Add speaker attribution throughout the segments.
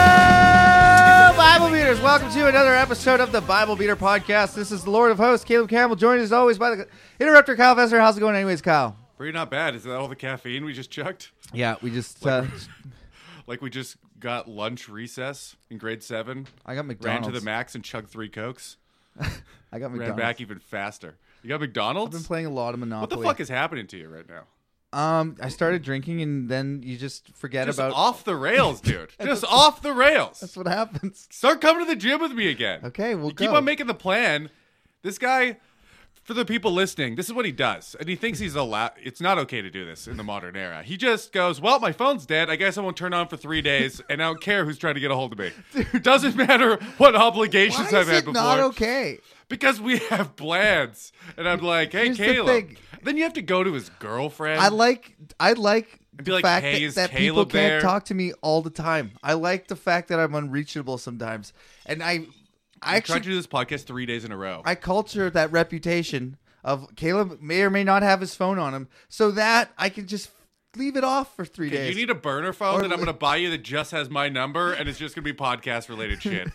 Speaker 1: Hello, Bible Beaters. Welcome to another episode of the Bible Beater Podcast. This is the Lord of Hosts, Caleb Campbell, joined as always by the interrupter, Kyle Vesser. How's it going, anyways, Kyle?
Speaker 2: Pretty not bad. Is that all the caffeine we just chucked?
Speaker 1: Yeah, we just. Uh,
Speaker 2: Like we just got lunch recess in grade seven.
Speaker 1: I got
Speaker 2: ran
Speaker 1: McDonald's.
Speaker 2: to the max and chugged three cokes.
Speaker 1: I got
Speaker 2: Ran
Speaker 1: McDonald's.
Speaker 2: back even faster. You got
Speaker 1: I've been
Speaker 2: McDonald's?
Speaker 1: playing a lot of
Speaker 2: What
Speaker 1: Monopoly.
Speaker 2: the fuck is happening to you right now?
Speaker 1: Um, I started drinking and then you just forget
Speaker 2: Just
Speaker 1: about.
Speaker 2: off the rails, dude. just off the rails.
Speaker 1: That's what happens.
Speaker 2: Start coming to the gym with me again.
Speaker 1: Okay, we'll
Speaker 2: You keep
Speaker 1: go.
Speaker 2: on making the plan. This guy, for the people listening, this is what he does, and he thinks he's allowed. It's not okay to do this in the modern era. He just goes, "Well, my phone's dead. I guess I won't turn on for three days, and I don't care who's trying to get a hold of me. Doesn't matter what
Speaker 1: Why
Speaker 2: obligations
Speaker 1: is
Speaker 2: I've had
Speaker 1: it
Speaker 2: before,
Speaker 1: not okay?
Speaker 2: because we have plans." And I'm like, "Hey,
Speaker 1: Here's the
Speaker 2: Caleb."
Speaker 1: thing.
Speaker 2: Then you have to go to his girlfriend.
Speaker 1: I like I like the
Speaker 2: be like,
Speaker 1: fact
Speaker 2: "Hey,
Speaker 1: that,
Speaker 2: is
Speaker 1: that people
Speaker 2: Caleb
Speaker 1: can't
Speaker 2: there?"
Speaker 1: talk to me all the time. I like the fact that I'm unreachable sometimes, and I I
Speaker 2: I tried
Speaker 1: actually
Speaker 2: to do this podcast three days in a row.
Speaker 1: I culture that reputation of Caleb may or may not have his phone on him, so that I can just leave it off for three
Speaker 2: You
Speaker 1: days.
Speaker 2: need a burner phone
Speaker 1: Or-
Speaker 2: that I'm going to buy you that just has my number and it's just going to be podcast related shit.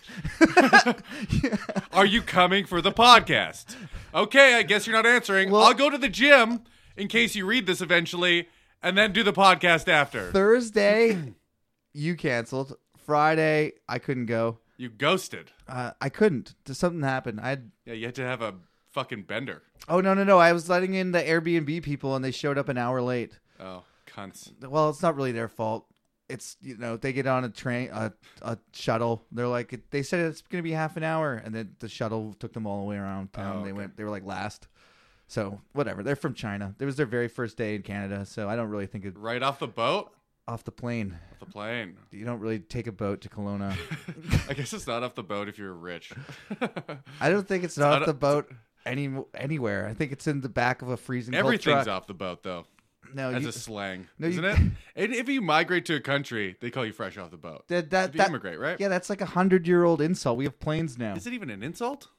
Speaker 2: Are you coming for the podcast? Okay, I guess you're not answering.
Speaker 1: Well-
Speaker 2: I'll go to the gym in case you read this eventually and then do the podcast after.
Speaker 1: Thursday, you canceled. Friday, I couldn't go.
Speaker 2: you ghosted.
Speaker 1: Uh, I couldn't. Something happened. I had
Speaker 2: Yeah, you had to have a fucking bender.
Speaker 1: oh no no no. I was letting in the Airbnb people, and they showed up an hour late.
Speaker 2: Oh, cunts.
Speaker 1: well, it's not really their fault. It's you know they get on a train, a, a shuttle. They're like they said it's gonna be half an hour, and then the shuttle took them all the way around town.
Speaker 2: Oh,
Speaker 1: They
Speaker 2: okay.
Speaker 1: went, they were like last. So whatever, they're from China. It was their very first day in Canada, so I don't really think it
Speaker 2: Right off the boat,
Speaker 1: off the plane.
Speaker 2: off the plane.
Speaker 1: You don't really take a boat to Kelowna.
Speaker 2: I guess it's not off the boat if you're rich.
Speaker 1: I don't think it's not off
Speaker 2: not
Speaker 1: the
Speaker 2: a-
Speaker 1: boat any anywhere. I think it's in the back of a freezing cold
Speaker 2: Everything's
Speaker 1: truck.
Speaker 2: off the boat, though.
Speaker 1: No,
Speaker 2: As
Speaker 1: you,
Speaker 2: a slang,
Speaker 1: no, you-
Speaker 2: isn't it? And if you migrate to a country, they call you fresh off the boat.
Speaker 1: that, that,
Speaker 2: if you
Speaker 1: that-
Speaker 2: immigrate, right?
Speaker 1: Yeah, that's like a hundred year old insult. We have planes now.
Speaker 2: Is it even an insult?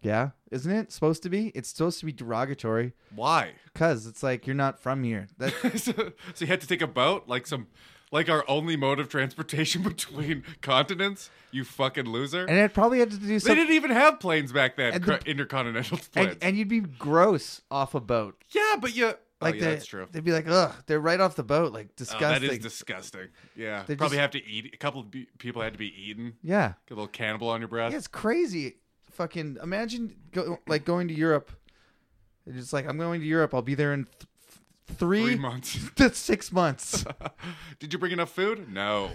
Speaker 1: Yeah, isn't it supposed to be? It's supposed to be derogatory
Speaker 2: Why?
Speaker 1: because it's like you're not from here. That,
Speaker 2: so, so you had to take a boat, like some, like our only mode of transportation between continents. You fucking loser!
Speaker 1: and it probably had to do
Speaker 2: they
Speaker 1: something.
Speaker 2: didn't even have planes back then.
Speaker 1: And the-
Speaker 2: cr- intercontinental planes.
Speaker 1: And, and you'd be gross off a boat.
Speaker 2: yeah, but you.
Speaker 1: Like
Speaker 2: Like oh, yeah,
Speaker 1: they-
Speaker 2: that's true.
Speaker 1: They'd be like, ugh, they're right off the boat, like
Speaker 2: Oh,
Speaker 1: disgusting.
Speaker 2: that is disgusting. Yeah,
Speaker 1: They're
Speaker 2: probably
Speaker 1: just-
Speaker 2: have to eat. A couple of be- people had to be eaten.
Speaker 1: yeah,
Speaker 2: Get a little cannibal on your breath.
Speaker 1: yeah, it's crazy. Fucking imagine go, like going to Europe. It's just like I'm going to Europe. I'll be there in th- th- three,
Speaker 2: Three months.
Speaker 1: to six months.
Speaker 2: Did you bring enough food? No.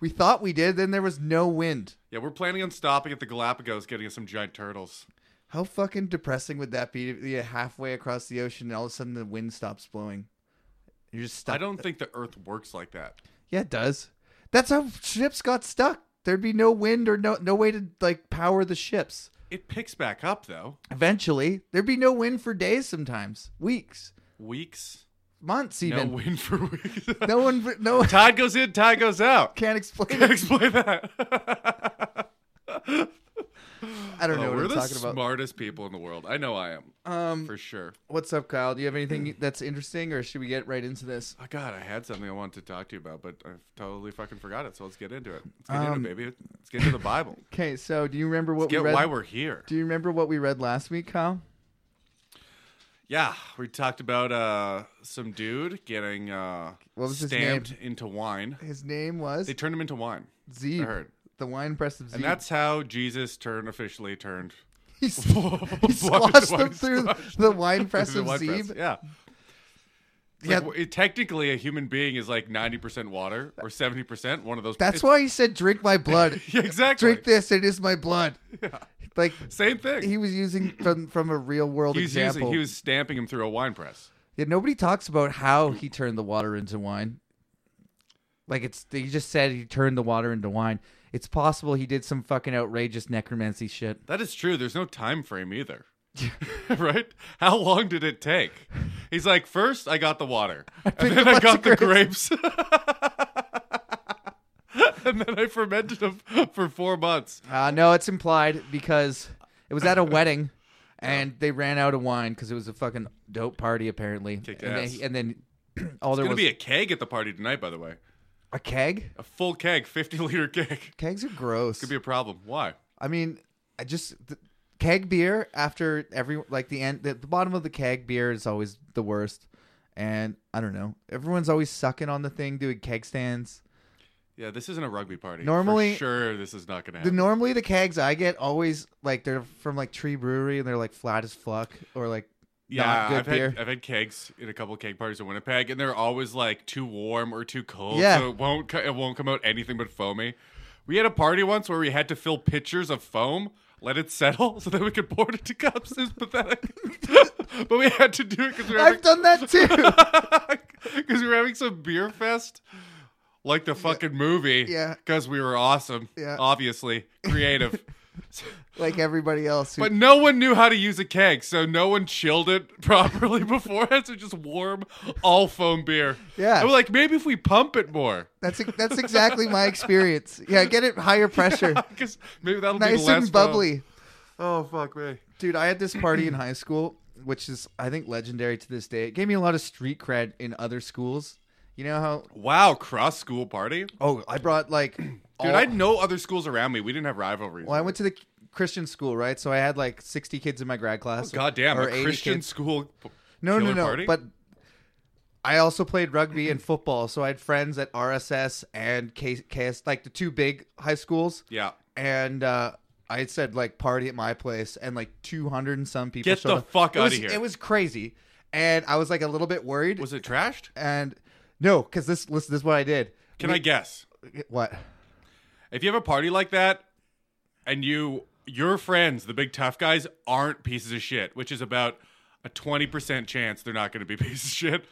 Speaker 1: we thought we did. Then there was no wind.
Speaker 2: Yeah, we're planning on stopping at the Galapagos, getting us some giant turtles.
Speaker 1: How fucking depressing would that be to be halfway across the ocean and all of a sudden the wind stops blowing? You're just stuck.
Speaker 2: I don't think the Earth works like that.
Speaker 1: Yeah, it does. That's how ships got stuck. There'd be no wind or no no way to like power the ships.
Speaker 2: It picks back up though.
Speaker 1: Eventually, there'd be no wind for days sometimes, weeks,
Speaker 2: Weeks.
Speaker 1: months
Speaker 2: No
Speaker 1: even.
Speaker 2: win for weeks.
Speaker 1: No one no one
Speaker 2: tide goes in, tide goes out.
Speaker 1: can't explain
Speaker 2: Can't
Speaker 1: it.
Speaker 2: explain that.
Speaker 1: I don't know
Speaker 2: Oh,
Speaker 1: what
Speaker 2: we're
Speaker 1: I'm
Speaker 2: the
Speaker 1: talking about.
Speaker 2: smartest people in the world. I know I am
Speaker 1: Um
Speaker 2: for sure.
Speaker 1: what's up Kyle? Do you have anything that's interesting or should we get right into this?
Speaker 2: Oh God, I had something I wanted to talk to you about, but I totally fucking forgot it. So let's get into it. Let's get
Speaker 1: Um,
Speaker 2: into it, baby. Let's get into the Bible.
Speaker 1: Okay, so do you remember what we
Speaker 2: Get
Speaker 1: read?
Speaker 2: why we're here.
Speaker 1: do you remember what we read last week, Kyle?
Speaker 2: Yeah, we talked about uh, some dude getting uh,
Speaker 1: What was his
Speaker 2: stamped into wine.
Speaker 1: His name was
Speaker 2: They turned him into wine,
Speaker 1: Zeeb.
Speaker 2: I heard.
Speaker 1: The wine press of Zeeb.
Speaker 2: and that's how Jesus turned officially turned
Speaker 1: he, s- he sloshed them through the wine press
Speaker 2: The
Speaker 1: of
Speaker 2: wine press,
Speaker 1: Zeeb.
Speaker 2: Yeah.
Speaker 1: Yeah.
Speaker 2: Yeah. it, technically, a human being is like 90% water or 70%, one of those.
Speaker 1: That's why he said, "Drink my blood.
Speaker 2: Yeah, exactly.
Speaker 1: Drink this. It is my blood." Like
Speaker 2: Same thing.
Speaker 1: he was using from from a real world
Speaker 2: he, was
Speaker 1: example.
Speaker 2: using, he was stamping him through a wine press.
Speaker 1: yeah, nobody talks about how he turned the water into wine. Like it's he just said he turned the water into wine. It's possible he did some fucking outrageous necromancy shit.
Speaker 2: That is true. There's no time frame either. right? How long did it take? He's like, first I got the water, and
Speaker 1: picked
Speaker 2: then
Speaker 1: a
Speaker 2: I
Speaker 1: bunch
Speaker 2: got the
Speaker 1: of
Speaker 2: grapes, and then I fermented them for four months.
Speaker 1: Uh, no, it's implied because it was at a wedding and they ran out of wine because it was a fucking dope party apparently.
Speaker 2: Kicked
Speaker 1: and, then,
Speaker 2: ass.
Speaker 1: he- and then all there
Speaker 2: Gonna
Speaker 1: was
Speaker 2: be a keg at the party tonight, by the way.
Speaker 1: A keg?
Speaker 2: A full keg, 50 liter keg.
Speaker 1: Kegs are gross.
Speaker 2: Could be a problem. Why?
Speaker 1: I mean, I just the, keg beer after every like the end the, the bottom of the keg beer is always the worst. And I don't know. Everyone's always sucking on the thing doing keg stands.
Speaker 2: Yeah, this isn't a rugby party. For
Speaker 1: Normally-
Speaker 2: sure, this is not going to
Speaker 1: The
Speaker 2: happen.
Speaker 1: normally the kegs I get always like they're from like Tree Brewery and they're like flat as fuck or like
Speaker 2: yeah,
Speaker 1: not good
Speaker 2: I've
Speaker 1: beer.
Speaker 2: had I've had kegs in a couple keg parties in Winnipeg, and they're always like too warm or too cold,
Speaker 1: Yeah.
Speaker 2: so it won't co- it won't come out anything but foamy. We had a party once where we had to fill pitchers of foam, let it settle, so that we could pour it into cups. It was pathetic, but we had to do it because we were having-
Speaker 1: I've done that too.
Speaker 2: because we were having some beer fest, like the fucking movie.
Speaker 1: Yeah.
Speaker 2: Because we were awesome.
Speaker 1: Yeah.
Speaker 2: Obviously creative,
Speaker 1: like everybody else who
Speaker 2: but no one knew how to use a keg, so no one chilled it properly beforehand. So just warm, all foam beer.
Speaker 1: Yeah.
Speaker 2: And we're like, maybe if we pump it more,
Speaker 1: That's that's exactly my experience. Yeah, get it higher pressure,
Speaker 2: because maybe that'll be
Speaker 1: nice
Speaker 2: less
Speaker 1: and bubbly.
Speaker 2: Foam. Oh fuck me.
Speaker 1: Dude, I had this party in high school, which is I think legendary to this day. It gave me a lot of street cred in other schools. You know how?
Speaker 2: Wow, cross school party, dude.
Speaker 1: Oh, I brought like, dude,
Speaker 2: I
Speaker 1: Oh.
Speaker 2: had no other schools around me. We didn't have rivalries.
Speaker 1: well, I went to the Christian school, right? So I had like sixty kids in my grad class.
Speaker 2: God damn,
Speaker 1: or
Speaker 2: Oh, a
Speaker 1: 80
Speaker 2: Christian
Speaker 1: kids.
Speaker 2: school. p-
Speaker 1: No, no,
Speaker 2: killer
Speaker 1: no.
Speaker 2: party?
Speaker 1: But I also played rugby and football, so I had friends at RSS and K- KS, like the two big high schools.
Speaker 2: yeah.
Speaker 1: and uh, I had said like party at my place, and like two hundred and some people.
Speaker 2: Get
Speaker 1: showed
Speaker 2: the
Speaker 1: up.
Speaker 2: fuck
Speaker 1: It
Speaker 2: outta
Speaker 1: was-
Speaker 2: here.
Speaker 1: It was crazy, and I was like a little bit worried.
Speaker 2: Was it trashed?
Speaker 1: and no, because this listen, this is what I did.
Speaker 2: Can I guess?
Speaker 1: get what?
Speaker 2: If you have a party like that and you your friends, the big tough guys, aren't pieces of shit, which is about a 20% chance they're not going to be pieces of shit.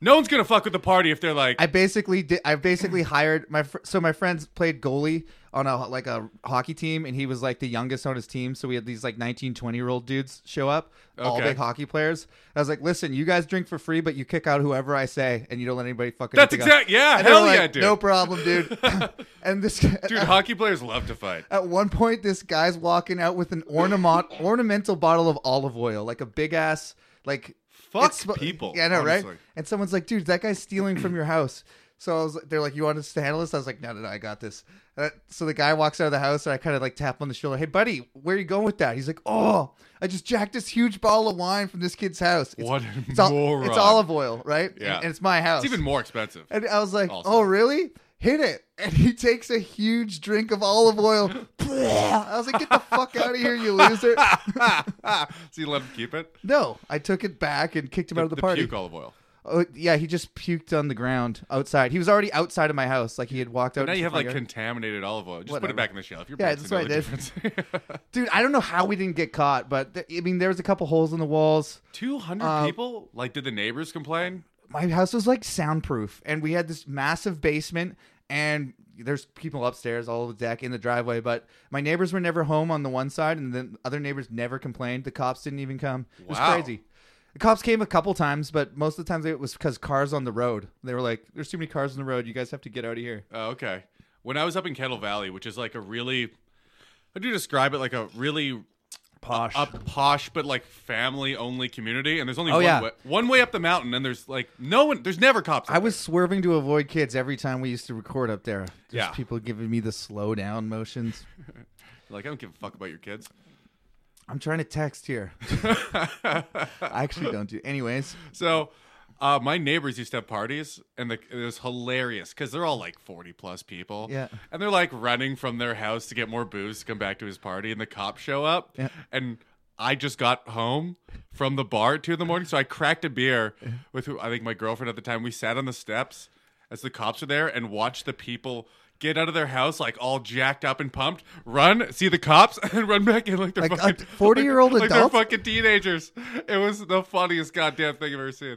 Speaker 2: No one's going to fuck with the party if they're like,
Speaker 1: I basically did. I basically hired my fr- so my friends played goalie on a like a hockey team, and he was like the youngest on his team. So we had these like 19, 20 year old dudes show up, all
Speaker 2: Okay.
Speaker 1: big hockey players. I was like, listen, you guys drink for free, but you kick out whoever I say, and you don't let anybody fucking.
Speaker 2: That's
Speaker 1: pick up."
Speaker 2: exact- yeah,
Speaker 1: And they were
Speaker 2: hell yeah,
Speaker 1: like,
Speaker 2: dude.
Speaker 1: No problem, dude. and this
Speaker 2: dude, hockey players love to fight.
Speaker 1: At one point, this guy's walking out with an ornament, ornamental bottle of olive oil, like a big ass, like
Speaker 2: Fuck
Speaker 1: it's sm-
Speaker 2: people,
Speaker 1: Yeah, I know, right?
Speaker 2: honestly.
Speaker 1: And someone's like, "Dude, that guy's stealing from your house." So I was, they're like, "You want us to handle this?" I was like, "No, no, no, I got this." Uh, so the guy walks out of the house, and I kind of like tap on the shoulder, "Hey, buddy, where are you going with that?" He's like, "Oh, I just jacked this huge bottle of wine from this kid's house." It's,
Speaker 2: What a
Speaker 1: it's, ol-
Speaker 2: moron.
Speaker 1: it's olive oil, right? And-
Speaker 2: Yeah.
Speaker 1: and, it's my house.
Speaker 2: It's even more expensive.
Speaker 1: And I was like,
Speaker 2: Also.
Speaker 1: "Oh, really? Hit it!" And he takes a huge drink of olive oil. I was like, "Get the fuck out of here, you loser!"
Speaker 2: so you let him keep it?
Speaker 1: No, I took it back and kicked him out of the,
Speaker 2: the
Speaker 1: party.
Speaker 2: puke olive oil.
Speaker 1: Oh, yeah, he just puked on the ground outside. He was already outside of my house, like he had walked out.
Speaker 2: Now
Speaker 1: into
Speaker 2: you have
Speaker 1: the front
Speaker 2: like
Speaker 1: yard.
Speaker 2: contaminated olive oil. Just put
Speaker 1: Whatever.
Speaker 2: it back in the shelf. Your
Speaker 1: Yeah,
Speaker 2: parents
Speaker 1: that's
Speaker 2: know
Speaker 1: what
Speaker 2: the difference.
Speaker 1: dude, I don't know how we didn't get caught, but th- I mean, there was a couple holes in the walls.
Speaker 2: 200
Speaker 1: Um,
Speaker 2: people? Like, did the neighbors complain?
Speaker 1: My house was like soundproof, and we had this massive basement, and there's people upstairs, all over the deck, in the driveway. But my neighbors were never home on the one side, and the other neighbors never complained. The cops didn't even come. It was
Speaker 2: Wow.
Speaker 1: crazy. The cops came a couple times, but most of the times it was because cars on the road. They were like, "There's too many cars on the road. You guys have to get out of here."
Speaker 2: Oh, okay. When I was up in Kettle Valley, which is like a really, how do you describe it? Like a really
Speaker 1: Posh.
Speaker 2: Uh, up posh, but like family only community. And there's only
Speaker 1: Oh,
Speaker 2: one
Speaker 1: yeah.
Speaker 2: way, one way up the mountain, and there's like no one. There's never cops.
Speaker 1: I was swerving to avoid kids every time we used to record up there. Just
Speaker 2: Yeah.
Speaker 1: people giving me the slow down motions.
Speaker 2: like I don't give a fuck about your kids.
Speaker 1: I'm trying to text here. I actually don't do. Anyways,
Speaker 2: So. Uh, my neighbors used to have parties, and the, it was hilarious because they're all like forty plus people.
Speaker 1: Yeah.
Speaker 2: and they're like running from their house to get more booze to come back to his party, and the cops show up,
Speaker 1: Yeah.
Speaker 2: and I just got home from the bar at two in the morning, so I cracked a beer with who I think my girlfriend at the time. We sat on the steps as the cops were there and watched the people get out of their house like all jacked up and pumped, run, see the cops, and run back in like they're
Speaker 1: Like a
Speaker 2: fucking
Speaker 1: 40-year-old
Speaker 2: like, like
Speaker 1: adult?
Speaker 2: they're fucking teenagers. It was the funniest goddamn thing I've ever seen.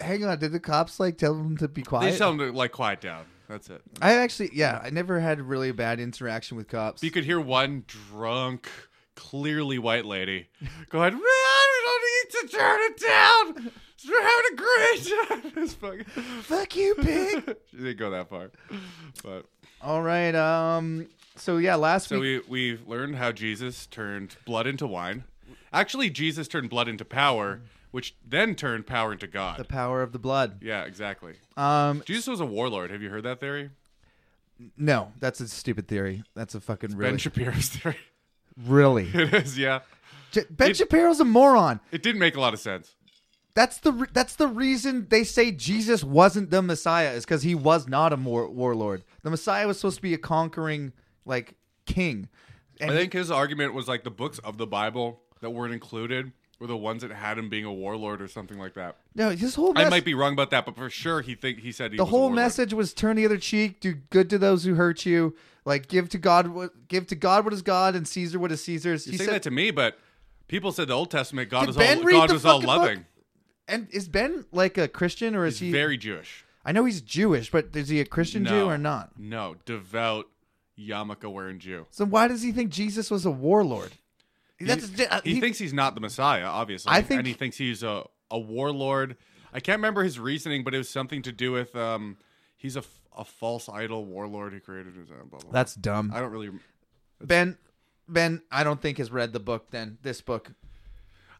Speaker 1: hang on. Did the cops like tell them to be
Speaker 2: They
Speaker 1: quiet?
Speaker 2: just tell them to like quiet down. That's it.
Speaker 1: I actually, yeah, I never had really bad interaction with cops.
Speaker 2: You could hear one drunk, clearly white lady going, "Run! We don't need to turn it down. We're having a great time." It's fucking-
Speaker 1: Fuck you, pig.
Speaker 2: she didn't go that far, but
Speaker 1: All right. Um. So yeah, last
Speaker 2: so
Speaker 1: week.
Speaker 2: we we've learned how Jesus turned blood into wine. Actually, Jesus turned blood into power, which then turned power into God.
Speaker 1: the power of the blood.
Speaker 2: yeah, exactly.
Speaker 1: Um,
Speaker 2: Jesus was a warlord. Have you heard that theory?
Speaker 1: No, that's a stupid theory. That's a fucking really,
Speaker 2: Ben Shapiro's theory.
Speaker 1: really.
Speaker 2: It is, yeah.
Speaker 1: J- Ben Shapiro's a moron.
Speaker 2: It didn't make a lot of sense.
Speaker 1: That's the re- that's the reason they say Jesus wasn't the Messiah is because he was not a war- warlord. The Messiah was supposed to be a conquering like king. And
Speaker 2: I
Speaker 1: he-
Speaker 2: think his argument was like the books of the Bible that weren't included were the ones that had him being a warlord or something like that.
Speaker 1: no, his whole
Speaker 2: I
Speaker 1: mess-
Speaker 2: might be wrong about that, but for sure he think he said he
Speaker 1: the
Speaker 2: was a
Speaker 1: whole
Speaker 2: warlord.
Speaker 1: message was turn the other cheek, do good to those who hurt you, like give to God what give to God what is God and Caesar what is Caesar's.
Speaker 2: You say that to me, but people said the Old Testament God
Speaker 1: Did
Speaker 2: was
Speaker 1: Ben
Speaker 2: all
Speaker 1: read
Speaker 2: God
Speaker 1: the
Speaker 2: was all
Speaker 1: fucking book?
Speaker 2: loving.
Speaker 1: and is Ben like a Christian or is
Speaker 2: He's
Speaker 1: he?
Speaker 2: very Jewish.
Speaker 1: I know he's Jewish, but is he a Christian
Speaker 2: no,
Speaker 1: Jew or not?
Speaker 2: No, devout yarmulke wearing Jew.
Speaker 1: So why does he think Jesus was a warlord? That's
Speaker 2: he,
Speaker 1: uh,
Speaker 2: he
Speaker 1: he-
Speaker 2: thinks he's not the Messiah, obviously.
Speaker 1: I think-
Speaker 2: and he thinks he's a, a warlord. I can't remember his reasoning, but it was something to do with um, he's a, f- a false idol warlord who created his own. Blah, blah, blah.
Speaker 1: that's dumb.
Speaker 2: I don't really.
Speaker 1: Ben, Ben, I don't think has read the book. Then this book,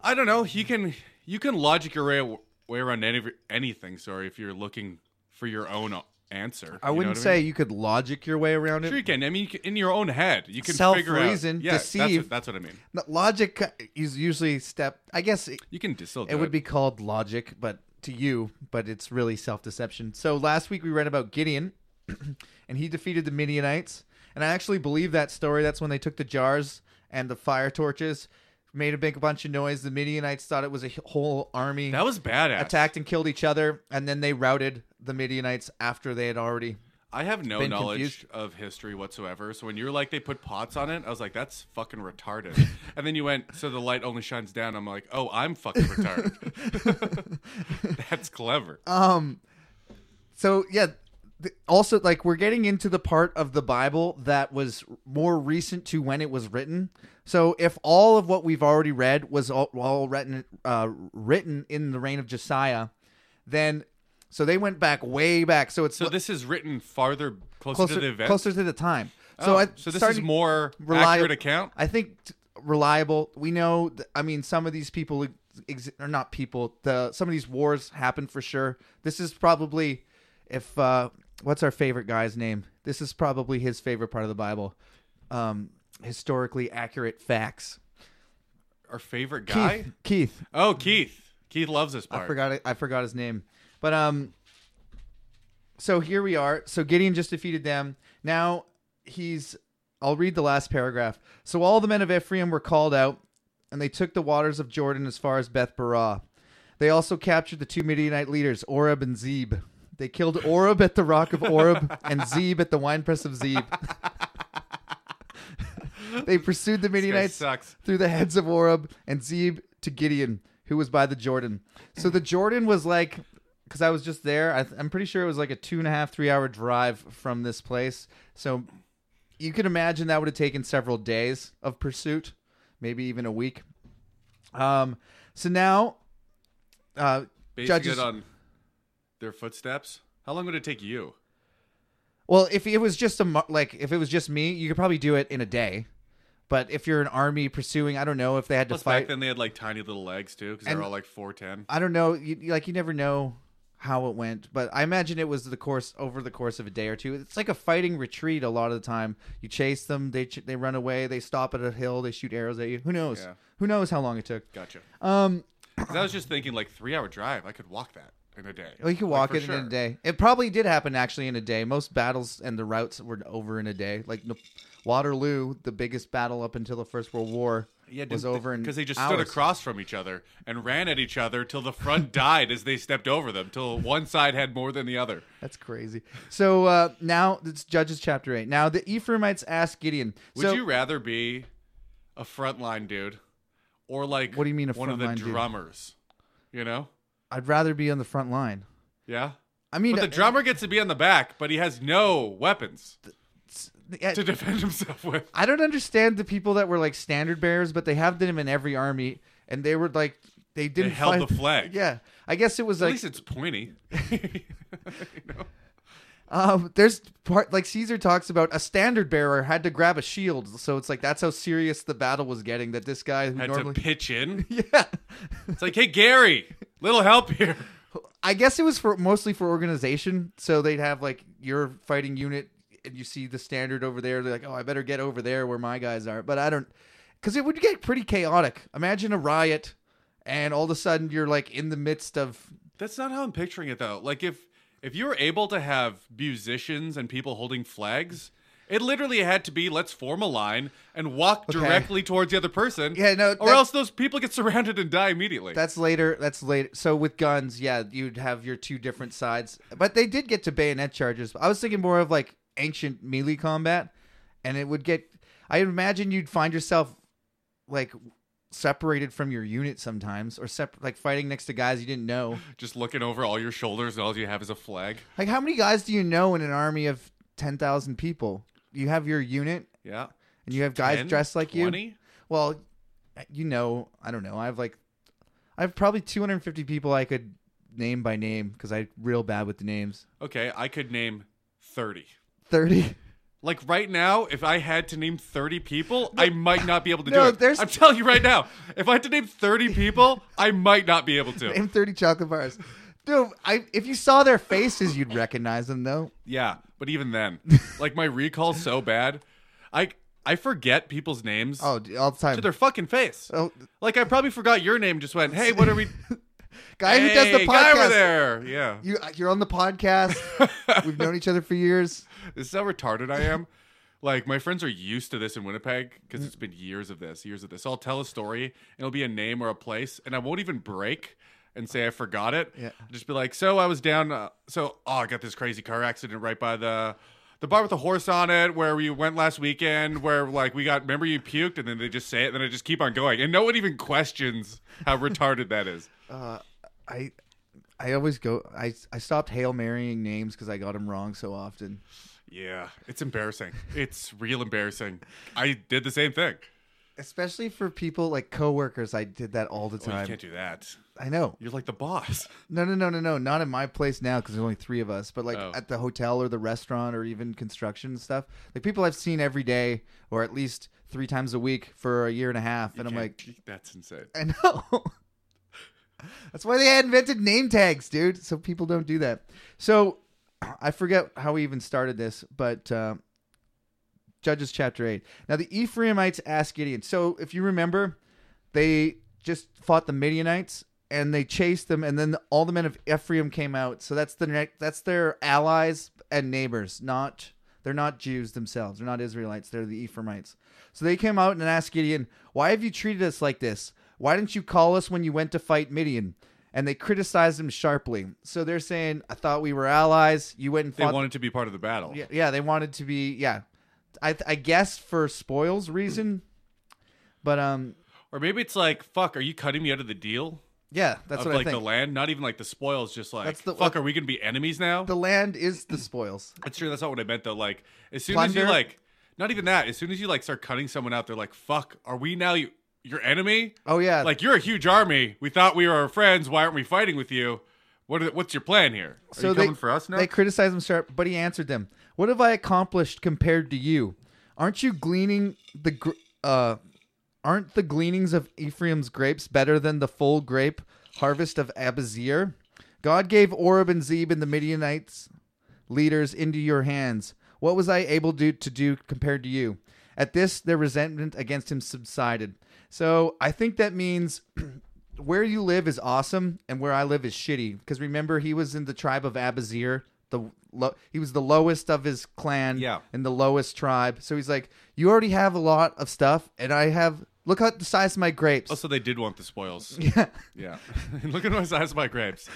Speaker 2: I don't know. You can you can logic your way, way around any, anything. Sorry, if you're looking for your own o- answer,
Speaker 1: I
Speaker 2: You know
Speaker 1: wouldn't
Speaker 2: what
Speaker 1: say
Speaker 2: mean?
Speaker 1: you could logic your way around it.
Speaker 2: Sure, you can. I mean, you can, in your own head, you can figure out.
Speaker 1: Self-reason,
Speaker 2: Yeah, that's what-
Speaker 1: deceive.
Speaker 2: That's, what I mean.
Speaker 1: No, Logic uh, is usually step. I guess it,
Speaker 2: You can distill.
Speaker 1: it would be called logic, but to you, but it's really self deception. So last week we read about Gideon, and he defeated the Midianites, and I actually believe that story. That's when they took the jars and the fire torches, made a big bunch of noise. The Midianites thought it was a whole army.
Speaker 2: That was badass.
Speaker 1: Attacked and killed each other, and then they routed the Midianites after they had already
Speaker 2: I have no
Speaker 1: been
Speaker 2: knowledge
Speaker 1: confused.
Speaker 2: of history whatsoever. So when you're like, they put pots on it, I was like, that's fucking retarded. and then you went, so the light only shines down. I'm like, oh, I'm fucking retarded. that's clever.
Speaker 1: um so yeah th- also like we're getting into the part of the bible that was more recent to when it was written so if all of what we've already read was all, all written uh, written in the reign of josiah then so they went back way back so it's
Speaker 2: so this is written farther closer,
Speaker 1: Uh, closer,
Speaker 2: to the event.
Speaker 1: closer to the time so
Speaker 2: Oh,
Speaker 1: i
Speaker 2: so this
Speaker 1: starting-
Speaker 2: is more
Speaker 1: reli-
Speaker 2: accurate account.
Speaker 1: I think t- reliable. We know. th- I mean, some of these people ex- are not people. The some of these wars happen for sure. This is probably if uh, what's our favorite guy's name? This is probably his favorite part of the Bible. Um, historically accurate facts.
Speaker 2: Our favorite guy.
Speaker 1: Keith. Keith.
Speaker 2: Oh, Keith. Keith loves this part.
Speaker 1: I forgot. it- I forgot his name. But um, so here we are. So Gideon just defeated them. Now he's. I'll read the last paragraph. So all the men of Ephraim were called out, and they took the waters of Jordan as far as Beth Barah. They also captured the two Midianite leaders, Oreb and Zeb. They killed Oreb at the rock of Oreb and Zeb at the winepress of Zeb. they pursued the
Speaker 2: This guy
Speaker 1: Midianites
Speaker 2: sucks.
Speaker 1: through the heads of Oreb and Zeb to Gideon, who was by the Jordan. So the Jordan was like, because I was just there, I, I'm pretty sure it was like a two and a half, three hour drive from this place. So you could imagine that would have taken several days of pursuit, maybe even a week. Um, so now, uh,
Speaker 2: Basing
Speaker 1: judges.
Speaker 2: it on their footsteps. How long would it take you?
Speaker 1: well, if it was just a mo- like, if it was just me, you could probably do it in a day. But if you're an army pursuing, I don't know if they had to
Speaker 2: Plus,
Speaker 1: fight.
Speaker 2: back then they had like tiny little legs too, because they
Speaker 1: And-
Speaker 2: were all like four ten.
Speaker 1: I don't know. You, you- like you never know how it went, but I imagine it was the course over the course of a day or two. It's like a fighting retreat. A lot of the time, you chase them, they ch- they run away, they stop at a hill, they shoot arrows at you. Who knows?
Speaker 2: Yeah.
Speaker 1: Who knows how long it took?
Speaker 2: Gotcha.
Speaker 1: Um,
Speaker 2: 'Cause I was just thinking, like three hour drive, I could walk that in a day.
Speaker 1: well, you could
Speaker 2: Like,
Speaker 1: walk
Speaker 2: for
Speaker 1: it in a
Speaker 2: sure.
Speaker 1: day. It probably did happen actually in a day. Most battles and the routes were over in a day. Like Nap- Waterloo, the biggest battle up until the First World War, was over in
Speaker 2: because they just stood
Speaker 1: hours.
Speaker 2: across from each other and ran at each other till the front died as they stepped over them, till one side had more than the other.
Speaker 1: That's crazy. So uh, now it's Judges chapter eight. Now the Ephraimites asked Gideon.
Speaker 2: Would
Speaker 1: so,
Speaker 2: you rather be a frontline dude or like
Speaker 1: What do you mean a
Speaker 2: one of the
Speaker 1: frontline dude?
Speaker 2: drummers? You know,
Speaker 1: I'd rather be on the front line.
Speaker 2: yeah.
Speaker 1: I mean, uh,
Speaker 2: But the drummer gets to be on the back, but he has no weapons
Speaker 1: yeah,
Speaker 2: to defend himself with.
Speaker 1: I don't understand the people that were like standard bearers, but they have them in every army, and they were like they didn't
Speaker 2: held
Speaker 1: fight-
Speaker 2: the flag.
Speaker 1: Yeah, I guess it was
Speaker 2: At
Speaker 1: like
Speaker 2: least it's pointy. You know?
Speaker 1: um, there's part like Caesar talks about a standard bearer had to grab a shield, so it's like that's how serious the battle was getting. That this guy who
Speaker 2: Had
Speaker 1: normally
Speaker 2: to pitch in.
Speaker 1: yeah,
Speaker 2: It's like, hey, Gary, little help here.
Speaker 1: I guess it was for mostly for organization, so they'd have like your fighting unit and you see the standard over there. They're like, oh, I better get over there where my guys are. But I don't, because it would get pretty chaotic. Imagine a riot, and all of a sudden you're like in the midst of
Speaker 2: That's not how I'm picturing it though. Like if if you were able to have musicians and people holding flags, it literally had to be let's form a line and walk
Speaker 1: Okay.
Speaker 2: directly towards the other person.
Speaker 1: Yeah, no,
Speaker 2: Or
Speaker 1: that-
Speaker 2: else those people get surrounded and die immediately.
Speaker 1: That's later. That's later. So with guns, yeah, you'd have your two different sides. But they did get to bayonet charges. I was thinking more of like ancient melee combat, and it would get. I imagine you'd find yourself like separated from your unit sometimes, or sep- like fighting next to guys you didn't know.
Speaker 2: Just looking over all your shoulders and all you have is a flag.
Speaker 1: Like how many guys do you know in an army of ten thousand people? You have your unit,
Speaker 2: Yeah.
Speaker 1: and you have guys
Speaker 2: 10,
Speaker 1: dressed like you.
Speaker 2: 20?
Speaker 1: Well, you know, I don't know. I have like, I have probably 250 people I could name by name because I'm real bad with the names.
Speaker 2: Okay, I could name 30.
Speaker 1: 30.
Speaker 2: Like right now, if I had to name 30 people, I might not be able to
Speaker 1: No,
Speaker 2: do it.
Speaker 1: there's-
Speaker 2: I'm telling you right now, if I had to name 30 people, I might not be able to.
Speaker 1: Name 30 chocolate bars. Dude, I, if you saw their faces, you'd recognize them though.
Speaker 2: Yeah, but even then, like my recall's so bad, I I forget people's names
Speaker 1: Oh, d- all the time.
Speaker 2: to their fucking face.
Speaker 1: oh,
Speaker 2: Like I probably forgot your name. and Just went, hey, what are we?
Speaker 1: guy who does the
Speaker 2: Hey, Guy over
Speaker 1: podcast.
Speaker 2: there. Yeah,
Speaker 1: You, uh, you're on the podcast. We've known each other for years.
Speaker 2: this is how retarded I am. Like my friends are used to this in Winnipeg because it's been years of this, years of this. I'll tell a story and it'll be a name or a place, and I won't even break and say I forgot it.
Speaker 1: Yeah.
Speaker 2: I'll just be like, so I was down. Uh, so oh, I got this crazy car accident right by the the bar with the horse on it where we went last weekend. Where like we got remember you puked, and then they just say it, and then I just keep on going, and no one even questions how retarded that is.
Speaker 1: Uh, I. I always go. I, I stopped hail marrying names because I got them wrong so often.
Speaker 2: Yeah, it's embarrassing. It's real embarrassing. I did the same thing.
Speaker 1: Especially for people like coworkers, I did that all the
Speaker 2: Oh, you
Speaker 1: time.
Speaker 2: can't do that.
Speaker 1: I know.
Speaker 2: You're like the boss.
Speaker 1: No, no, no, no, no. Not in my place now because there's only three of us. But like
Speaker 2: Oh.
Speaker 1: at the hotel or the restaurant or even construction and stuff, like people I've seen every day or at least three times a week for a year and a half, and I'm like,
Speaker 2: Can't- that's insane.
Speaker 1: I know. That's why they invented name tags, dude. So people don't do that. So I forget how we even started this, but uh, Judges chapter eight. Now the Ephraimites asked Gideon. So if you remember, they just fought the Midianites and they chased them, and then all the men of Ephraim came out. So that's the ne- that's their allies and neighbors. Not they're not Jews themselves. They're not Israelites. They're the Ephraimites. So they came out and asked Gideon, "Why have you treated us like this? Why didn't you call us when you went to fight Midian?" And they criticized him sharply. So they're saying, "I thought we were allies. You went and
Speaker 2: They
Speaker 1: fought
Speaker 2: wanted to be part of the battle.
Speaker 1: yeah, yeah, they wanted to be. Yeah, I, I guess for spoils reason, but um,
Speaker 2: Or maybe it's like, fuck, are you cutting me out of the deal
Speaker 1: yeah, that's
Speaker 2: of
Speaker 1: what
Speaker 2: like
Speaker 1: I
Speaker 2: the
Speaker 1: think.
Speaker 2: land? Not even like the spoils, just like,
Speaker 1: That's the-
Speaker 2: fuck, are we going to be enemies now?
Speaker 1: The, land is the spoils.
Speaker 2: That's true. That's not what I meant though. Like, as soon as you
Speaker 1: Plunder?
Speaker 2: like, not even that. As soon as you like start cutting someone out, they're like, fuck, are we now you, your enemy?
Speaker 1: Oh yeah,
Speaker 2: Like, you're a huge army. We thought we were our friends. Why aren't we fighting with you? What are, what's your plan here? Are you coming for us now?
Speaker 1: They criticized him sharp, but he answered them. What have I accomplished compared to you? Aren't you gleaning the gr- uh aren't the gleanings of Ephraim's grapes better than the full grape harvest of Abazir? God gave Oreb and Zeb and the Midianites leaders into your hands. What was I able to, to do compared to you? At this, their resentment against him subsided. So I think that means where you live is awesome and where I live is shitty. Because remember, he was in the tribe of Abazir. The lo- he was the lowest of his clan
Speaker 2: Yeah.
Speaker 1: and the lowest tribe. So he's like, you already have a lot of stuff, and I have. Look at the size of my grapes.
Speaker 2: also, they did want the spoils.
Speaker 1: yeah.
Speaker 2: Yeah. Look at my size of my grapes.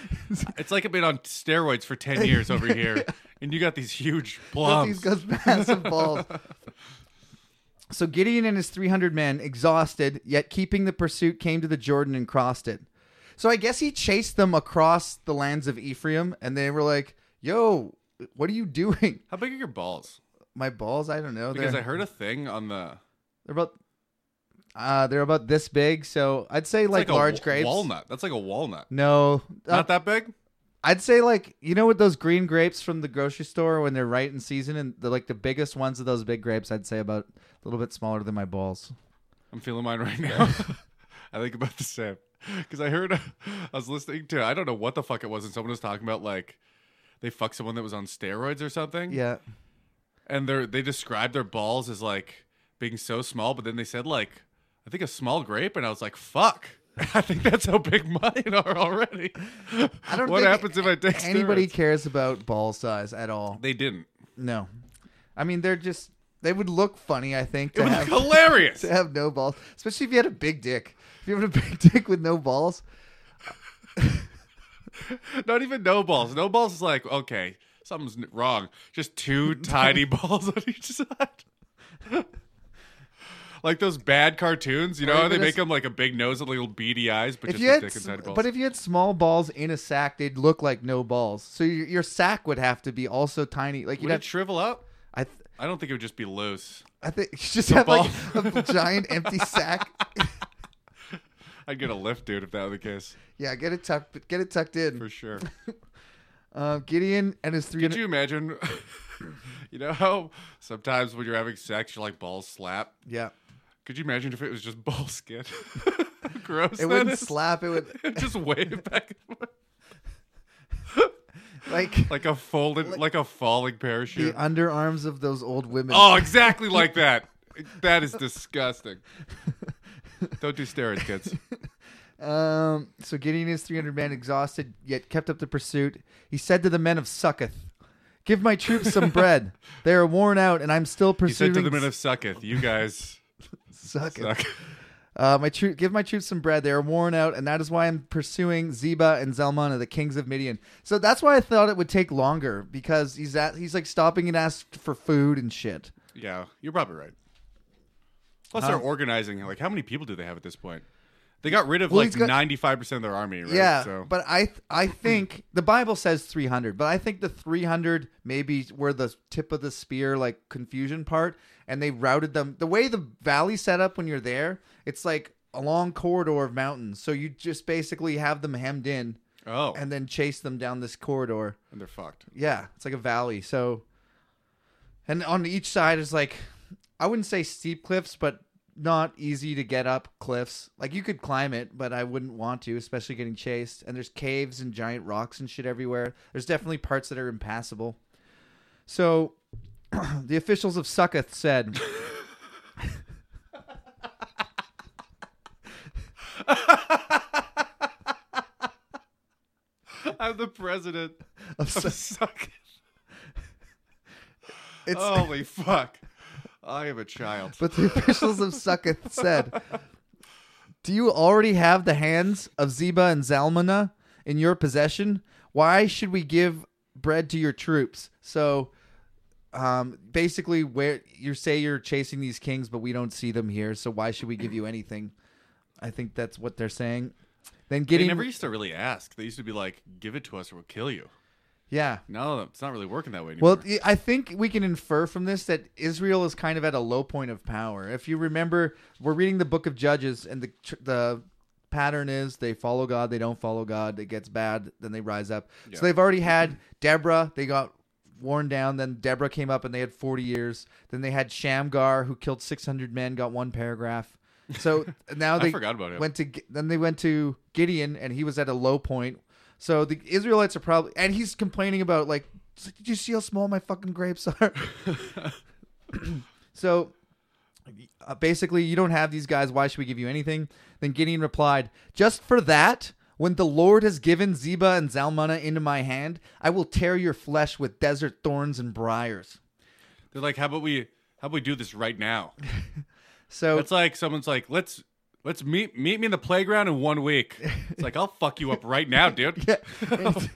Speaker 2: It's like I've been on steroids for 10 years over here, and you got these huge
Speaker 1: These
Speaker 2: plums.
Speaker 1: guys massive balls. So Gideon and his 300 men, exhausted, yet keeping the pursuit, came to the Jordan and crossed it. So I guess he chased them across the lands of Ephraim, and they were like, yo, what are you doing?
Speaker 2: How big are your balls?
Speaker 1: My balls, I don't know.
Speaker 2: Because
Speaker 1: they're,
Speaker 2: I heard a thing on the.
Speaker 1: they're about uh, they're about this big, so I'd say
Speaker 2: it's
Speaker 1: like,
Speaker 2: a
Speaker 1: large
Speaker 2: wa-
Speaker 1: grapes.
Speaker 2: Walnut. That's like a walnut.
Speaker 1: No, uh,
Speaker 2: Not that big?
Speaker 1: I'd say like you know with those green grapes from the grocery store when they're right in season and they're like the biggest ones of those big grapes I'd say about a little bit smaller than my balls.
Speaker 2: I'm feeling mine right now. I think about the same. Because I heard, I was listening to, I don't know what the fuck it was, and someone was talking about like they fucked someone that was on steroids or something.
Speaker 1: Yeah.
Speaker 2: and they they described their balls as like being so small, but then they said like I think a small grape, and I was like, fuck. I think that's how big mine are already.
Speaker 1: I don't
Speaker 2: what
Speaker 1: think
Speaker 2: happens if I take
Speaker 1: anybody
Speaker 2: steroids?
Speaker 1: cares about ball size at all.
Speaker 2: They didn't.
Speaker 1: No, I mean they're just they would look funny. I think
Speaker 2: It
Speaker 1: to
Speaker 2: was
Speaker 1: have
Speaker 2: hilarious.
Speaker 1: to have no balls, especially if you had a big dick. If you had a big dick with no balls,
Speaker 2: Not even no balls. No balls is like, okay, something's n- wrong. Just two tiny balls on each side. like those bad cartoons, you know, how
Speaker 1: even
Speaker 2: they
Speaker 1: a
Speaker 2: make
Speaker 1: s-
Speaker 2: them like a big nose and little beady eyes, but
Speaker 1: if
Speaker 2: just
Speaker 1: you
Speaker 2: a
Speaker 1: had
Speaker 2: dick
Speaker 1: s-
Speaker 2: inside balls.
Speaker 1: but if you had small balls in a sack, they'd look like no balls. So your, your sack would have to be also tiny. Like you'd
Speaker 2: would it
Speaker 1: have,
Speaker 2: shrivel up?
Speaker 1: I th-
Speaker 2: I don't think it would just be loose.
Speaker 1: I think you just have like
Speaker 2: ball.
Speaker 1: a giant empty sack.
Speaker 2: I'd get a lift, dude, if that were the case,
Speaker 1: Yeah, get it tucked, get it tucked in.
Speaker 2: for sure.
Speaker 1: Uh, Gideon and his three.
Speaker 2: Could you imagine? you know how sometimes when you're having sex, you're like balls slap.
Speaker 1: yeah,
Speaker 2: Could you imagine if it was just ball skin? Gross.
Speaker 1: it
Speaker 2: that
Speaker 1: wouldn't
Speaker 2: is.
Speaker 1: slap. It would
Speaker 2: just wave back and forth.
Speaker 1: like
Speaker 2: like a folded, like, a falling parachute.
Speaker 1: the underarms of those old women.
Speaker 2: oh, exactly like that. That is disgusting. Don't do steroids, kids.
Speaker 1: Um, so Gideon is 300 men exhausted, yet kept up the pursuit. He said to the men of Succoth, Give my troops some bread. They are worn out, and I'm still
Speaker 2: He said
Speaker 1: pursuing
Speaker 2: to the men of Sucketh, "You guys
Speaker 1: Succoth.
Speaker 2: suck."
Speaker 1: Uh, my troop, give my troops some bread. They are worn out, and that is why I'm pursuing Zeba and Zalmana, the kings of Midian. So that's why I thought it would take longer because he's at he's like stopping and asked for food and shit.
Speaker 2: Yeah, you're probably right. Plus, they're organizing. Like, how many people do they have at this point? They got rid of
Speaker 1: Well,
Speaker 2: like
Speaker 1: he's got-
Speaker 2: 95 percent of their army, right?
Speaker 1: Yeah,
Speaker 2: So,
Speaker 1: but I th- I think the Bible says 300, but I think the 300 maybe were the tip of the spear like confusion part, and they routed them the way the valley set up when you're there. It's like a long corridor of mountains, so you just basically have them hemmed in
Speaker 2: oh, and,
Speaker 1: and then chase them down this corridor.
Speaker 2: they're fucked.
Speaker 1: Yeah, it's like a valley. So, and on each side is like, I wouldn't say steep cliffs, but not easy to get up cliffs. Like you could climb it, but I wouldn't want to, especially getting chased. And there's caves and giant rocks and shit everywhere. There's definitely parts that are impassable. So, the officials of Succoth said,
Speaker 2: I'm the president
Speaker 1: of
Speaker 2: of
Speaker 1: Succoth-
Speaker 2: Sucketh.
Speaker 1: it's,
Speaker 2: Holy fuck! I am a child.
Speaker 1: but the officials of Succoth said, Do you already have the hands of Zeba and Zalmana in your possession? Why should we give bread to your troops? So um, basically, where you say you're chasing these kings, but we don't see them here, so why should we give you anything? I think that's what they're saying. Then
Speaker 2: They
Speaker 1: Gideon,
Speaker 2: never used to really ask. They used to be like, "Give it to us, or we'll kill you."
Speaker 1: yeah.
Speaker 2: No, it's not really working that way anymore.
Speaker 1: Well, I think we can infer from this that Israel is kind of at a low point of power. If you remember, we're reading the book of Judges, and the tr- the pattern is they follow God, they don't follow God, it gets bad, then they rise up.
Speaker 2: Yeah.
Speaker 1: So they've already had Deborah, they got worn down, then Deborah came up and they had 40 years. Then they had Shamgar, who killed 600 men, got one paragraph. So now
Speaker 2: I
Speaker 1: they
Speaker 2: forgot about him.
Speaker 1: went to Gi- then they went to Gideon and he was at a low point. So the Israelites are probably and he's complaining about like did you see how small my fucking grapes are? so uh, basically you don't have these guys why should we give you anything? Then Gideon replied, "Just for that when the Lord has given Zeba and Zalmunna into my hand, I will tear your flesh with desert thorns and briars."
Speaker 2: They're like, "How about we? How about we do this right now?"
Speaker 1: So
Speaker 2: It's like someone's like, "Let's let's meet meet me in the playground in one week." It's like, "I'll fuck you up right now, dude."
Speaker 1: Yeah. Any-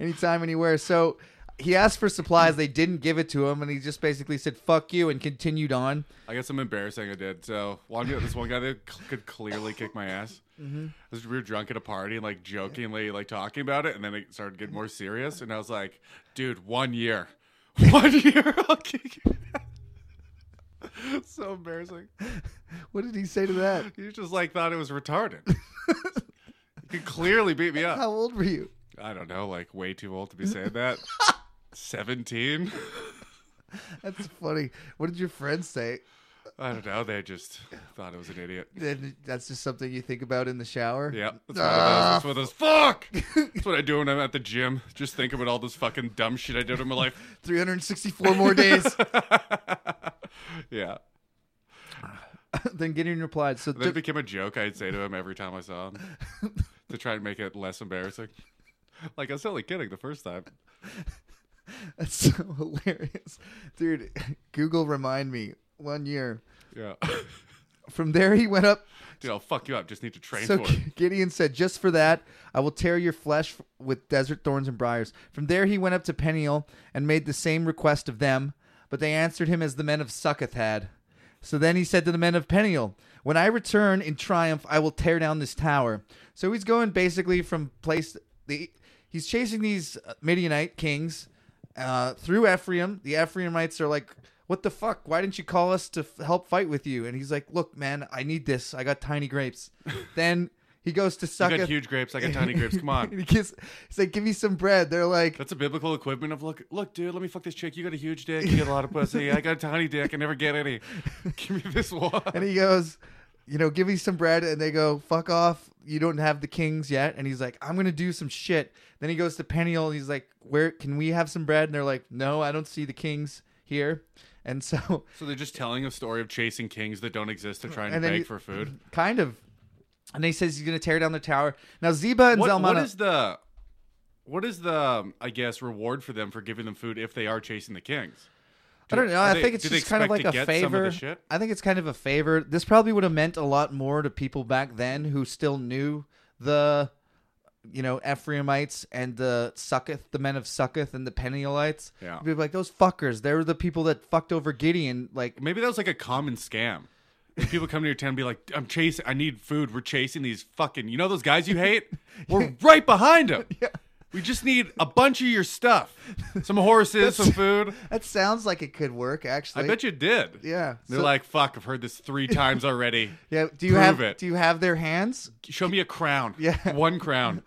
Speaker 1: anytime, anywhere. So he asked for supplies. They didn't give it to him, and he just basically said "fuck you" and continued on.
Speaker 2: I got some embarrassing I did. So one this one guy that c- could clearly kick my ass. Mm-hmm. We were drunk at a party and like jokingly like talking about it, and then it started getting more serious. And I was like, "Dude, one year, one year, I'll kick your ass." so embarrassing.
Speaker 1: What did he say to that?
Speaker 2: You just like thought it was retarded. you could clearly beat me up.
Speaker 1: How old were you?
Speaker 2: I don't know, like way too old to be saying that. Seventeen.
Speaker 1: That's funny. What did your friends say?
Speaker 2: I don't know. They just thought I was an idiot.
Speaker 1: Then that's just something you think about in the shower.
Speaker 2: Yeah, that's
Speaker 1: Ah.
Speaker 2: one of those. That's one of those. Fuck! That's what I do when I'm at the gym. Just think about all this fucking dumb shit I did in my life.
Speaker 1: 364 more days
Speaker 2: Yeah.
Speaker 1: than getting replied. So
Speaker 2: That
Speaker 1: ju-
Speaker 2: became a joke I'd say to him every time I saw him to try and make it less embarrassing. Like, I was totally kidding the first time.
Speaker 1: that's so hilarious, dude. Google remind me one year.
Speaker 2: Yeah.
Speaker 1: From there, he went up.
Speaker 2: Dude, I'll fuck you up. Just need to train
Speaker 1: So
Speaker 2: for it.
Speaker 1: Gideon said, "Just for that, I will tear your flesh f- with desert thorns and briars." From there, he went up to Peniel and made the same request of them, but they answered him as the men of Succoth had. So then he said to the men of Peniel, "When I return in triumph, I will tear down this tower." So he's going basically from place the he's chasing these uh, Midianite kings uh, through Ephraim. The Ephraimites are like, "What the fuck? Why didn't you call us to f- help fight with you?" And he's like, "Look, man, I need this. I got tiny grapes." then he goes to
Speaker 2: I got
Speaker 1: Succoth.
Speaker 2: huge grapes. I got tiny grapes. Come on.
Speaker 1: he gives, he's like, "Give me some bread." They're like,
Speaker 2: That's a biblical equipment of look, look, dude. Let me fuck this chick. You got a huge dick. You got a lot of pussy. I got a tiny dick. I never get any. Give me this one.
Speaker 1: and he goes, "You know, give me some bread." And they go, "Fuck off. You don't have the kings yet." And he's like, "I'm gonna do some shit." Then he goes to Peniel and he's like, "Where can we have some bread?" And they're like, "No, I don't see the kings here." And so
Speaker 2: So they're just telling a story of chasing kings that don't exist to try and,
Speaker 1: And then
Speaker 2: beg
Speaker 1: you-
Speaker 2: for food.
Speaker 1: Kind of. And he says he's going to tear down the tower. Now, Zeba and
Speaker 2: What,
Speaker 1: Zalmana.
Speaker 2: what is the what is the um, I guess reward for them for giving them food if they are chasing the kings?
Speaker 1: I don't know.
Speaker 2: are
Speaker 1: I
Speaker 2: they-
Speaker 1: think it's
Speaker 2: do they
Speaker 1: just kind of
Speaker 2: expect
Speaker 1: like
Speaker 2: to
Speaker 1: a
Speaker 2: get some of the
Speaker 1: favor.
Speaker 2: shit?
Speaker 1: I think it's kind of a favor. This probably would have meant a lot more to people back then who still knew the, you know, Ephraimites and the Succoth, the men of Succoth and the Penielites.
Speaker 2: Yeah.
Speaker 1: They'd be like, those fuckers. They were the people that fucked over Gideon. Like,
Speaker 2: Maybe that was like a common scam. If people come to your town and be like, "I'm chasing. I need food. We're chasing these fucking. You know those guys you hate. We're right behind them. We just need a bunch of your stuff. Some horses, some food.
Speaker 1: that sounds like it could work,
Speaker 2: I
Speaker 1: actually.
Speaker 2: bet you did.
Speaker 1: Yeah.
Speaker 2: They're
Speaker 1: So-
Speaker 2: like, "Fuck. I've heard this three times already.
Speaker 1: yeah. Do you
Speaker 2: prove
Speaker 1: have,
Speaker 2: it.
Speaker 1: do you have their hands?
Speaker 2: Show me a crown.
Speaker 1: Yeah.
Speaker 2: One crown.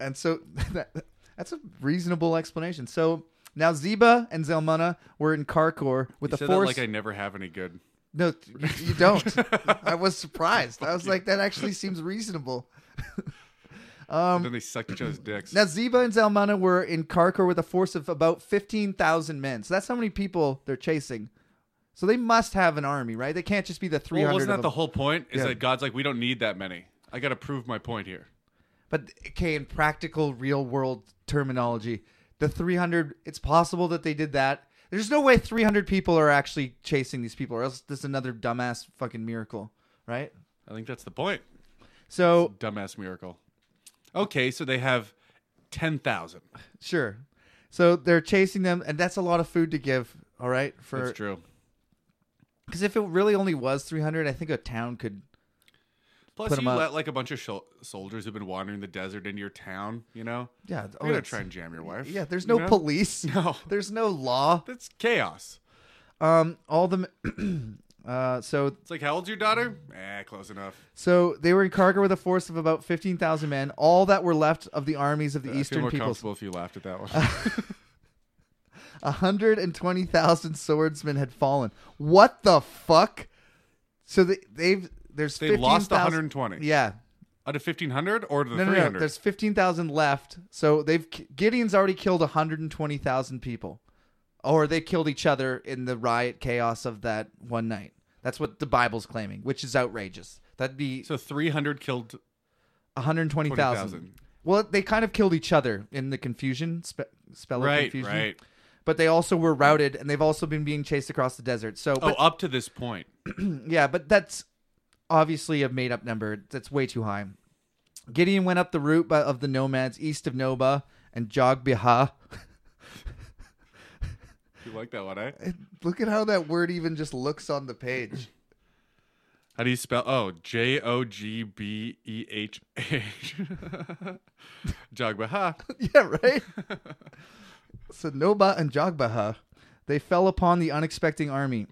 Speaker 1: and so that, that's a reasonable explanation. So now Zeba and Zalmunna were in Karkor with
Speaker 2: You
Speaker 1: a
Speaker 2: said
Speaker 1: force.
Speaker 2: that like I never have any good.
Speaker 1: No, th- you you don't. I was surprised. I was like, that actually seems reasonable. Um,
Speaker 2: then they sucked each other's dicks.
Speaker 1: Now Zeba and Zalmunna were in Karkor with a force of about fifteen thousand men. So that's how many people they're chasing. So they must have an army, right? They can't just be the three
Speaker 2: well,
Speaker 1: hundred.
Speaker 2: wasn't that the whole point? Is
Speaker 1: Yeah.
Speaker 2: that God's like, we don't need that many. I got to prove my point here.
Speaker 1: But okay, in practical, real world terminology, the 300, it's possible that they did that. There's no way 300 people are actually chasing these people, or else this is another dumbass fucking miracle, right?
Speaker 2: I think that's the point.
Speaker 1: So,
Speaker 2: Dumbass miracle. Okay, so they have ten thousand.
Speaker 1: sure. So they're chasing them, and that's a lot of food to give, all right?
Speaker 2: That's
Speaker 1: For
Speaker 2: true.
Speaker 1: Because if it really only was 300, I think a town could.
Speaker 2: Plus,
Speaker 1: Put 'em
Speaker 2: you
Speaker 1: up.
Speaker 2: let like a bunch of shol soldiers who've been wandering the desert into your town. You know,
Speaker 1: Yeah. Oh,
Speaker 2: you're gonna
Speaker 1: that's-
Speaker 2: try and jam your wife.
Speaker 1: yeah, there's
Speaker 2: you
Speaker 1: no
Speaker 2: know?
Speaker 1: police.
Speaker 2: No.
Speaker 1: There's no law.
Speaker 2: That's chaos.
Speaker 1: Um, all the. uh, so
Speaker 2: It's like, how old's your daughter? Eh, close enough.
Speaker 1: So they were in Kargar with a force of about 15,000 men, all that were left of the armies of the
Speaker 2: I feel
Speaker 1: eastern
Speaker 2: more
Speaker 1: peoples.
Speaker 2: comfortable if you laughed at that one.
Speaker 1: 120,000 swordsmen had fallen. What the fuck? So they, they've there's
Speaker 2: They lost
Speaker 1: 15,000
Speaker 2: 120
Speaker 1: Yeah.
Speaker 2: out of 1500 or to the
Speaker 1: No, no, no.
Speaker 2: 300.
Speaker 1: There's 15,000 left. So they've Gideon's already killed 120,000 people. Or they killed each other in the riot chaos of that one night. That's what the Bible's claiming, which is outrageous. That'd be
Speaker 2: so 300 killed
Speaker 1: 120,000.
Speaker 2: 20,000.
Speaker 1: Well, they kind of killed each other in the confusion, spe- spell of
Speaker 2: Right,
Speaker 1: confusion.
Speaker 2: right.
Speaker 1: But they also were routed and they've also been being chased across the desert. So,
Speaker 2: Oh,
Speaker 1: but,
Speaker 2: up to this point.
Speaker 1: yeah, but that's obviously a made up number. That's way too high. Gideon went up the route by, of the nomads east of Noba and Jogbiha.
Speaker 2: You like that one, eh?
Speaker 1: Look at how that word even just looks on the page.
Speaker 2: How do you spell? Oh, J O G B E H H. Jogbaha.
Speaker 1: yeah, right? so Noba and Jogbaha, they fell upon the unexpected army.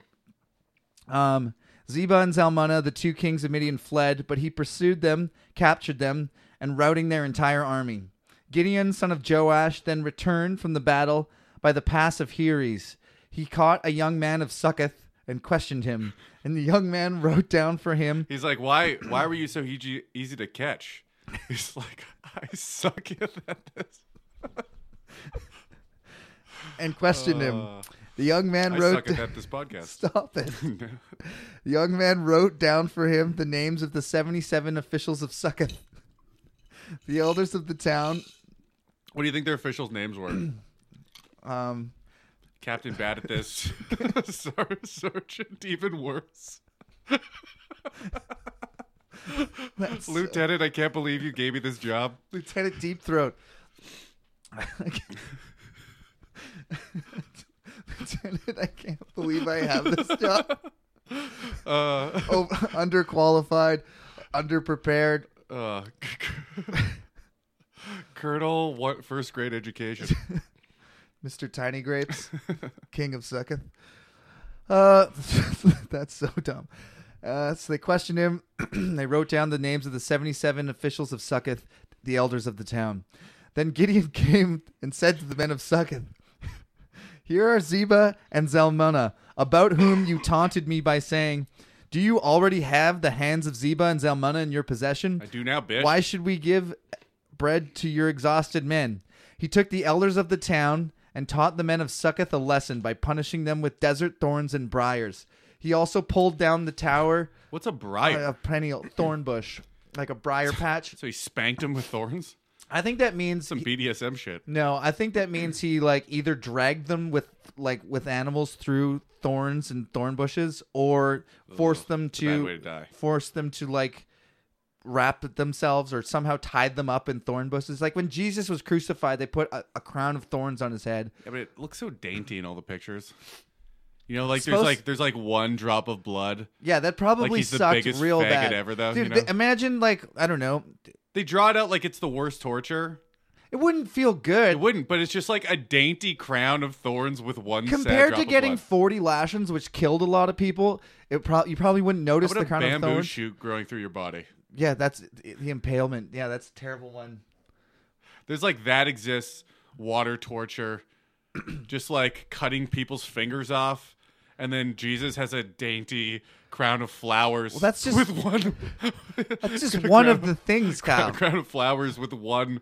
Speaker 1: Um, Zeba and Zalmunna, the two kings of Midian, fled, but he pursued them, captured them, and routing their entire army. Gideon, son of Joash, then returned from the battle by the pass of Heres. He caught a young man of Succoth and questioned him. And the young man wrote down for him
Speaker 2: He's like, why? Why were you so easy, easy to catch? He's like, I suck at this.
Speaker 1: and questioned him.
Speaker 2: Uh,
Speaker 1: The young man
Speaker 2: I
Speaker 1: wrote down.
Speaker 2: suck at that, this podcast.
Speaker 1: Stop it. The young man wrote down for him the names of the 77 officials of Succoth, the elders of the town.
Speaker 2: what do you think their officials' names were?
Speaker 1: Um,
Speaker 2: Captain Bad at this. Ser- Sergeant even worse.
Speaker 1: that's
Speaker 2: Lieutenant, I can't believe you gave me this job.
Speaker 1: Lieutenant Deep Throat. Lieutenant, I can't believe I have this job.
Speaker 2: Uh,
Speaker 1: Oh, underqualified, underprepared.
Speaker 2: uh, Colonel, what first grade education?
Speaker 1: Mr. Tiny Grapes, King of Sucketh. Uh, that's so dumb. Uh, so they questioned him. they wrote down the names of the 77 officials of Sucketh, the elders of the town. Then Gideon came and said to the men of Sucketh, Here are Zeba and Zalmunna, about whom you taunted me by saying, Do you already have the hands of Zeba and Zalmunna in your possession?
Speaker 2: I do now, bitch.
Speaker 1: Why should we give bread to your exhausted men? He took the elders of the town and taught the men of Succoth a lesson by punishing them with desert thorns and briars. He also pulled down the tower
Speaker 2: What's a briar?
Speaker 1: a perennial thorn bush, like a briar patch.
Speaker 2: so he spanked him with thorns?
Speaker 1: I think that means
Speaker 2: Some BDSM shit.
Speaker 1: no. I think that means he like either dragged them with like with animals through thorns and thorn bushes, or forced them
Speaker 2: It's a bad way
Speaker 1: to
Speaker 2: to die.
Speaker 1: forced them to like wrap themselves or somehow tied them up in thorn bushes. Like when Jesus was crucified, they put a, a crown of thorns on his head.
Speaker 2: Yeah, but it looks so dainty in all the pictures. You know, like
Speaker 1: Suppose-
Speaker 2: there's like there's like one drop of blood.
Speaker 1: Yeah, that probably
Speaker 2: Like he's the
Speaker 1: sucked
Speaker 2: biggest
Speaker 1: real
Speaker 2: faggot
Speaker 1: bad.
Speaker 2: ever, though,
Speaker 1: Dude,
Speaker 2: you know?
Speaker 1: but imagine like I don't know,
Speaker 2: They draw it out like it's the worst torture.
Speaker 1: it wouldn't feel
Speaker 2: It
Speaker 1: good
Speaker 2: wouldn't, but it's just like a dainty crown of thorns with one sad
Speaker 1: compared
Speaker 2: drop
Speaker 1: to
Speaker 2: of
Speaker 1: getting
Speaker 2: blood.
Speaker 1: 40 lashings, which killed a lot of people. It probably you probably wouldn't notice
Speaker 2: What
Speaker 1: the
Speaker 2: a
Speaker 1: crown of
Speaker 2: bamboo
Speaker 1: thorns.
Speaker 2: shoot growing through your body.
Speaker 1: yeah, that's the impalement. Yeah, that's a terrible one.
Speaker 2: There's like that exists water torture, just like cutting people's fingers off, and then Jesus has a dainty crown of flowers. Well,
Speaker 1: that's just-
Speaker 2: with one.
Speaker 1: That's just
Speaker 2: a
Speaker 1: one
Speaker 2: crown
Speaker 1: of the things, Kyle.
Speaker 2: a crown of flowers with one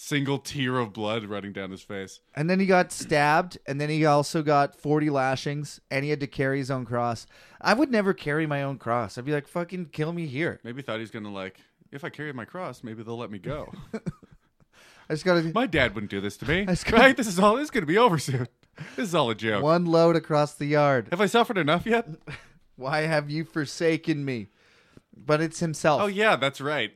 Speaker 2: single tear of blood running down his face.
Speaker 1: And then he got stabbed, and then he also got 40 lashings, and he had to carry his own cross. I would never carry my own cross. I'd be like, fucking kill me here.
Speaker 2: Maybe thought he's gonna like, if I carry my cross, maybe they'll let me go.
Speaker 1: I just got
Speaker 2: my dad wouldn't do this to me,
Speaker 1: That's good.
Speaker 2: right? This is all. This is gonna be over soon. This is all a joke.
Speaker 1: one load across the yard.
Speaker 2: Have I suffered enough yet?
Speaker 1: Why have you forsaken me? But it's himself.
Speaker 2: Oh yeah, that's right.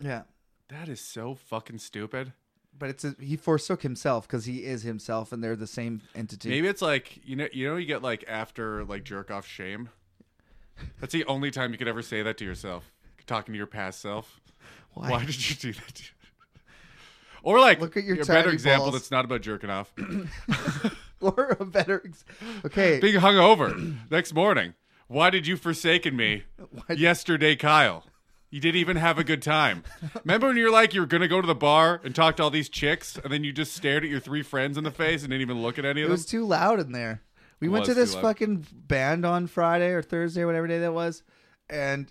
Speaker 1: yeah.
Speaker 2: That is so fucking stupid.
Speaker 1: But it's a, he forsook himself because he is himself, and they're the same entity.
Speaker 2: Maybe it's like you know you know you get like after like jerk off shame. That's the only time you could ever say that to yourself, talking to your past self.
Speaker 1: Why?
Speaker 2: Why, did you do that? To or like
Speaker 1: Look at your
Speaker 2: a
Speaker 1: tiny
Speaker 2: better example
Speaker 1: balls.
Speaker 2: that's not about jerking off.
Speaker 1: or a better. Ex- okay.
Speaker 2: Being hungover next morning. Why did you forsaken me yesterday, Kyle? You didn't even have a good time. Remember when you were like you were gonna go to the bar and talk to all these chicks, and then you just stared at your three friends in the face and didn't even look at any
Speaker 1: It
Speaker 2: of them?
Speaker 1: was too loud in there. We went to
Speaker 2: was too
Speaker 1: this
Speaker 2: loud.
Speaker 1: fucking band on Friday or Thursday, whatever day that was, and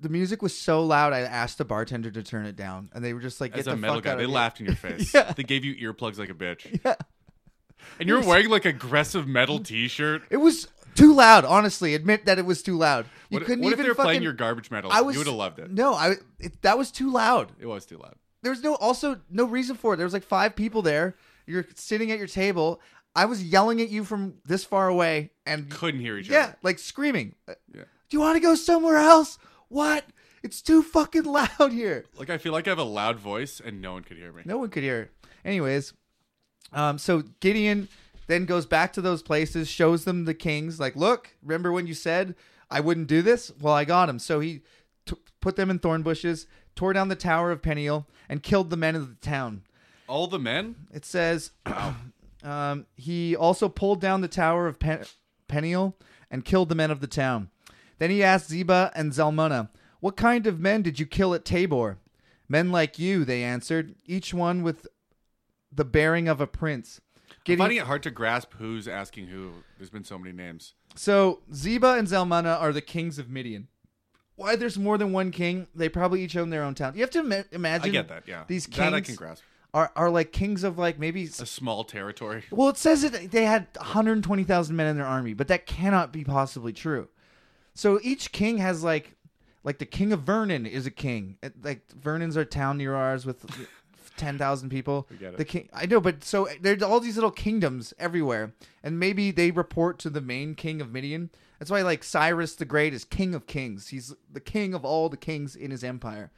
Speaker 1: the music was so loud. I asked the bartender to turn it down, and they were just like, "Get
Speaker 2: As
Speaker 1: the
Speaker 2: a metal
Speaker 1: fuck
Speaker 2: guy,
Speaker 1: out
Speaker 2: they
Speaker 1: of here."
Speaker 2: laughed in your face.
Speaker 1: Yeah.
Speaker 2: They gave you earplugs like a bitch.
Speaker 1: Yeah.
Speaker 2: And you're wearing like aggressive metal T-shirt.
Speaker 1: It was too loud. Honestly, admit that it was too loud. You
Speaker 2: What,
Speaker 1: couldn't
Speaker 2: what if
Speaker 1: even
Speaker 2: they were
Speaker 1: fucking.
Speaker 2: playing your garbage metal?
Speaker 1: I was
Speaker 2: you would have loved it.
Speaker 1: No, I it, that was too loud.
Speaker 2: It was too loud.
Speaker 1: There was no also no reason for it. There was like five people there. You're sitting at your table. I was yelling at you from this far away, and
Speaker 2: Couldn't hear each
Speaker 1: yeah, like screaming. Uh,
Speaker 2: other. Yeah.
Speaker 1: Do you want to go somewhere else? What? It's too fucking loud here.
Speaker 2: Like I feel like I have a loud voice and no one could hear me.
Speaker 1: No one could hear it. Anyways, um, so Gideon then goes back to those places, shows them the kings. Like, look, remember when you said I wouldn't do this? Well, I got him. So he t- put them in thorn bushes, tore down the tower of Peniel, and killed the men of the town.
Speaker 2: All the men?
Speaker 1: It says um, he also pulled down the tower of Pen- Peniel and killed the men of the town. Then he asked Zeba and Zalmunna, What kind of men did you kill at Tabor? Men like you, they answered, each one with the bearing of a prince.
Speaker 2: I'm
Speaker 1: Getting-
Speaker 2: finding it hard to grasp who's asking who. There's been so many names.
Speaker 1: So Zeba and Zalmana are the kings of Midian. Why there's more than one king? They probably each own their own town. You have to ima- imagine.
Speaker 2: I get that. Yeah,
Speaker 1: These kings
Speaker 2: that I can grasp.
Speaker 1: are are like kings of like maybe.
Speaker 2: A small territory.
Speaker 1: Well, it says that they had 120,000 men in their army, but that cannot be possibly true. So each king has like, like the king of Vernon is a king. It- Like Vernon's our town near ours with 10,000 people.
Speaker 2: get it.
Speaker 1: The king, I know, but so there's all these little kingdoms everywhere, and maybe they report to the main king of Midian. That's why like Cyrus the Great is king of kings. He's the king of all the kings in his empire.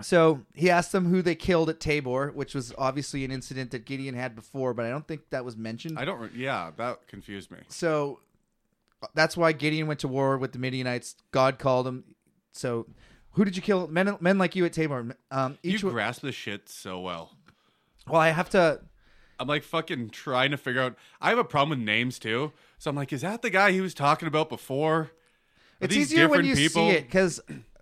Speaker 1: So he asked them who they killed at Tabor, which was obviously an incident that Gideon had before, but I don't think that was mentioned.
Speaker 2: I don't. Re- yeah, that confused me.
Speaker 1: So that's why Gideon went to war with the Midianites. God called him. So who did you kill? Men, men like you at Tabor. Um,
Speaker 2: You
Speaker 1: each. one-
Speaker 2: grasp this shit so well.
Speaker 1: well, I have to.
Speaker 2: I'm like fucking trying to figure out. I have a problem with names too. So I'm like, is that the guy he was talking about before? Are
Speaker 1: It's
Speaker 2: these
Speaker 1: easier when
Speaker 2: different
Speaker 1: you see it because,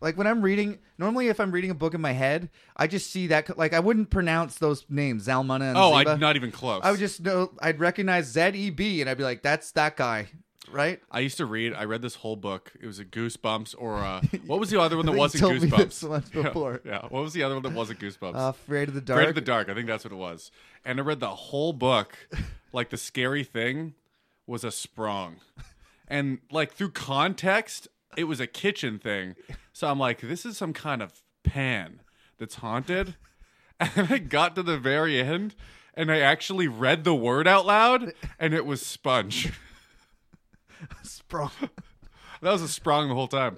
Speaker 1: like, when I'm reading, normally if I'm reading a book in my head, I just see that. Like, I wouldn't pronounce those names, Zalmana and
Speaker 2: Oh,
Speaker 1: Ziba.
Speaker 2: I'm not even close.
Speaker 1: I would just know. I'd recognize Z E B, and I'd be like, "That's that guy." Right?
Speaker 2: I used to read. I read this whole book. It was a Goosebumps or a, what was the other one that
Speaker 1: think you
Speaker 2: wasn't
Speaker 1: told me
Speaker 2: Goosebumps?
Speaker 1: this once
Speaker 2: Yeah,
Speaker 1: before.
Speaker 2: Yeah, What was the other one that wasn't Goosebumps?
Speaker 1: Uh, Afraid of the dark.
Speaker 2: Afraid of the Dark. I think that's what it was. And I read the whole book. Like the scary thing was a sprung, and like through context, it was a kitchen thing. So I'm like, this is some kind of pan that's haunted. And I got to the very end, and I actually read the word out loud, and it was sponge.
Speaker 1: Sprung.
Speaker 2: That was a sprung the whole time.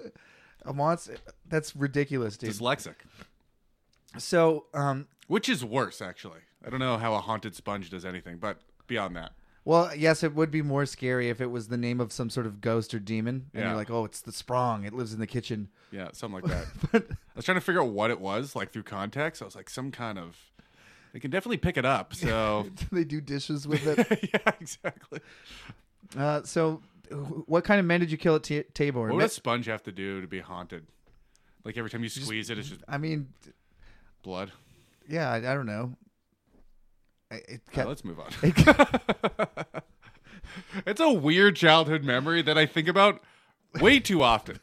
Speaker 1: A monster. That's ridiculous, dude.
Speaker 2: Dyslexic.
Speaker 1: So, um,
Speaker 2: Which is worse, actually. I don't know how a haunted sponge does anything, but beyond that.
Speaker 1: well, yes, it would be more scary if it was the name of some sort of ghost or demon, and
Speaker 2: Yeah.
Speaker 1: you're like, "Oh, it's the Sprong. It lives in the kitchen."
Speaker 2: Yeah, something like that.
Speaker 1: But
Speaker 2: I was trying to figure out what it was, like through context. I was like, some kind of. They can definitely pick it up. So.
Speaker 1: they do dishes with it.
Speaker 2: yeah, exactly.
Speaker 1: Uh, so, wh- what kind of men did you kill at t- Tabor?
Speaker 2: What would a sponge have to do to be haunted? Like every time you squeeze it, it's just
Speaker 1: I mean,
Speaker 2: blood.
Speaker 1: yeah, I, I don't know. I- It
Speaker 2: Yeah,
Speaker 1: kept,
Speaker 2: Uh, let's move on. it's a weird childhood memory that I think about way too often.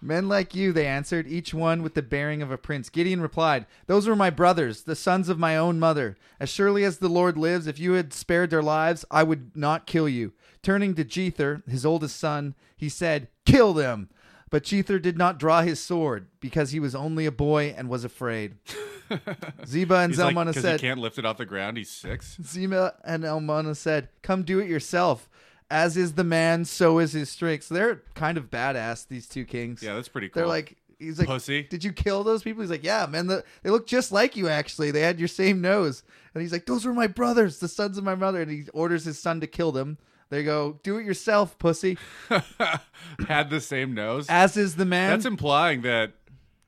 Speaker 1: Men like you, they answered, each one with the bearing of a prince. Gideon replied, Those were my brothers, the sons of my own mother. As surely as the Lord lives, if you had spared their lives, I would not kill you. Turning to Jether, his oldest son, he said, Kill them. But Jether did not draw his sword because he was only a boy and was afraid. Ziba and
Speaker 2: He's like,
Speaker 1: Zalmana
Speaker 2: because he
Speaker 1: said,
Speaker 2: can't lift it off the ground. He's six.
Speaker 1: Zima and Elmana said, "Come do it yourself. As is the man, so is his strength." So they're kind of badass. These two kings.
Speaker 2: Yeah, that's pretty cool.
Speaker 1: They're like, he's like,
Speaker 2: Pussy.
Speaker 1: Did you kill those people? He's like, yeah, man. The, they look just like you. Actually, they had your same nose. And he's like, those were my brothers, the sons of my mother. And he orders his son to kill them. They go, do it yourself, pussy.
Speaker 2: had the same nose.
Speaker 1: As is the man.
Speaker 2: That's implying that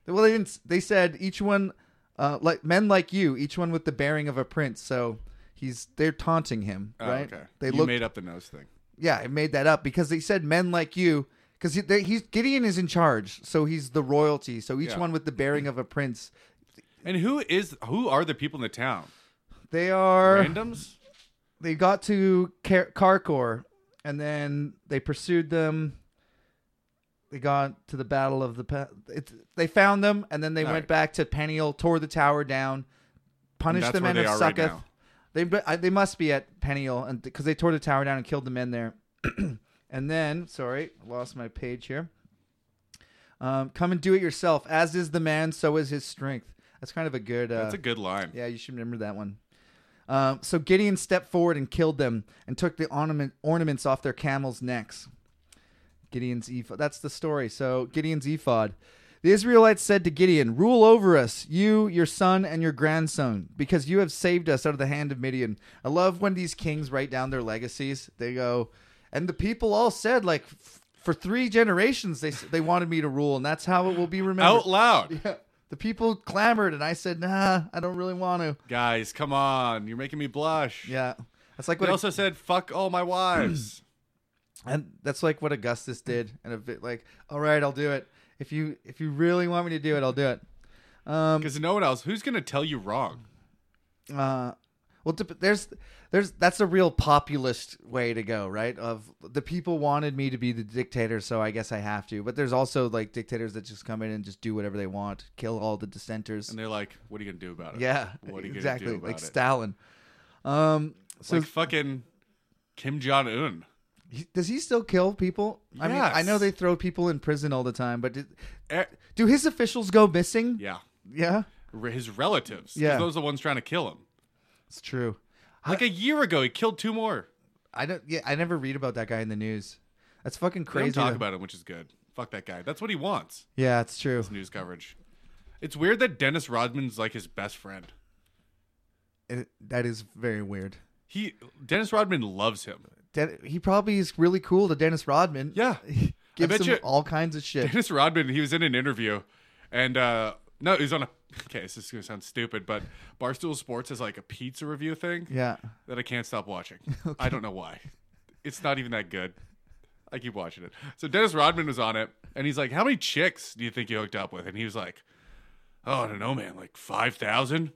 Speaker 1: Well, they didn't. They said each one, uh, like men like you, each one with the bearing of a prince. So he's they're taunting him,
Speaker 2: oh,
Speaker 1: right?
Speaker 2: okay.
Speaker 1: They
Speaker 2: you
Speaker 1: look.
Speaker 2: made up the nose thing.
Speaker 1: yeah, I made that up because they said men like you. Because he, they- he's Gideon is in charge, so he's the royalty. So each
Speaker 2: Yeah.
Speaker 1: one with the bearing of a prince.
Speaker 2: And who is who are the people in the town?
Speaker 1: They are.
Speaker 2: Randoms?
Speaker 1: They got to Car- Karkor, and then they pursued them. They got to the Battle of the. Pa- it, they found them, and then they
Speaker 2: All
Speaker 1: went
Speaker 2: right.
Speaker 1: back to Peniel, tore the tower down, punished
Speaker 2: that's
Speaker 1: the
Speaker 2: where
Speaker 1: men
Speaker 2: they
Speaker 1: of
Speaker 2: are right
Speaker 1: Succoth.
Speaker 2: now.
Speaker 1: They but I, they must be at Peniel, and because they tore the tower down and killed the men there. and then, sorry, I lost my page here. Um, come and do it yourself. As is the man, so is his strength. That's kind of a good. Uh,
Speaker 2: That's a good line.
Speaker 1: yeah, you should remember that one. Um, so Gideon stepped forward and killed them and took the ornament, ornaments off their camels' necks. Gideon's ephod. That's the story. So Gideon's ephod. The Israelites said to Gideon, Rule over us, you, your son, and your grandson, because you have saved us out of the hand of Midian. I love when these kings write down their legacies. They go, and the people all said, like, f- for three generations, they, s- they wanted me to rule, and that's how it will be remembered.
Speaker 2: Out loud.
Speaker 1: The people clamored, and I said, "Nah, I don't really want to."
Speaker 2: Guys, come on. You're making me blush.
Speaker 1: Yeah, that's like
Speaker 2: They
Speaker 1: what,
Speaker 2: also said fuck all my wives.
Speaker 1: and that's like what Augustus did, and a bit like, "All right, I'll do it. If you if you really want me to do it, I'll do it." Um,
Speaker 2: Because no one else who's gonna tell you wrong?
Speaker 1: uh, Well, dep- there's there's that's a real populist way to go, right? Of the people wanted me to be the dictator, so I guess I have to. But there's also like dictators that just come in and just do whatever they want, kill all the dissenters.
Speaker 2: And they're like, "What are you gonna do about it?
Speaker 1: Yeah,
Speaker 2: what are you
Speaker 1: exactly,
Speaker 2: gonna do about
Speaker 1: like
Speaker 2: it?
Speaker 1: Stalin. Um, so
Speaker 2: like fucking Kim Jong Un.
Speaker 1: he- does he still kill people? I mean, I know
Speaker 2: Yes.
Speaker 1: they throw people in prison all the time, but do, do his officials go missing?
Speaker 2: Eh, Yeah,
Speaker 1: Yeah,
Speaker 2: Re- his relatives. 'cause
Speaker 1: Yeah.
Speaker 2: those are the ones trying to kill him.
Speaker 1: it's true.
Speaker 2: Like a year ago, he killed two more.
Speaker 1: I don't. Yeah, I never read about that guy in the news. That's fucking
Speaker 2: They
Speaker 1: crazy.
Speaker 2: don't talk
Speaker 1: though.
Speaker 2: about him, which is good. Fuck that guy. That's what he wants.
Speaker 1: yeah, it's true.
Speaker 2: News coverage. It's weird that Dennis Rodman's like his best friend.
Speaker 1: It, that is very weird.
Speaker 2: He Dennis Rodman loves him.
Speaker 1: Den- he probably is really cool to Dennis Rodman.
Speaker 2: Yeah.
Speaker 1: gives
Speaker 2: bet
Speaker 1: him
Speaker 2: you-
Speaker 1: all kinds of shit.
Speaker 2: Dennis Rodman, he was in an interview, and uh, no, he was on a. Okay, this is gonna sound stupid, but Barstool Sports has like a pizza review thing
Speaker 1: yeah,
Speaker 2: that I can't stop watching. I don't know why. It's not even that good. I keep watching it. So Dennis Rodman was on it, and he's like, "How many chicks do you think you hooked up with?" And he was like, "Oh, I don't know, man. Like five thousand,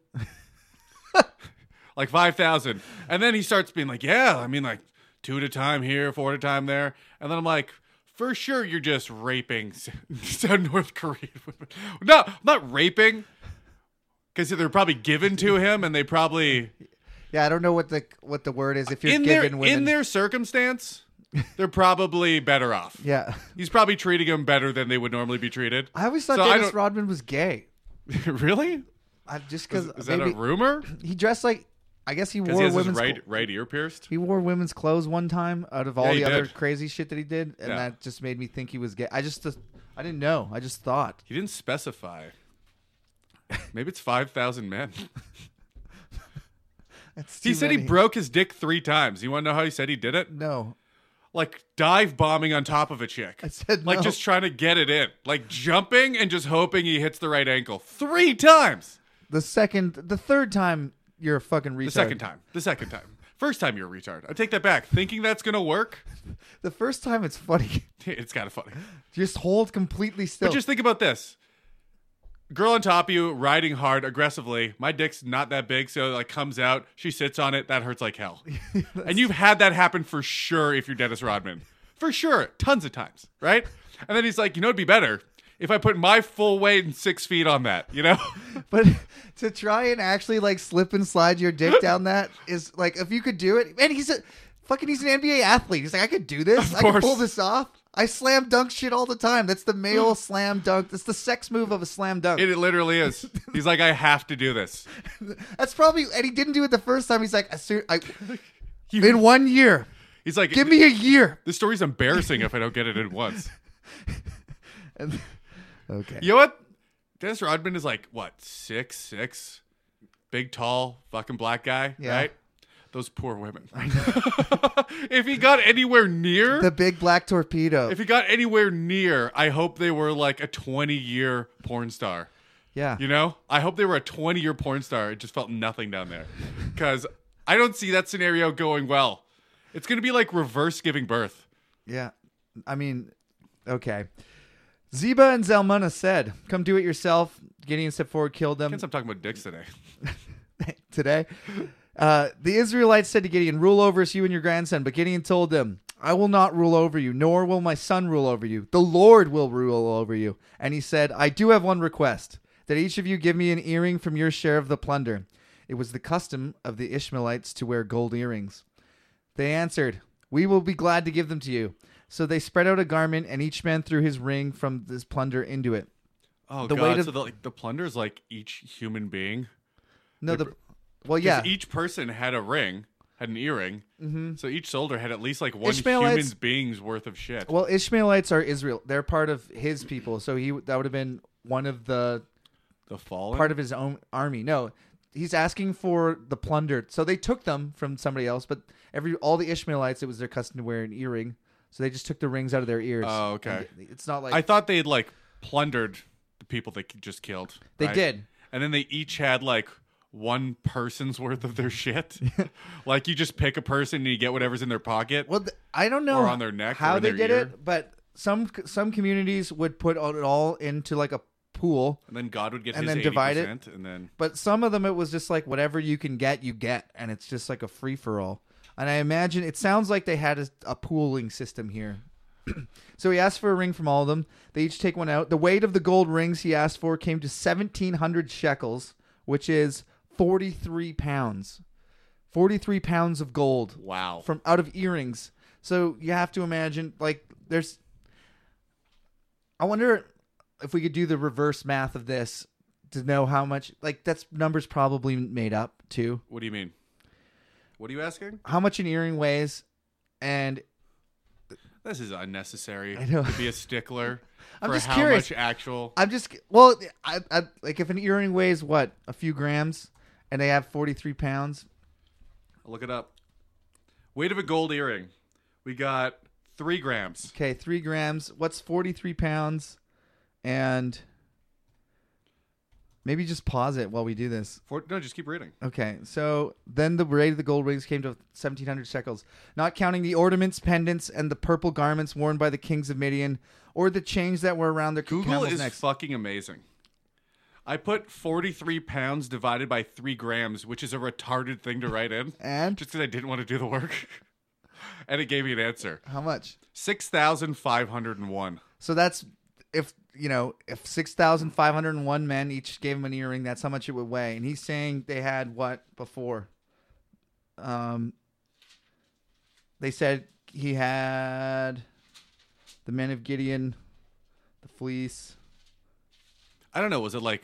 Speaker 2: like five thousand. And then he starts being like, "Yeah, I mean, like two at a time here, four at a time there." And then I'm like. For sure, you're just raping South North Korean women. No, I'm not raping, because they're probably given to him, and they probably
Speaker 1: yeah. I don't know what the what the word is. If you're
Speaker 2: in their
Speaker 1: giving women,
Speaker 2: in their circumstance, they're probably better off.
Speaker 1: yeah.
Speaker 2: He's probably treating them better than they would normally be treated.
Speaker 1: I always thought
Speaker 2: So I
Speaker 1: Dennis
Speaker 2: don't-
Speaker 1: Rodman was gay.
Speaker 2: really?
Speaker 1: I, just
Speaker 2: Is,
Speaker 1: because
Speaker 2: is that
Speaker 1: maybe
Speaker 2: a rumor?
Speaker 1: he dressed like I guess he
Speaker 2: Because
Speaker 1: wore
Speaker 2: he has his
Speaker 1: women's
Speaker 2: right
Speaker 1: clo-
Speaker 2: right ear pierced.
Speaker 1: he wore women's clothes one time out of all
Speaker 2: Yeah,
Speaker 1: the
Speaker 2: he
Speaker 1: other
Speaker 2: did.
Speaker 1: crazy shit that he did, and
Speaker 2: Yeah.
Speaker 1: that just made me think he was gay. I just I didn't know. I just thought
Speaker 2: He didn't specify. Maybe it's five thousand men.
Speaker 1: That's
Speaker 2: he
Speaker 1: too
Speaker 2: said he
Speaker 1: many.
Speaker 2: broke his dick three times. You want to know how he said he did it?
Speaker 1: No,
Speaker 2: Like dive bombing on top of a chick.
Speaker 1: I said
Speaker 2: like
Speaker 1: no.
Speaker 2: just trying to get it in, like jumping and just hoping he hits the right ankle three times.
Speaker 1: the second, the third time you're a fucking retard.
Speaker 2: The second time. The second time. First time you're a retard. I take that back. Thinking that's gonna work,
Speaker 1: The first time it's funny.
Speaker 2: it's kind of funny.
Speaker 1: Just hold completely still.
Speaker 2: But just think about this: girl on top of you, riding hard, aggressively. My dick's not that big, so it, like comes out. She sits on it. That hurts like hell. and you've had that happen for sure if you're Dennis Rodman, for sure, tons of times, right? And then he's like, you know, it'd be better if I put my full weight and six feet on that. You know,
Speaker 1: But to try and actually like slip and slide your dick down that is like if you could do it. And he's a fucking he's an NBA athlete. He's like I could do this.
Speaker 2: Of
Speaker 1: I could pull
Speaker 2: course.
Speaker 1: this off. I slam dunk shit all the time. That's the male slam dunk. That's the sex move of a slam dunk.
Speaker 2: it, it literally is. He's like, I have to do this.
Speaker 1: That's probably and he didn't do it the first time. He's like I, ser- I
Speaker 2: He-
Speaker 1: in one year.
Speaker 2: He's like,
Speaker 1: Give me a year.
Speaker 2: This story's embarrassing if I don't get it in once.
Speaker 1: And- okay.
Speaker 2: You know what? Dennis Rodman is like what six six, big tall fucking black guy,
Speaker 1: Yeah.
Speaker 2: right? Those poor women. if he got anywhere near,
Speaker 1: The big black torpedo.
Speaker 2: if he got anywhere near, I hope they were like a twenty year porn star.
Speaker 1: yeah.
Speaker 2: You know, I hope they were a twenty year porn star. It just felt nothing down there, because I don't see that scenario going well. It's gonna be like reverse giving birth.
Speaker 1: Yeah. I mean, okay. Zeba and Zalmunna said, come do it yourself. Gideon stepped forward, killed them
Speaker 2: Can't stop talking about dicks today.
Speaker 1: today. Uh, the Israelites said to Gideon, Rule over us, you and your grandson. But Gideon told them, I will not rule over you, nor will my son rule over you. The Lord will rule over you. And he said, I do have one request that each of you give me an earring from your share of the plunder. It was the custom of the Ishmaelites to wear gold earrings. They answered, We will be glad to give them to you. So they spread out a garment, and each man threw his ring from this plunder into it.
Speaker 2: Oh
Speaker 1: The
Speaker 2: god!
Speaker 1: weight of-
Speaker 2: so the, like the plunder is like each human being.
Speaker 1: No, the. Well, yeah.
Speaker 2: Because each person had a ring, had an earring. Mm-hmm. So each soldier had at least like one
Speaker 1: Ishmaelites-
Speaker 2: human being's worth of shit.
Speaker 1: Well, Ishmaelites are Israel. They're part of his people. So he that would have been one of the
Speaker 2: the fallen.
Speaker 1: part of his own army. No, he's asking for the plunder. So they took them from somebody else, but every all the Ishmaelites, it was their custom to wear an earring. So they just took the rings out of their ears.
Speaker 2: Oh, okay.
Speaker 1: And it's not like
Speaker 2: I thought they'd like plundered the people they c- just killed.
Speaker 1: They
Speaker 2: right?
Speaker 1: did.
Speaker 2: And then they each had like one person's worth of their shit. like you just pick a person and you get whatever's in their pocket.
Speaker 1: well, th- I don't know
Speaker 2: Or on their neck
Speaker 1: how
Speaker 2: or
Speaker 1: they
Speaker 2: their
Speaker 1: did
Speaker 2: ear.
Speaker 1: it, but some some communities would put it all into like a pool.
Speaker 2: And then God would get
Speaker 1: And
Speaker 2: his
Speaker 1: then
Speaker 2: 80%,
Speaker 1: divide it.
Speaker 2: and then
Speaker 1: But some of them, it was just like whatever you can get, you get, and it's just like a free for all. And I imagine it sounds like they had a, a pooling system here. so he asked for a ring from all of them. They each take one out. The weight of the gold rings he asked for came to seventeen hundred shekels, which is forty three pounds. Forty three pounds of gold
Speaker 2: wow.
Speaker 1: from out of earrings. So you have to imagine like there's I wonder if we could do the reverse math of this to know how much like that's numbers probably made up too.
Speaker 2: what do you mean? What are you asking?
Speaker 1: How much an earring weighs and
Speaker 2: This is unnecessary
Speaker 1: I know.
Speaker 2: to be a stickler
Speaker 1: I'm
Speaker 2: for
Speaker 1: just
Speaker 2: how
Speaker 1: curious.
Speaker 2: much actual.
Speaker 1: I'm just well I, I like if an earring weighs what a few grams and they have 43 pounds
Speaker 2: I'll look it up. Weight of a gold earring. We got three grams.
Speaker 1: okay 3 grams what's 43 pounds and maybe just pause it while we do this
Speaker 2: Four, no, just keep reading.
Speaker 1: Okay, so then the rate of the gold rings came to 1,700 shekels, not counting the ornaments, pendants, and the purple garments worn by the kings of Midian, or the chains that were around their
Speaker 2: Google
Speaker 1: camels'
Speaker 2: is
Speaker 1: necks.
Speaker 2: fucking amazing. I put 43 pounds divided by three grams, which is a retarded thing to write in,
Speaker 1: and
Speaker 2: just because I didn't want to do the work. and it gave me an answer
Speaker 1: how much?
Speaker 2: 6,501.
Speaker 1: So that's if you know if 6,501 men each gave him an earring, that's how much it would weigh. And he's saying they had what before? Um, they said he had the men of Gideon, the fleece.
Speaker 2: I don't know, was it like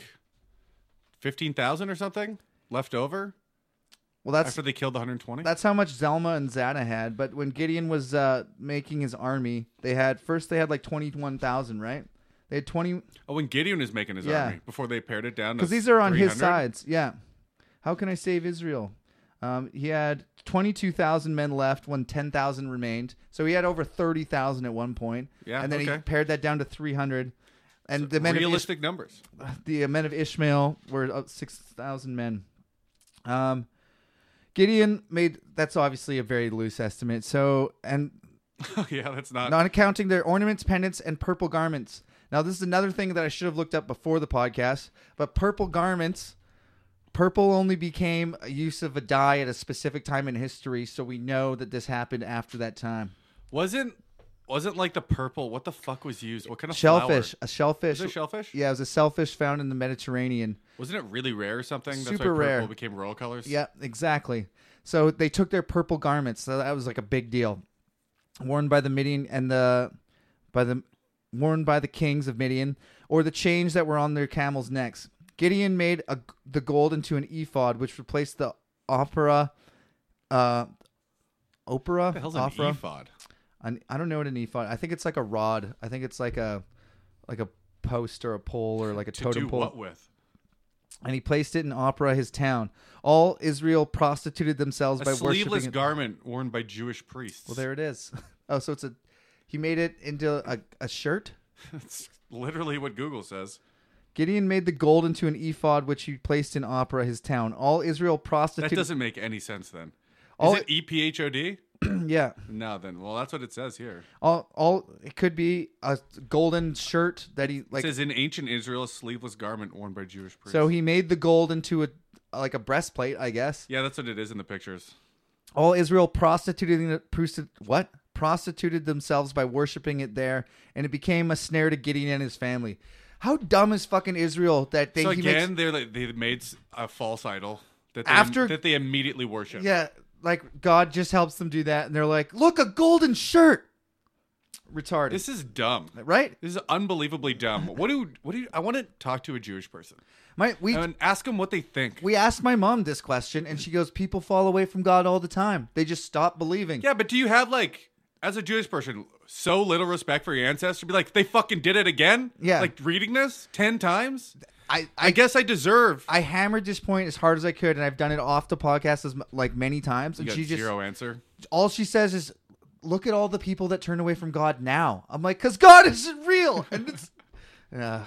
Speaker 2: 15,000 or something left over
Speaker 1: Well, that's
Speaker 2: after they killed the 120?
Speaker 1: That's how much Zelma and Zana had. But when Gideon was uh, making his army, they had first they had like twenty one thousand, right? They had twenty
Speaker 2: Oh, when Gideon is making his
Speaker 1: Yeah.
Speaker 2: army before they pared it down. to
Speaker 1: because these are on his
Speaker 2: 300?
Speaker 1: sides. Yeah. How can I save Israel? Um, he had twenty two thousand men left when ten thousand remained. So he had over thirty thousand at one point.
Speaker 2: Yeah,
Speaker 1: And then he
Speaker 2: okay.
Speaker 1: pared that down to three hundred. And the men of Ish-
Speaker 2: Realistic numbers.
Speaker 1: the men of Ishmael were uh, 6,000 men. Um, Gideon made that's obviously a very loose estimate. So, and
Speaker 2: Oh, yeah, that's not.
Speaker 1: not accounting their ornaments, pendants, and purple garments. Now, this is another thing that I should have looked up before the podcast, but purple garments, purple only became a use of a dye at a specific time in history, so we know that this happened after that time.
Speaker 2: Wasn't wasn't like the purple? What the fuck was used? What kind of
Speaker 1: Shellfish,
Speaker 2: Flower?
Speaker 1: a shellfish.
Speaker 2: Is it shellfish?
Speaker 1: yeah, it was a shellfish found in the Mediterranean.
Speaker 2: Wasn't it really rare or something? That's why
Speaker 1: Super
Speaker 2: purple
Speaker 1: rare.
Speaker 2: became royal colors.
Speaker 1: Yeah, exactly. So they took their purple garments. So that was like a big deal, worn by the Midian and the by the worn by the kings of Midian, or the chains that were on their camels' necks. Gideon made a, the gold into an ephod, which replaced the opera. Uh, opera.
Speaker 2: What the hell's an
Speaker 1: opera.
Speaker 2: ephod?
Speaker 1: An- I don't know what an ephod. I think it's like a rod. I think it's like a like a post or a pole or like a
Speaker 2: To
Speaker 1: totem
Speaker 2: do
Speaker 1: pole
Speaker 2: what with?
Speaker 1: and he placed it in opera his town. All Israel prostituted themselves
Speaker 2: A
Speaker 1: by
Speaker 2: sleeveless
Speaker 1: worshiping it.
Speaker 2: garment worn by Jewish priests.
Speaker 1: well, there it is. Oh, so it's a he made it into a, a shirt.
Speaker 2: That's literally what Google says.
Speaker 1: Gideon made the gold into an ephod, which he placed in opera his town. All Israel
Speaker 2: That
Speaker 1: prostituted.
Speaker 2: doesn't make any sense. Then
Speaker 1: All-
Speaker 2: is it E P H O D?
Speaker 1: yeah,
Speaker 2: No, then well, that's what it says here.
Speaker 1: all all it could be a golden shirt that he
Speaker 2: It
Speaker 1: like.
Speaker 2: says in ancient Israel, a sleeveless garment worn by Jewish priests.
Speaker 1: So he made the gold into a like a breastplate, I guess.
Speaker 2: yeah, that's what it is in the pictures.
Speaker 1: All Israel prostituted prostit- what? Prostituted themselves by worshiping it there, and it became a snare to Gideon and his family. How dumb is fucking Israel that they
Speaker 2: So
Speaker 1: he
Speaker 2: again,
Speaker 1: makes,
Speaker 2: they're like, they made s- a false idol that they,
Speaker 1: After-
Speaker 2: that they immediately worship.
Speaker 1: yeah, like God just helps them do that, and they're like, look, a golden shirt, retarded,
Speaker 2: This is dumb.
Speaker 1: right?
Speaker 2: This is unbelievably dumb. What do what do you, I want to talk to a Jewish person
Speaker 1: My we
Speaker 2: and ask them what they think?
Speaker 1: we asked my mom this question, and she goes, people fall away from God all the time. They just stop believing.
Speaker 2: yeah, but do you have like as a Jewish person so little respect for your ancestors? Be like they fucking did it again.
Speaker 1: Yeah.
Speaker 2: like reading this ten times.
Speaker 1: I
Speaker 2: I, guess I deserve.
Speaker 1: I hammered this point as hard as I could, and I've done it off the podcast as m- like many times, and
Speaker 2: you got
Speaker 1: she just
Speaker 2: zero answer.
Speaker 1: all she says is, "Look at all the people that turn away from God now." I'm like, "Cause God isn't real." And it's, uh,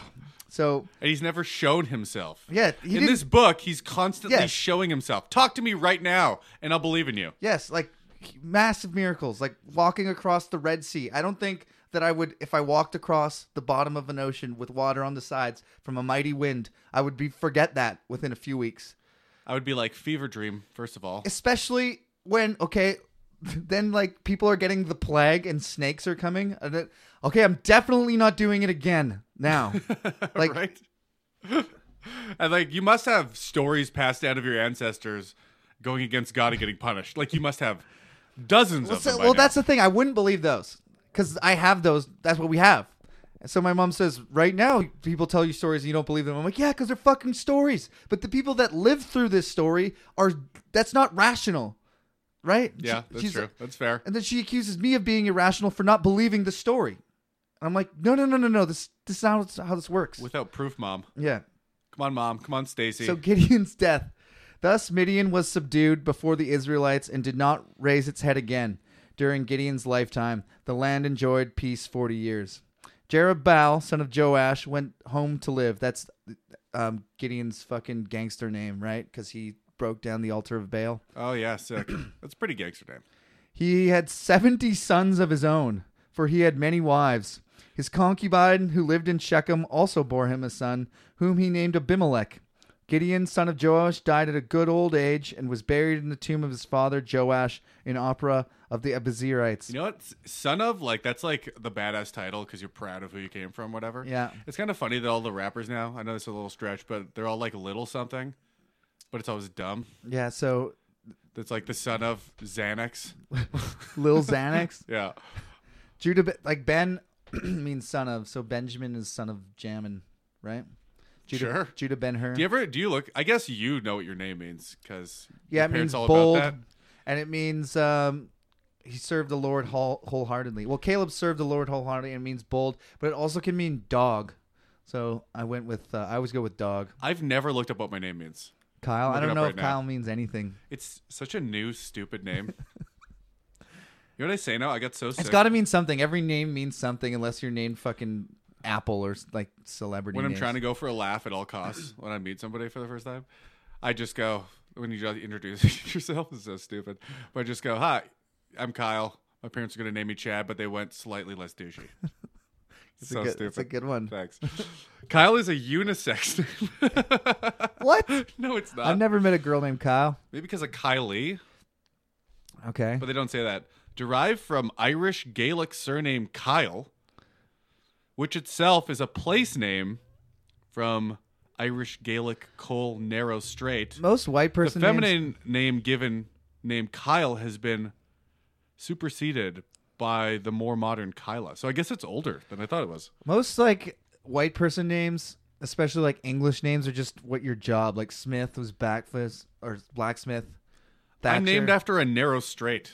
Speaker 1: so
Speaker 2: And he's never shown himself.
Speaker 1: Yeah, he
Speaker 2: in
Speaker 1: didn't-
Speaker 2: this book, he's constantly
Speaker 1: Yes.
Speaker 2: showing himself. Talk to me right now, and I'll believe in you.
Speaker 1: yes, like massive miracles, like walking across the Red Sea. I don't think if that I would, if I walked across the bottom of an ocean with water on the sides from a mighty wind, I would be forget that within a few weeks.
Speaker 2: I would be like fever dream. First of all,
Speaker 1: Especially when okay, then like people are getting the plague and snakes are coming. And it- Okay, I'm definitely not doing it again now. like-
Speaker 2: right? and like you must have stories passed down of your ancestors going against God and getting punished. Like you must have dozens
Speaker 1: Well,
Speaker 2: of them.
Speaker 1: so,
Speaker 2: by
Speaker 1: well
Speaker 2: now.
Speaker 1: that's the thing. I wouldn't believe those because I have those. That's what we have. And so my mom says, right now, people tell you stories and you don't believe them. I'm like, yeah, because they're fucking stories. But the people that live through this story are, that's not rational, right?
Speaker 2: yeah,
Speaker 1: She-
Speaker 2: that's
Speaker 1: she's-
Speaker 2: true. That's fair.
Speaker 1: And then she accuses me of being irrational for not believing the story. And I'm like, no, no, no, no, no. This, this is not how this works.
Speaker 2: Without proof, mom.
Speaker 1: yeah.
Speaker 2: Come on, mom. Come on, Stacy.
Speaker 1: So Gideon's death. Thus Midian was subdued before the Israelites and did not raise its head again. During Gideon's lifetime, the land enjoyed peace 40 years. Jerubbaal, son of Joash, went home to live. That's um, Gideon's fucking gangster name, right? Because he broke down the altar of Baal.
Speaker 2: oh yeah, sick. that's a pretty gangster name.
Speaker 1: He had 70 sons of his own, for he had many wives. His concubine, who lived in Shechem, also bore him a son, whom he named Abimelech. Gideon, son of Joash, died at a good old age and was buried in the tomb of his father Joash in Opera of the Abizirites.
Speaker 2: You know what? Son of like that's like the badass title because you're proud of who you came from, whatever.
Speaker 1: Yeah.
Speaker 2: It's kind of funny that all the rappers now. I know it's a little stretch, but they're all like little something, but it's always dumb.
Speaker 1: Yeah, so
Speaker 2: That's like the son of Xanax.
Speaker 1: Lil Xanax.
Speaker 2: Yeah.
Speaker 1: Judah, like Ben means son of, so Benjamin is son of Jamin, right? Judah,
Speaker 2: Sure.
Speaker 1: Judah Ben Hur.
Speaker 2: Do you ever do you look? I guess you know what your name means because
Speaker 1: Yeah,
Speaker 2: your
Speaker 1: it means
Speaker 2: parents all
Speaker 1: bold,
Speaker 2: about that.
Speaker 1: and it means um, he served the Lord whole- wholeheartedly. Well, Caleb served the Lord wholeheartedly, and it means bold, but it also can mean dog. So I went with uh, I always go with dog.
Speaker 2: I've never looked up what my name means.
Speaker 1: Kyle.
Speaker 2: Look
Speaker 1: I
Speaker 2: it
Speaker 1: don't
Speaker 2: up
Speaker 1: know
Speaker 2: right
Speaker 1: if
Speaker 2: now.
Speaker 1: Kyle means anything.
Speaker 2: It's such a new stupid name. you know what I say now? I got so sick.
Speaker 1: It's got to mean something. Every name means something, unless you're named fucking Apple or like celebrity.
Speaker 2: when I'm trying to go for a laugh at all costs when I meet somebody for the first time, I just go when you just introduce yourself. It's so stupid, but I just go, "Hi, I'm Kyle. My parents are gonna name me Chad, but they went slightly less douchey."
Speaker 1: it's
Speaker 2: so
Speaker 1: a good,
Speaker 2: stupid.
Speaker 1: It's a good one.
Speaker 2: Thanks. Kyle is a unisex name.
Speaker 1: What?
Speaker 2: no, it's not.
Speaker 1: I've never met a girl named Kyle.
Speaker 2: Maybe because of Kylie,
Speaker 1: Okay.
Speaker 2: but they don't say that. Derived from Irish Gaelic surname Kyle, which itself is a place name from Irish Gaelic Col Narrow Strait.
Speaker 1: Most white
Speaker 2: The
Speaker 1: person names-
Speaker 2: feminine name given name Kyle has been superseded by the more modern Kyla. So I guess it's older than I thought it was.
Speaker 1: Most like white person names, especially like English names, are just what your job. Like Smith was backfist or blacksmith. Thatcher.
Speaker 2: I'm named after a narrow strait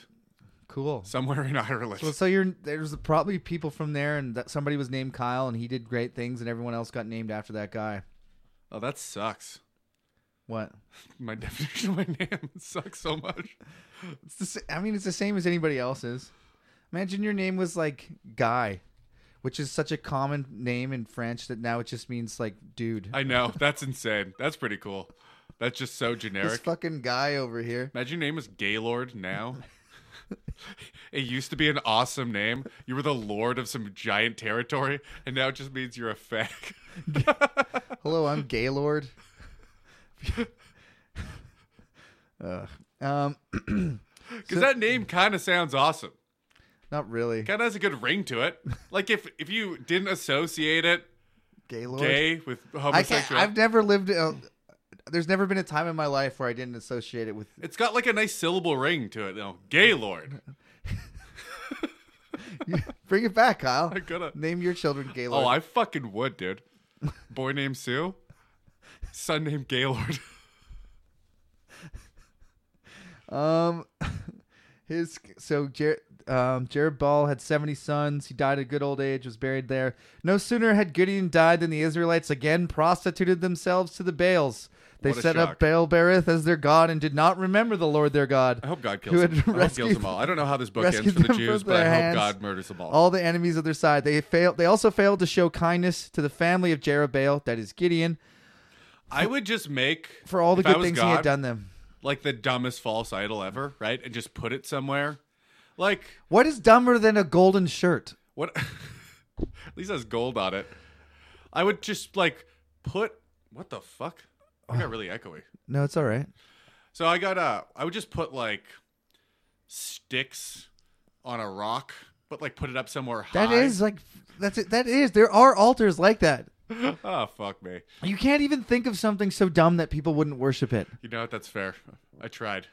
Speaker 1: cool.
Speaker 2: somewhere in Ireland.
Speaker 1: Well, so you're there's probably people from there, and that somebody was named Kyle, and he did great things, and everyone else got named after that guy.
Speaker 2: oh, that sucks.
Speaker 1: What?
Speaker 2: My definition of my name sucks so much.
Speaker 1: It's the, sa- I mean, it's the same as anybody else's. Imagine your name was like Guy, which is such a common name in French that now it just means like dude.
Speaker 2: I know. That's insane. That's pretty cool. That's just so
Speaker 1: this
Speaker 2: generic.
Speaker 1: fucking guy over here.
Speaker 2: Imagine your name was Gaylord now. it used to be an awesome name. You were the lord of some giant territory, and now it just means you're a fag.
Speaker 1: Hello, I'm Gaylord. Ugh. um,
Speaker 2: Because that name kind of sounds awesome.
Speaker 1: not really.
Speaker 2: Kind of has a good ring to it. Like if if you didn't associate it
Speaker 1: Gaylord.
Speaker 2: gay with
Speaker 1: I can't.
Speaker 2: homosexual,
Speaker 1: I've never lived. Uh, there's never been a time in my life where I didn't associate it with.
Speaker 2: it's got like a nice syllable ring to it. though. Gaylord.
Speaker 1: Bring it back, Kyle.
Speaker 2: I gotta.
Speaker 1: Name your children Gaylord.
Speaker 2: Oh, I fucking would, dude. Boy named Sue, son named Gaylord.
Speaker 1: Um, his so Jer, um, Jared Ball had seventy sons. He died at a good old age. Was buried there. No sooner had Gideon died than the Israelites again prostituted themselves to the Baals. They
Speaker 2: What a
Speaker 1: set up
Speaker 2: shock.
Speaker 1: Baal Berith as their god and did not remember the Lord their God.
Speaker 2: I hope God
Speaker 1: who
Speaker 2: kills
Speaker 1: had
Speaker 2: them. I hope
Speaker 1: rescued
Speaker 2: kills them all. I don't know how this book
Speaker 1: rescued
Speaker 2: ends for the
Speaker 1: them from
Speaker 2: Jews, but I
Speaker 1: their
Speaker 2: hope
Speaker 1: hands.
Speaker 2: God murders them all.
Speaker 1: all the enemies of their side. They failed. They also failed to show kindness to the family of Jerubbaal, that is Gideon,
Speaker 2: I would just make
Speaker 1: for all the
Speaker 2: if I
Speaker 1: good
Speaker 2: was
Speaker 1: things he had
Speaker 2: God,
Speaker 1: done them.
Speaker 2: like the dumbest false idol ever, right? And just put it somewhere. Like
Speaker 1: What is dumber than a golden shirt?
Speaker 2: What? At least it has gold on it. I would just like put. What the fuck? I got really echoey.
Speaker 1: No, it's all right.
Speaker 2: So I got uh I would just put like sticks on a rock, but like put it up somewhere high.
Speaker 1: That is like that's it. That is there are altars like that.
Speaker 2: oh fuck me.
Speaker 1: You can't even think of something so dumb that people wouldn't worship it.
Speaker 2: You know what? That's fair. I tried.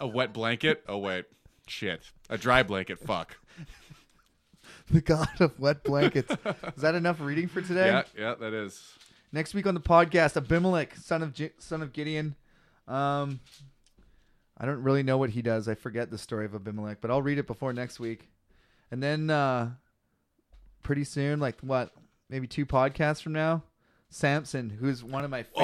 Speaker 2: a wet blanket. Oh wait, shit. A dry blanket. Fuck.
Speaker 1: The god of wet blankets. is that enough reading for today?
Speaker 2: Yeah, yeah, that is.
Speaker 1: Next week on the podcast, Abimelech, son of G- son of Gideon. Um, I don't really know what he does. I forget the story of Abimelech, but I'll read it before next week. And then uh, pretty soon, like what, maybe two podcasts from now, Samson, who's one of my favorites.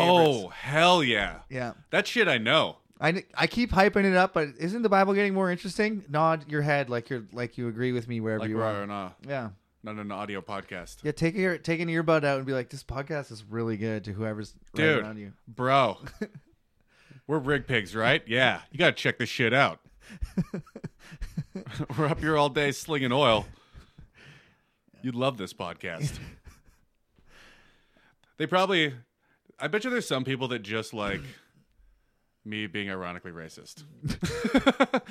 Speaker 2: Oh hell yeah.
Speaker 1: Yeah,
Speaker 2: That shit I know.
Speaker 1: I, I keep hyping it up, but isn't the Bible getting more interesting? Nod your head like you're like you agree with me wherever
Speaker 2: Like
Speaker 1: you
Speaker 2: we're
Speaker 1: are.
Speaker 2: on a,
Speaker 1: Yeah,
Speaker 2: not an audio podcast.
Speaker 1: yeah. Take your take an earbud out and be like, this podcast is really good to whoever's right
Speaker 2: Dude.
Speaker 1: around you.
Speaker 2: Bro. We're rig pigs, right? Yeah. You gotta check this shit out. We're up here all day slinging oil. You'd love this podcast. They probably, I bet you there's some people that just like me being ironically racist.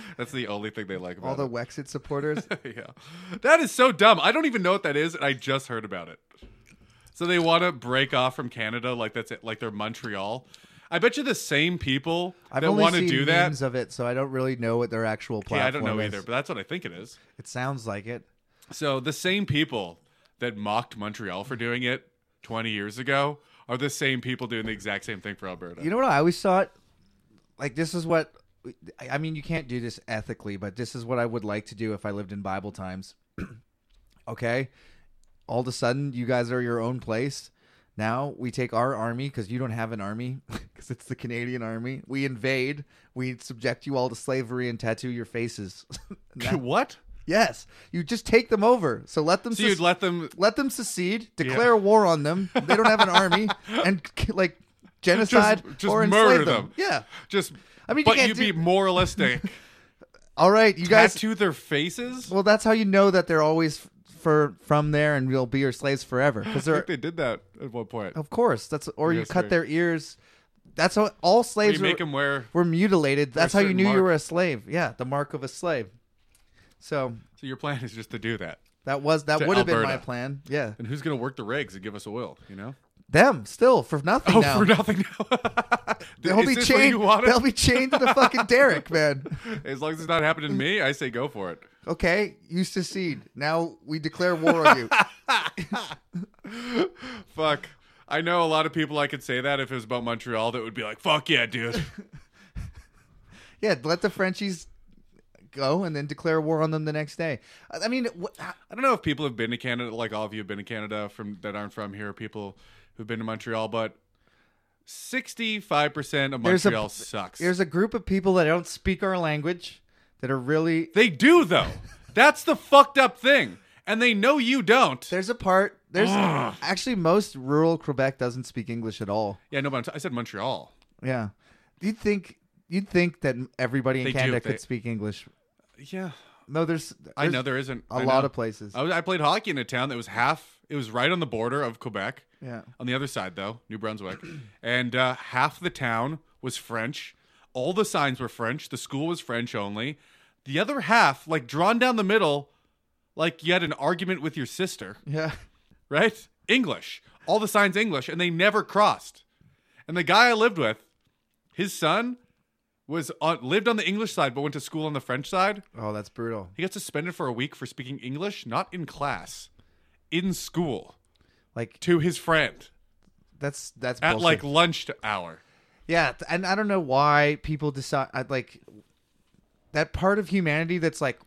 Speaker 2: That's the only thing they like
Speaker 1: All
Speaker 2: about
Speaker 1: the Wexit supporters.
Speaker 2: it. yeah. That is so dumb. I don't even know what that is, and I just heard about it. So they want to break off from Canada, like that's it, like they're Montreal. I bet you the same people
Speaker 1: I've
Speaker 2: that
Speaker 1: only
Speaker 2: want to
Speaker 1: seen
Speaker 2: do that.
Speaker 1: memes of it, so I don't really know what their actual platform
Speaker 2: Yeah, I don't know
Speaker 1: is.
Speaker 2: either, but that's what I think it is.
Speaker 1: It sounds like it.
Speaker 2: So the same people that mocked Montreal for doing it 20 years ago are the same people doing the exact same thing for Alberta.
Speaker 1: You know what I always thought? Like this is what I I mean. You can't do this ethically, but this is what I would like to do if I lived in Bible times. okay, all of a sudden you guys are your own place. Now we take our army because you don't have an army because it's the Canadian army. We invade. We subject you all to slavery and tattoo your faces.
Speaker 2: what?
Speaker 1: yes, you just take them over. So let them.
Speaker 2: So you'd
Speaker 1: sus-
Speaker 2: let them
Speaker 1: let them secede, declare war on them. They don't have an army, and like genocide
Speaker 2: just
Speaker 1: or
Speaker 2: murder
Speaker 1: enslave them.
Speaker 2: them.
Speaker 1: Yeah.
Speaker 2: just.
Speaker 1: I mean, you
Speaker 2: but
Speaker 1: can't
Speaker 2: would
Speaker 1: do-
Speaker 2: be moralistic.
Speaker 1: All right, you guys.
Speaker 2: Tattoo their faces.
Speaker 1: Well, that's how you know that they're always f- for from there, and will be your slaves forever. Because
Speaker 2: I
Speaker 1: they're
Speaker 2: think they did that at one point.
Speaker 1: of course that's or you
Speaker 2: Yes,
Speaker 1: cut
Speaker 2: sir.
Speaker 1: their ears. That's how all
Speaker 2: You
Speaker 1: slaves were,
Speaker 2: make them wear.
Speaker 1: were mutilated. That's how you
Speaker 2: certain
Speaker 1: knew you
Speaker 2: mark.
Speaker 1: were a slave. Yeah, the mark of a slave. So
Speaker 2: So your plan is just to do that.
Speaker 1: that was that
Speaker 2: To
Speaker 1: would have been my
Speaker 2: Alberta.
Speaker 1: plan. Yeah,
Speaker 2: And who's gonna work the rigs and give us oil? You know.
Speaker 1: them still for nothing
Speaker 2: Oh,
Speaker 1: now.
Speaker 2: for nothing. now.
Speaker 1: They'll
Speaker 2: Is
Speaker 1: be
Speaker 2: this what
Speaker 1: chained.
Speaker 2: you wanted?
Speaker 1: They'll be chained to the fucking derrick, man.
Speaker 2: As long as it's not happening to me, I say go for it.
Speaker 1: Okay, you secede. Now we declare war on you.
Speaker 2: Fuck. I know a lot of people I could say that if it was about Montreal that would be like, fuck yeah, dude.
Speaker 1: yeah, let the Frenchies go and then declare war on them the next day. I I mean, wh- uh,
Speaker 2: I don't know if people have been to Canada, like all of you have been to Canada from that aren't from here, people who've been to Montreal, but 65% of
Speaker 1: There's a-
Speaker 2: Montreal sucks.
Speaker 1: there's a group of people that don't speak our language that are really.
Speaker 2: They do, though. That's the fucked up thing. And they know you don't.
Speaker 1: There's a part. There's
Speaker 2: Ugh.
Speaker 1: actually most rural Quebec doesn't speak English at all.
Speaker 2: yeah, no, but I said Montreal.
Speaker 1: Yeah, you'd think you'd think that everybody in
Speaker 2: They do,
Speaker 1: Canada could
Speaker 2: they-
Speaker 1: speak English.
Speaker 2: Yeah.
Speaker 1: No, there's,
Speaker 2: I
Speaker 1: there's
Speaker 2: know Oh. there isn't.
Speaker 1: a lot of places.
Speaker 2: I, was, I played hockey in a town that was half, it was right on the border of Quebec.
Speaker 1: yeah.
Speaker 2: on the other side though new brunswick and uh, half the town was french all the signs were french the school was french only the other half like drawn down the middle like you had an argument with your sister
Speaker 1: Yeah.
Speaker 2: right english all the signs english and they never crossed and the guy i lived with his son was on, lived on the english side but went to school on the french side
Speaker 1: Oh, that's brutal.
Speaker 2: he got suspended for a week for speaking english not in class in school
Speaker 1: Like
Speaker 2: to his friend
Speaker 1: that's that's
Speaker 2: at
Speaker 1: bullshit.
Speaker 2: like lunch hour
Speaker 1: Yeah, th- and I don't know why people decide I'd like that part of humanity that's like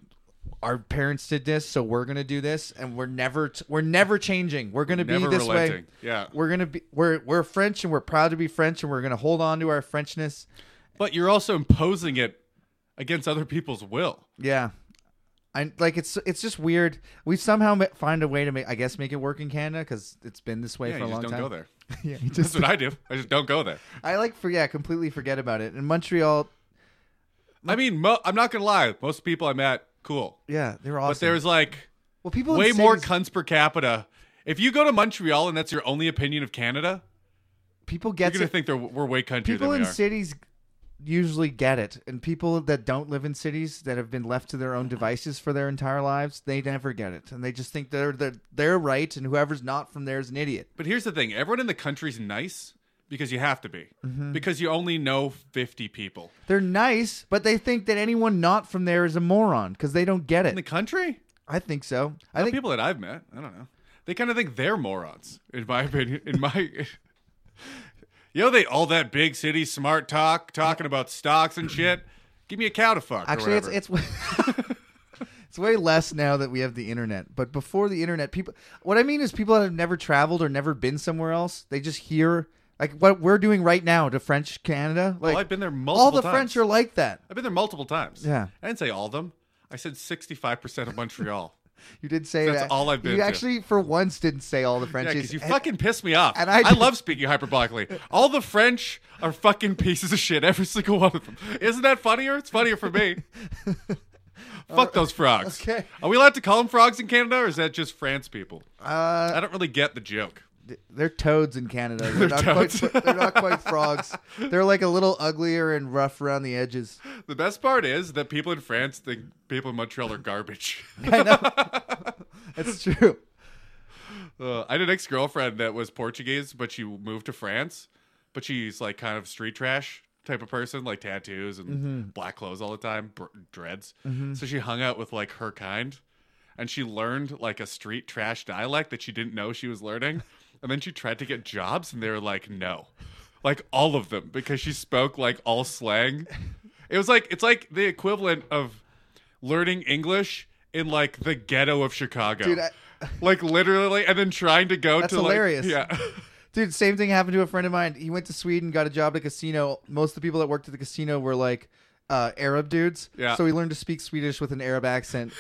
Speaker 1: our parents did this, so we're gonna do this, and we're never t- we're never changing. We're gonna
Speaker 2: Never
Speaker 1: be this way.
Speaker 2: relenting. Yeah.
Speaker 1: we're gonna be we're we're French and we're proud to be French and we're gonna hold on to our Frenchness.
Speaker 2: But you're also imposing it against other people's will.
Speaker 1: Yeah. I, like it's it's just weird. We somehow ma- find a way to make I guess make it work in Canada because it's been this way
Speaker 2: Yeah,
Speaker 1: for
Speaker 2: you
Speaker 1: a
Speaker 2: just
Speaker 1: long
Speaker 2: don't
Speaker 1: time.
Speaker 2: go there.
Speaker 1: yeah, you
Speaker 2: That's
Speaker 1: just
Speaker 2: what I do. I just don't go there.
Speaker 1: I like for yeah completely forget about it. In Montreal,
Speaker 2: I mean, mo- I'm not gonna lie. Most people I met, cool.
Speaker 1: yeah, they were awesome.
Speaker 2: But there's like
Speaker 1: Well, people in
Speaker 2: Way more
Speaker 1: cities-
Speaker 2: cunts per capita. If you go to Montreal and that's your only opinion of Canada,
Speaker 1: people
Speaker 2: you're
Speaker 1: get
Speaker 2: gonna
Speaker 1: it.
Speaker 2: think they're, we're way country
Speaker 1: people in
Speaker 2: than we are.
Speaker 1: cities usually get it, and people that don't live in cities that have been left to their own devices for their entire lives, they never get it, and they just think they're they're, they're right, and whoever's not from there is an idiot.
Speaker 2: But here's the thing: everyone in the country's nice because you have to be,
Speaker 1: Mm-hmm.
Speaker 2: because you only know 50 people
Speaker 1: They're nice, but they think that anyone not from there is a moron because they don't get
Speaker 2: in
Speaker 1: it.
Speaker 2: the country.
Speaker 1: I think so. I think
Speaker 2: people that I've met, I don't know. They kind of think they're morons, in my opinion. In my, you know, they all that big city smart talk, talking about stocks and shit. Give me a cow to fuck. or
Speaker 1: actually it's
Speaker 2: whatever.
Speaker 1: it's it's way less now that we have the internet. But before the internet, people what I mean is people that have never traveled or never been somewhere else, they just hear like what we're doing right now to French Canada. Like
Speaker 2: Oh, I've been there
Speaker 1: All
Speaker 2: multiple
Speaker 1: the
Speaker 2: times.
Speaker 1: French are like that.
Speaker 2: I've been there multiple times.
Speaker 1: Yeah.
Speaker 2: I didn't say all of them. I said 65 percent of Montreal.
Speaker 1: You did say
Speaker 2: That's
Speaker 1: that.
Speaker 2: all I've been
Speaker 1: You
Speaker 2: to.
Speaker 1: actually, for once, didn't say all the eh,
Speaker 2: Yeah,
Speaker 1: Frenchies.
Speaker 2: because you
Speaker 1: And-
Speaker 2: fucking piss me off.
Speaker 1: and
Speaker 2: And
Speaker 1: I
Speaker 2: I,
Speaker 1: did-
Speaker 2: love speaking hyperbolically. All the French are fucking pieces of shit, every single one of them. Isn't that funnier? It's funnier for me. Fuck those frogs.
Speaker 1: okay.
Speaker 2: Are we allowed to call them frogs in Canada, or is that just France people?
Speaker 1: uh,
Speaker 2: I don't really get the joke.
Speaker 1: they're toads in Canada. They're, not
Speaker 2: toads.
Speaker 1: Quite, they're not quite frogs. They're like a little uglier and rough around the edges.
Speaker 2: The best part is that people in France think people in Montreal are garbage.
Speaker 1: I know. That's true.
Speaker 2: Uh, I had an ex girlfriend that was Portuguese, but she moved to France. But she's like kind of street trash type of person, like tattoos and black clothes all the time, br- dreads. So she hung out with like her kind, and she learned like a street trash dialect that she didn't know she was learning. and then she tried to get jobs, and they were like, no, like all of them, because she spoke like all slang. It was like it's like the equivalent of learning English in like the ghetto of Chicago.
Speaker 1: Dude, I-
Speaker 2: like literally, and then trying to go
Speaker 1: That's
Speaker 2: to like-
Speaker 1: hilarious.
Speaker 2: yeah,
Speaker 1: Dude, same thing happened to a friend of mine. He went to Sweden, got a job at a casino. Most of the people that worked at the casino were like uh, Arab dudes.
Speaker 2: Yeah.
Speaker 1: So he learned to speak Swedish with an Arab accent.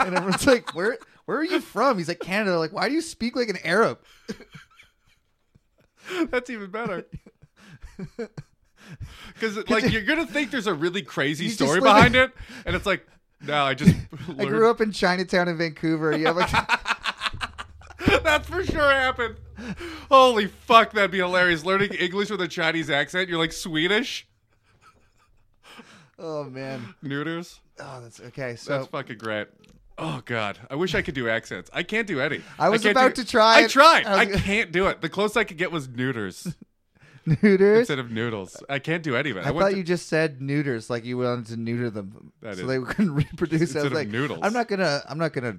Speaker 1: and everyone's like, Where where are you from? He's like, Canada. Like, why do you speak like an Arab?
Speaker 2: that's even better. Because like you're gonna think there's a really crazy
Speaker 1: You just
Speaker 2: story
Speaker 1: live
Speaker 2: behind
Speaker 1: in-
Speaker 2: it, and it's like, no, I just learned.
Speaker 1: I grew up in Chinatown in Vancouver. You have like
Speaker 2: That for sure happened. Holy fuck, that'd be hilarious. Learning English with a Chinese accent, you're like Swedish
Speaker 1: Oh man.
Speaker 2: neuters.
Speaker 1: Oh, that's okay.
Speaker 2: That's
Speaker 1: So
Speaker 2: fucking great. Oh god, I wish I could do accents. I can't do any.
Speaker 1: I was
Speaker 2: can't
Speaker 1: about
Speaker 2: do-
Speaker 1: to try
Speaker 2: I
Speaker 1: it.
Speaker 2: tried.
Speaker 1: I
Speaker 2: I
Speaker 1: was-
Speaker 2: can't do it. The closest I could get was neuters
Speaker 1: neuters.
Speaker 2: instead of noodles. I can't do any of it.
Speaker 1: I
Speaker 2: went
Speaker 1: thought
Speaker 2: to-
Speaker 1: you just said neuters, like you wanted to neuter them,
Speaker 2: That
Speaker 1: so
Speaker 2: is-
Speaker 1: they couldn't reproduce. I
Speaker 2: Instead
Speaker 1: was
Speaker 2: of
Speaker 1: like,
Speaker 2: noodles.
Speaker 1: I'm not gonna, I'm not gonna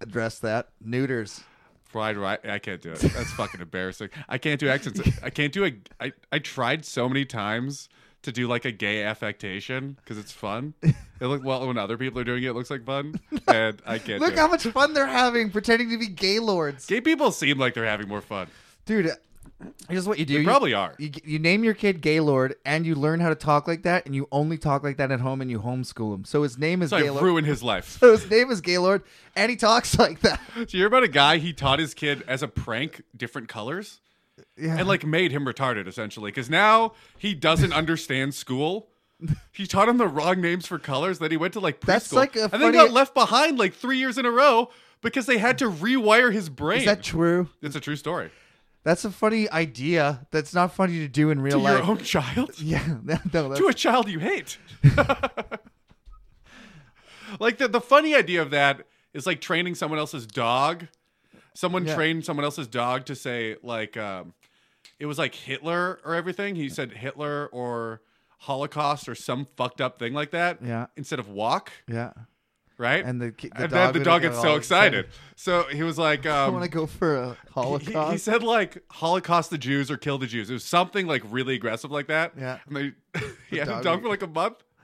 Speaker 1: address that neuters.
Speaker 2: fried rice. I can't do it. That's fucking embarrassing. I can't do accents. I can't do a. I I tried so many times to do like a gay affectation because it's fun. It look well when other people are doing it. It looks like fun, and I can't.
Speaker 1: Look
Speaker 2: do
Speaker 1: how
Speaker 2: it.
Speaker 1: much fun they're having pretending to be gay lords,
Speaker 2: gay people seem like they're having more fun.
Speaker 1: dude. uh, Here's what you do.
Speaker 2: They
Speaker 1: You-
Speaker 2: probably are.
Speaker 1: You, you name your kid Gaylord, and you learn how to talk like that, and you only talk like that at home, and you homeschool him. So his name is
Speaker 2: So I
Speaker 1: Gaylord.
Speaker 2: ruined his life.
Speaker 1: so his name is Gaylord, and he talks like that.
Speaker 2: Do you hear about a guy? He taught his kid as a prank different colors.
Speaker 1: Yeah.
Speaker 2: and like made him retarded essentially because now he doesn't understand school. He taught him the wrong names for colors. Then he went to like preschool,
Speaker 1: That's like a
Speaker 2: and then
Speaker 1: funny-
Speaker 2: got left behind like three years in a row because they had to rewire his brain.
Speaker 1: is that true?
Speaker 2: it's a true story.
Speaker 1: That's a funny idea. That's not funny to do in real
Speaker 2: To
Speaker 1: life.
Speaker 2: your own child,
Speaker 1: Yeah, no, no, that's,
Speaker 2: to a child you hate. like the the funny idea of that is like training someone else's dog. Someone
Speaker 1: Yeah.
Speaker 2: trained someone else's dog to say like um, it was like Hitler or everything. He said Hitler or Holocaust or some fucked up thing like that.
Speaker 1: Yeah.
Speaker 2: Instead of walk,
Speaker 1: yeah.
Speaker 2: right?
Speaker 1: And the ki- the
Speaker 2: and
Speaker 1: dog
Speaker 2: then the
Speaker 1: would
Speaker 2: dog
Speaker 1: get
Speaker 2: gets
Speaker 1: all
Speaker 2: so excited. So he was like,
Speaker 1: I
Speaker 2: um,
Speaker 1: want to go for a
Speaker 2: he- he-
Speaker 1: Holocaust.
Speaker 2: He, said like Holocaust the Jews or kill the Jews. It was something like really aggressive like that.
Speaker 1: Yeah.
Speaker 2: And they he had
Speaker 1: dog
Speaker 2: a dog
Speaker 1: would-
Speaker 2: for like a month.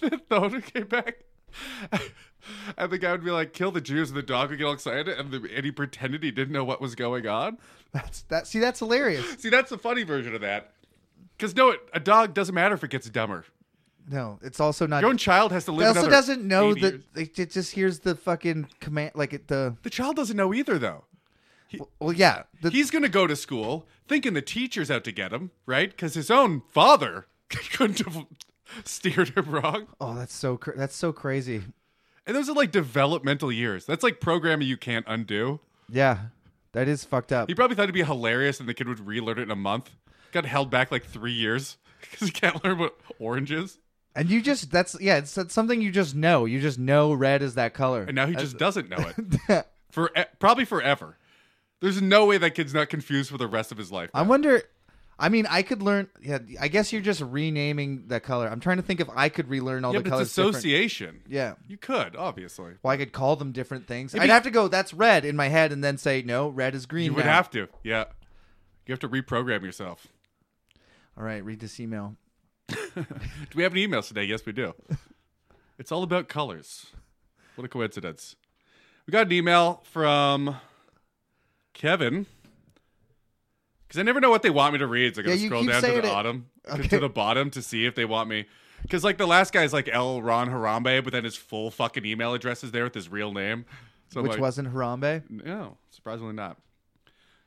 Speaker 2: Then the owner came back. And the guy would be like, kill the Jews, and the dog would get all excited, and, the, and he pretended he didn't know what was going on.
Speaker 1: that's that. See, that's hilarious.
Speaker 2: See, that's the funny version of that. Because, no, it, a dog doesn't matter if it gets dumber.
Speaker 1: No, it's also not.
Speaker 2: Your own child has to
Speaker 1: it
Speaker 2: live
Speaker 1: also
Speaker 2: another
Speaker 1: doesn't know
Speaker 2: 80
Speaker 1: that
Speaker 2: years.
Speaker 1: it, it just hears the fucking command, like it, the.
Speaker 2: The child doesn't know either, though.
Speaker 1: Well, yeah, the,
Speaker 2: He's going to go to school thinking the teacher's out to get him, right? Because his own father couldn't have steered him wrong.
Speaker 1: oh, that's so cr- that's so crazy.
Speaker 2: And those are like developmental years. That's like programming you can't undo.
Speaker 1: Yeah, that is fucked up.
Speaker 2: He probably thought it'd be hilarious and the kid would relearn it in a month. Got held back like three years because he can't learn what orange is.
Speaker 1: And you just that's yeah, it's, it's something you just know. You just know red is that color.
Speaker 2: And now he just doesn't know it. For e, probably forever. There's no way that kid's not confused for the rest of his life.
Speaker 1: I wonder. I mean, I could learn. Yeah, I guess you're just renaming that color. I'm trying to think if I could relearn all
Speaker 2: yeah,
Speaker 1: the
Speaker 2: but
Speaker 1: colors.
Speaker 2: it's association.
Speaker 1: different. Yeah.
Speaker 2: You could, obviously.
Speaker 1: Well, I could call them different things.
Speaker 2: Maybe-
Speaker 1: I'd have to go. That's red in my head, and then say no. Red is green.
Speaker 2: You would
Speaker 1: now."
Speaker 2: have to. Yeah. You have to reprogram yourself.
Speaker 1: All right, read this email.
Speaker 2: Do we have any emails today? Yes, we do. it's all about colors. What a coincidence. We got an email from Kevin. Because I never know what they want me to read. So I gotta
Speaker 1: Yeah, you
Speaker 2: scroll
Speaker 1: keep
Speaker 2: down to the
Speaker 1: saying it.
Speaker 2: bottom to
Speaker 1: Okay.
Speaker 2: the bottom to see if they want me. Because like the last guy's like L. Ron Harambe, but then his full fucking email address is there with his real name. So I'm
Speaker 1: Which
Speaker 2: like,
Speaker 1: wasn't Harambe.
Speaker 2: no, surprisingly not.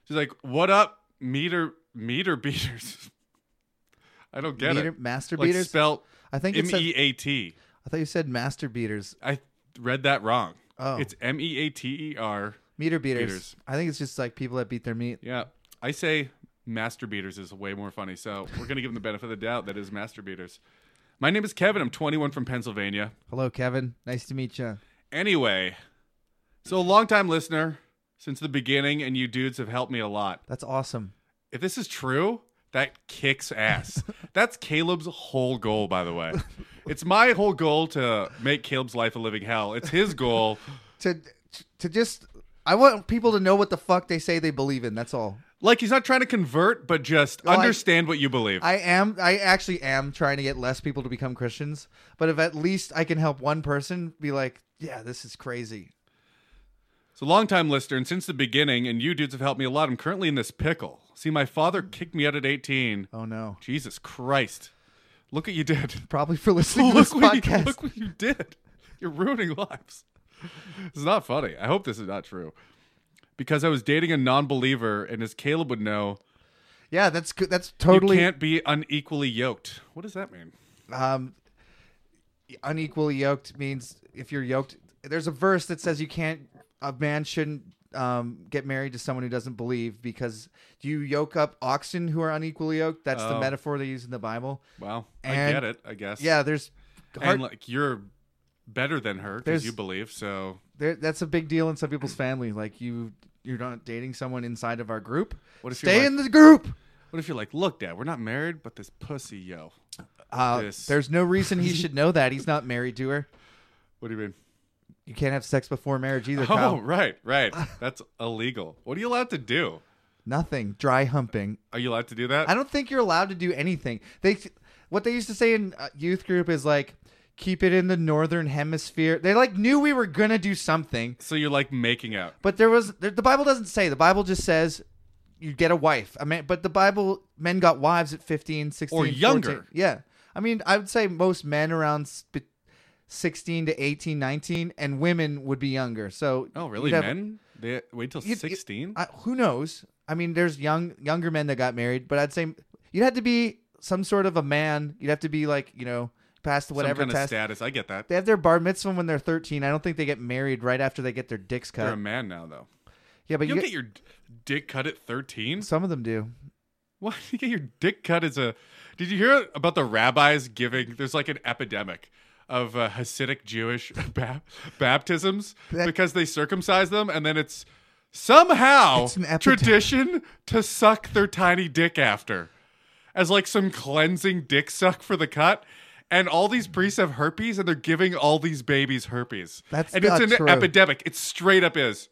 Speaker 2: She's like, "What up, meter meter beaters?" I don't get
Speaker 1: Meter,
Speaker 2: it.
Speaker 1: master
Speaker 2: Like
Speaker 1: beaters.
Speaker 2: spelt
Speaker 1: I think it
Speaker 2: M
Speaker 1: said.
Speaker 2: E A T.
Speaker 1: I thought you said master beaters.
Speaker 2: I read that wrong.
Speaker 1: Oh.
Speaker 2: It's M E A T E R.
Speaker 1: Meter beaters.
Speaker 2: Beaters.
Speaker 1: I think it's just like people that beat their meat.
Speaker 2: Yeah. I say master beaters is way more funny. So we're going to give them the benefit of the doubt that is master beaters. My name is Kevin. I'm 21 from Pennsylvania.
Speaker 1: Hello, Kevin. Nice to meet you.
Speaker 2: Anyway, so a longtime listener since the beginning, and you dudes have helped me a lot.
Speaker 1: That's awesome.
Speaker 2: If this is true, that kicks ass. That's Caleb's whole goal, by the way. It's my whole goal to make Caleb's life a living hell. It's his goal.
Speaker 1: To to just, I want people to know what the fuck they say they believe in. That's all.
Speaker 2: Like he's not trying to convert, but just
Speaker 1: I-
Speaker 2: understand what you believe.
Speaker 1: I am. I actually am trying to get less people to become Christians. But if at least I can help one person be like, yeah, this is crazy.
Speaker 2: so longtime listener, and since the beginning, and you dudes have helped me a lot. I'm currently in this pickle. See, my father kicked me out at 18.
Speaker 1: Hmm. Oh no!
Speaker 2: Jesus Christ! Look what you did.
Speaker 1: Probably for listening to this
Speaker 2: look, what you,
Speaker 1: podcast.
Speaker 2: look what you did. You're ruining lives. This is not funny. I hope this is not true. Because I was dating a non-believer, and as Caleb would know,
Speaker 1: yeah, that's good. That's
Speaker 2: you
Speaker 1: totally
Speaker 2: can't be unequally yoked. What does that mean?
Speaker 1: um, unequally yoked means if you're yoked. There's a verse that says you can't. A man shouldn't um, get married to someone who doesn't believe because do you yoke up oxen who are unequally yoked? That's the
Speaker 2: Oh.
Speaker 1: metaphor they use in the Bible.
Speaker 2: Wow, I
Speaker 1: And-
Speaker 2: get it. I guess.
Speaker 1: Yeah, there's hard,
Speaker 2: and like you're better than her because
Speaker 1: There's-
Speaker 2: you believe so.
Speaker 1: there, that's a big deal in some people's family. Like you, you're not dating someone inside of our group.
Speaker 2: What if
Speaker 1: Stay
Speaker 2: you're
Speaker 1: in the group.
Speaker 2: What if you're like, look, Dad, we're not married, but this pussy, yo.
Speaker 1: Uh,
Speaker 2: This-
Speaker 1: there's no reason he should know that. He's not married to her.
Speaker 2: What do you mean?
Speaker 1: You can't have sex before marriage either.
Speaker 2: Oh,
Speaker 1: Kyle.
Speaker 2: right, right. That's illegal. What are you allowed to do?
Speaker 1: Nothing. Dry humping.
Speaker 2: Are you allowed to do that?
Speaker 1: I don't think you're allowed to do anything. They, what they used to say in uh, youth group is like, keep it in the northern hemisphere. They like knew we were gonna do something,
Speaker 2: so you're like making out.
Speaker 1: but there was there, the Bible doesn't say. The Bible just says. You get a wife. I mean, but the Bible, men got wives at 15, 16,
Speaker 2: Or younger.
Speaker 1: 14. Yeah. I mean, I would say most men around sp- 16 to 18, 19, and women would be younger. So,
Speaker 2: Oh, really?
Speaker 1: you'd have-
Speaker 2: Men? They wait till
Speaker 1: You'd- you'd-
Speaker 2: 16?
Speaker 1: I, who knows? I mean, there's young younger men that got married, but I'd say you'd have to be some sort of a man. You'd have to be like you know past the whatever
Speaker 2: Some kind of
Speaker 1: test.
Speaker 2: status. I get that.
Speaker 1: they have their bar mitzvah when they're 13. I don't think they get married right after they get their dicks
Speaker 2: You're
Speaker 1: cut.
Speaker 2: a man now, though.
Speaker 1: yeah, but
Speaker 2: You
Speaker 1: you
Speaker 2: don't
Speaker 1: get,
Speaker 2: get your d- dick cut at 13?
Speaker 1: some of them do.
Speaker 2: Why do you get your dick cut as a. Did you hear about the rabbis giving. There's like an epidemic of uh, Hasidic Jewish bap- baptisms
Speaker 1: That-
Speaker 2: because they circumcise them and then it's somehow
Speaker 1: It's an epidemic.
Speaker 2: tradition to suck their tiny dick after as like some cleansing dick suck for the cut. And all these priests have herpes and they're giving all these babies herpes.
Speaker 1: That's
Speaker 2: and
Speaker 1: not
Speaker 2: it's an
Speaker 1: true.
Speaker 2: epidemic. It straight up is.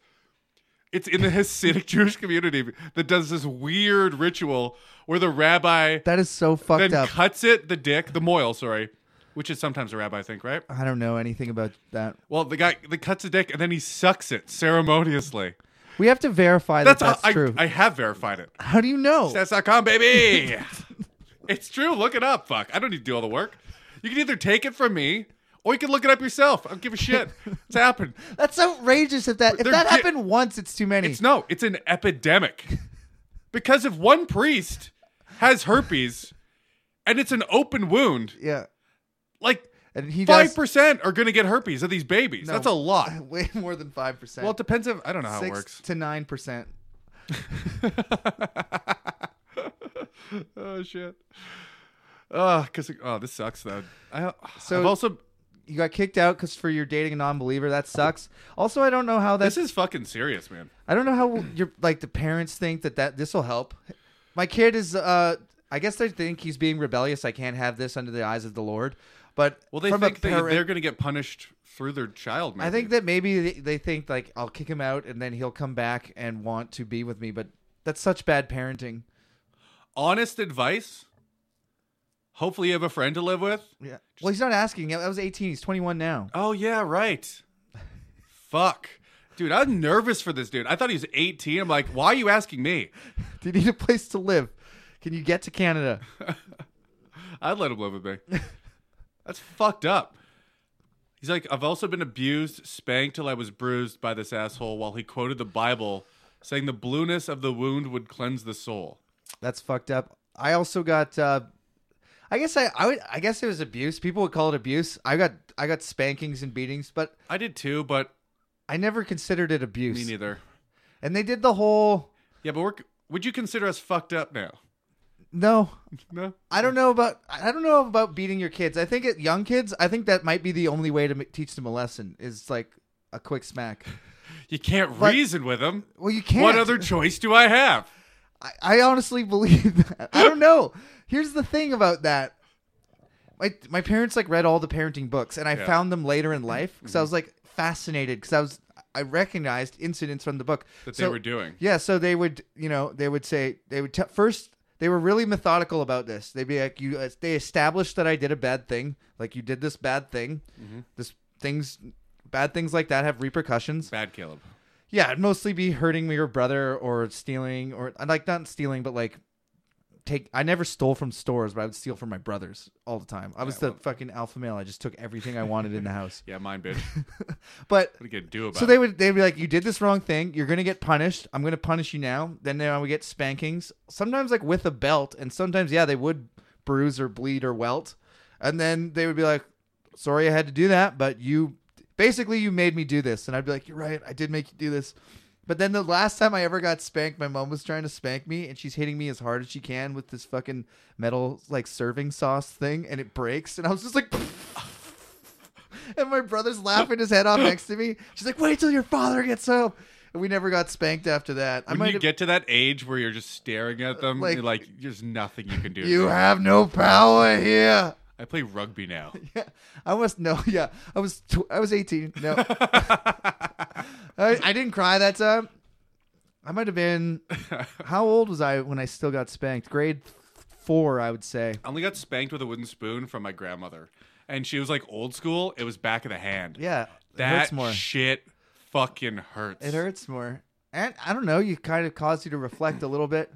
Speaker 2: It's in the Hasidic Jewish community that does this weird ritual where the rabbi
Speaker 1: That is so fucked
Speaker 2: then
Speaker 1: up.
Speaker 2: cuts it, the dick, the moil, sorry, which is sometimes a rabbi, I think, right?
Speaker 1: I don't know anything about that.
Speaker 2: Well, the guy that cuts the dick and then he sucks it ceremoniously.
Speaker 1: We have to verify that
Speaker 2: That's,
Speaker 1: that's,
Speaker 2: I,
Speaker 1: true.
Speaker 2: I, have verified it.
Speaker 1: How do you know?
Speaker 2: Stats.com, baby. it's true. Look it up. Fuck. I don't need to do all the work. You can either take it from me or you can look it up yourself. I don't give a shit. It's happened.
Speaker 1: That's outrageous. If that if
Speaker 2: They're
Speaker 1: that
Speaker 2: get-
Speaker 1: happened once, it's too many.
Speaker 2: It's no, it's an epidemic. Because if one priest has herpes and it's an open wound,
Speaker 1: yeah.
Speaker 2: like
Speaker 1: and he
Speaker 2: Five
Speaker 1: does
Speaker 2: percent are gonna get herpes of these babies.
Speaker 1: No.
Speaker 2: That's a lot.
Speaker 1: way more than five percent.
Speaker 2: Well, it depends if I don't know how it
Speaker 1: six
Speaker 2: works.
Speaker 1: to nine percent.
Speaker 2: oh shit. Uh, cause oh, this sucks though. I so
Speaker 1: So-
Speaker 2: I've also
Speaker 1: You got kicked out because for your dating a non-believer. That sucks. Also, I don't know how that's.
Speaker 2: this is fucking serious, man.
Speaker 1: I don't know how your like the parents think that that this will help. My kid is. uh I guess they think he's being rebellious. I can't have this under the eyes of the Lord. But
Speaker 2: Well, they
Speaker 1: from
Speaker 2: think
Speaker 1: a
Speaker 2: they,
Speaker 1: parent,
Speaker 2: they're gonna get punished through their child. Maybe.
Speaker 1: I think that maybe they- they think like I'll kick him out and then he'll come back and want to be with me. But that's such bad parenting.
Speaker 2: honest advice. Hopefully, you have a friend to live with.
Speaker 1: Yeah. Well, he's not asking. I was 18. He's 21 now.
Speaker 2: Oh yeah, right. Fuck. Dude, I'm nervous for this dude. I thought he was 18. I'm like, why are you asking me?
Speaker 1: Do you need a place to live? Can you get to Canada?
Speaker 2: I'd let him live with me. That's fucked up. He's like, I've also been abused, spanked till I was bruised by this asshole while he quoted the Bible, saying the blueness of the wound would cleanse the soul.
Speaker 1: That's fucked up. I also got. Uh, I guess I, I would. I guess it was abuse. People would call it abuse. I got. I got spankings and beatings, but
Speaker 2: I did too, but
Speaker 1: I never considered it abuse.
Speaker 2: me neither.
Speaker 1: And they did the whole.
Speaker 2: Yeah, but we're, would you consider us fucked up now?
Speaker 1: No,
Speaker 2: No.
Speaker 1: I don't know about. I don't know about beating your kids. I think at young kids, I think that might be the only way to m- teach them a lesson is like a quick smack.
Speaker 2: You can't
Speaker 1: But-
Speaker 2: reason with him.
Speaker 1: Well, you can't.
Speaker 2: What other choice do I have?
Speaker 1: I, I honestly believe that. I don't know. Here's the thing about that. My my parents like read all the parenting books, and I
Speaker 2: Yeah. Mm-hmm.
Speaker 1: found them later in life because I was like fascinated because I was I recognized incidents from the book
Speaker 2: That they were doing.
Speaker 1: Yeah, so they would you know they would say they would t- first they were really methodical about this. They'd be like you uh, they established that I did a bad thing, like you did this bad thing.
Speaker 2: Mm-hmm.
Speaker 1: This things bad things like that have repercussions.
Speaker 2: Bad Caleb.
Speaker 1: Yeah, it'd mostly be hurting your brother or stealing or like not stealing, but like take. I never stole from stores, but I would steal from my brothers all the time. I was
Speaker 2: Yeah,
Speaker 1: the
Speaker 2: well-
Speaker 1: fucking alpha male. I just took everything I wanted in the house.
Speaker 2: Yeah, mine, bitch.
Speaker 1: But
Speaker 2: What are you going to do about
Speaker 1: so
Speaker 2: it?
Speaker 1: they would they'd be like, "You did this wrong thing. You're gonna get punished. I'm gonna punish you now." Then they would get spankings, sometimes like with a belt, and sometimes yeah, they would bruise or bleed or welt, and then they would be like, "Sorry, I had to do that, but you basically you made me do this." And I'd be like, "You're right. I did make you do this." But then the last time I ever got spanked, my mom was trying to spank me, and she's hitting me as hard as she can with this fucking metal like serving sauce thing, and it breaks, and I was just like. And my brother's laughing his head off next to me. She's like, "Wait till your father gets home." And we never got spanked after that. I
Speaker 2: When
Speaker 1: might
Speaker 2: you
Speaker 1: have,
Speaker 2: get to that age where you're just staring at them,
Speaker 1: Like-
Speaker 2: you're like, there's nothing you can do.
Speaker 1: you have no power here.
Speaker 2: I play rugby now.
Speaker 1: Yeah, I was no. Yeah, I was. Tw- I was eighteen. No, I, I didn't cry that time. I might have been. How old was I when I still got spanked? Grade four, I would say.
Speaker 2: I only got spanked with a wooden spoon from my grandmother. And she was like old school, it was back of the hand.
Speaker 1: Yeah, it
Speaker 2: that
Speaker 1: hurts more.
Speaker 2: shit fucking hurts.
Speaker 1: It hurts more. And I don't know, you kind of caused you to reflect a little bit.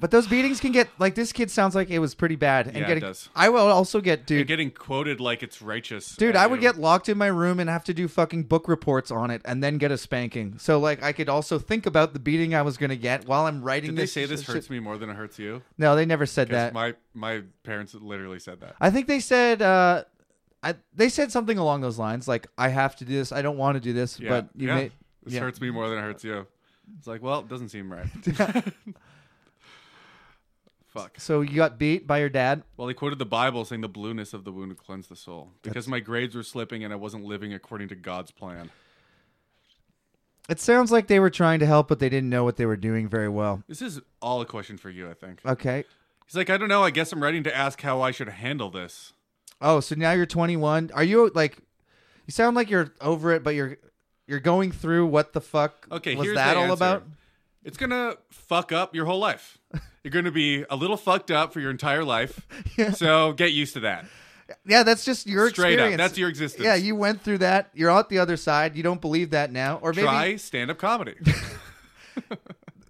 Speaker 1: But those beatings can get like this kid sounds like it was pretty bad. And
Speaker 2: Yeah, it
Speaker 1: getting,
Speaker 2: does.
Speaker 1: I will also get
Speaker 2: You're
Speaker 1: dude.
Speaker 2: getting quoted like it's righteous.
Speaker 1: dude,
Speaker 2: at
Speaker 1: I would
Speaker 2: you.
Speaker 1: get locked in my room and have to do fucking book reports on it and then get a spanking. So like I could also think about the beating I was gonna get while I'm writing
Speaker 2: Did they
Speaker 1: this.
Speaker 2: say this
Speaker 1: shit.
Speaker 2: hurts me more than it hurts you?
Speaker 1: No, they never said
Speaker 2: Because
Speaker 1: that.
Speaker 2: my, my parents literally said that.
Speaker 1: I think they said uh I, they said something along those lines, like I have to do this, I don't want to do this,
Speaker 2: Yeah.
Speaker 1: but you
Speaker 2: yeah.
Speaker 1: may
Speaker 2: this
Speaker 1: yeah.
Speaker 2: hurts me more than it hurts you. It's like, well, it doesn't seem right. Fuck.
Speaker 1: So you got beat by your dad.
Speaker 2: Well, he quoted the Bible saying the blueness of the wound would cleanse the soul. Because my grades were slipping and I wasn't living according to God's plan.
Speaker 1: It sounds like they were trying to help, but they didn't know what they were doing very well.
Speaker 2: This is all a question for you, I think.
Speaker 1: Okay.
Speaker 2: He's like, I don't know. I guess I'm ready to ask how I should handle this.
Speaker 1: Oh, so now you're 21. Are you like? You sound like you're over it, but you're you're going through what the fuck
Speaker 2: Okay,
Speaker 1: was
Speaker 2: here's
Speaker 1: that
Speaker 2: the
Speaker 1: all
Speaker 2: answer.
Speaker 1: about?
Speaker 2: It's gonna fuck up your whole life. You're gonna be a little fucked up for your entire life.
Speaker 1: Yeah.
Speaker 2: So get used to that.
Speaker 1: Yeah, that's just your
Speaker 2: Straight
Speaker 1: experience.
Speaker 2: up, that's your existence.
Speaker 1: Yeah, you went through that. You're out the other side. You don't believe that now, or maybe
Speaker 2: try stand-up comedy.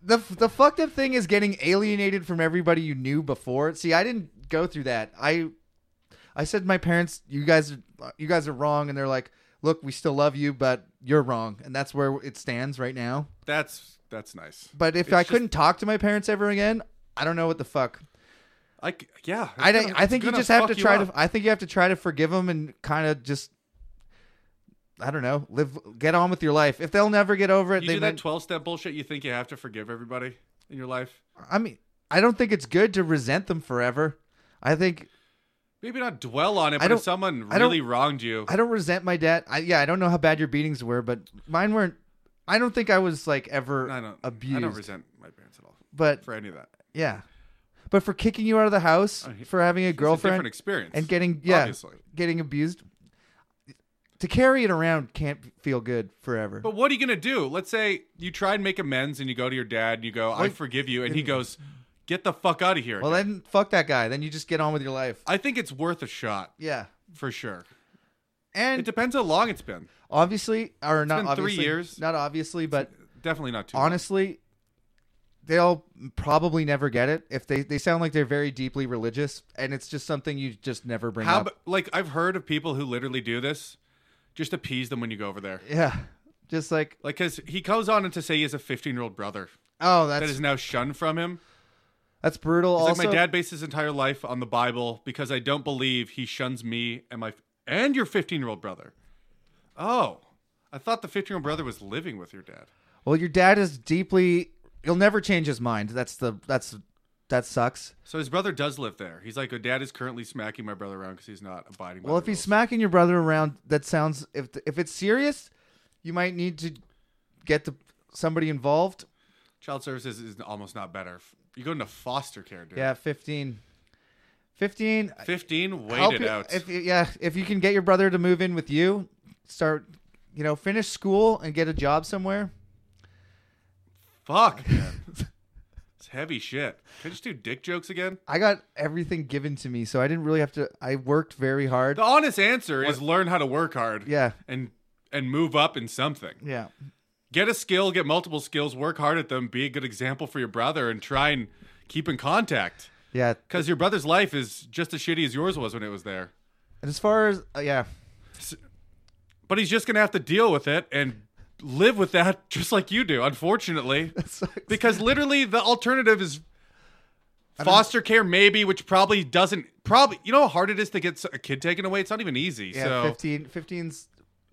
Speaker 1: the the fucked up thing is getting alienated from everybody you knew before. See, I didn't go through that. I I said to my parents, "You guys, are- you guys are wrong," and they're like, "Look, we still love you, but you're wrong," and that's where it stands right now.
Speaker 2: that's that's nice.
Speaker 1: But if
Speaker 2: It's
Speaker 1: I
Speaker 2: just-
Speaker 1: couldn't talk to my parents ever again, I don't know what the fuck.
Speaker 2: Like, yeah.
Speaker 1: I,
Speaker 2: it's
Speaker 1: don't-
Speaker 2: gonna-
Speaker 1: I
Speaker 2: it's
Speaker 1: think you
Speaker 2: gonna
Speaker 1: just have
Speaker 2: fuck
Speaker 1: to
Speaker 2: you
Speaker 1: try
Speaker 2: up.
Speaker 1: to. I think you have to try to forgive them and kind of just. I don't know. Live, get on with your life. If they'll never get over it,
Speaker 2: You
Speaker 1: they.
Speaker 2: do that
Speaker 1: meant-
Speaker 2: twelve step bullshit. You think you have to forgive everybody in your life?
Speaker 1: I mean, I don't think it's good to resent them forever. I think
Speaker 2: Maybe not dwell on it,
Speaker 1: I
Speaker 2: but
Speaker 1: don't-
Speaker 2: if someone
Speaker 1: I don't-
Speaker 2: really wronged you,
Speaker 1: I don't resent my dad. I, yeah, I don't know how bad your beatings were, but mine weren't. I don't think I was like ever
Speaker 2: I don't.
Speaker 1: abused.
Speaker 2: I don't resent my parents at all
Speaker 1: but
Speaker 2: for any of that.
Speaker 1: yeah, but for kicking you out of the house,
Speaker 2: Oh, he-
Speaker 1: for having a
Speaker 2: it's a
Speaker 1: girlfriend,
Speaker 2: different experience
Speaker 1: and getting yeah,
Speaker 2: obviously.
Speaker 1: getting abused. To carry it around can't feel good forever.
Speaker 2: But what are you gonna do? Let's say you try and make amends, and you go to your dad, and you go, "I
Speaker 1: Wait.
Speaker 2: forgive you," and he goes, "Get the fuck out of here."
Speaker 1: Well, then fuck that guy. Then you just get on with your life.
Speaker 2: I think it's worth a shot
Speaker 1: Yeah,
Speaker 2: for sure. It
Speaker 1: and
Speaker 2: depends how long it's been.
Speaker 1: obviously, or not
Speaker 2: been three
Speaker 1: obviously,
Speaker 2: years.
Speaker 1: not obviously, but
Speaker 2: Definitely not too. long.
Speaker 1: honestly, they'll probably never get it if they they sound like they're very deeply religious, and it's just something you just never bring
Speaker 2: How
Speaker 1: up.
Speaker 2: ab- like I've heard of people who literally do this, just appease them when you go over there.
Speaker 1: yeah, just like
Speaker 2: Like, cause he goes on to say he has a 15 year old brother
Speaker 1: oh,
Speaker 2: that
Speaker 1: that's
Speaker 2: is now shunned from him.
Speaker 1: that's brutal.
Speaker 2: It's
Speaker 1: Also,
Speaker 2: like my dad based his entire life on the Bible because I don't believe he shuns me and my and your 15 year old brother. Oh, I thought the 15 year old brother was living with your dad.
Speaker 1: well, your dad is deeply. He'll never change his mind. That's the that's that sucks.
Speaker 2: So his brother does live there. He's like, oh, dad is currently smacking my brother around because he's not abiding. By
Speaker 1: Well,
Speaker 2: the
Speaker 1: if he's
Speaker 2: rules."
Speaker 1: smacking your brother around, that sounds if if it's serious, you might need to get the, somebody involved.
Speaker 2: child services is almost not better. You go into foster care, dude.
Speaker 1: Yeah, 15. 15
Speaker 2: 15, wait
Speaker 1: help
Speaker 2: it
Speaker 1: you-
Speaker 2: out.
Speaker 1: If you- yeah, if you can get your brother to move in with you, start you know, finish school and get a job somewhere.
Speaker 2: Fuck, man. it's heavy shit. Can I just do dick jokes again?
Speaker 1: I got everything given to me, so I didn't really have to I worked very hard.
Speaker 2: The honest answer is learn how to work hard.
Speaker 1: Yeah.
Speaker 2: And and move up in something.
Speaker 1: Yeah.
Speaker 2: Get a skill, get multiple skills, work hard at them, be a good example for your brother and try and keep in contact.
Speaker 1: Yeah.
Speaker 2: Cuz your brother's life is just as shitty as yours was when it was there.
Speaker 1: And as far as uh, yeah,
Speaker 2: But he's just going to have to deal with it and live with that just like you do, unfortunately.
Speaker 1: that sucks.
Speaker 2: because literally the alternative is foster care maybe which probably doesn't probably you know how hard it is to get a kid taken away it's not even easy
Speaker 1: yeah,
Speaker 2: so
Speaker 1: 15 15's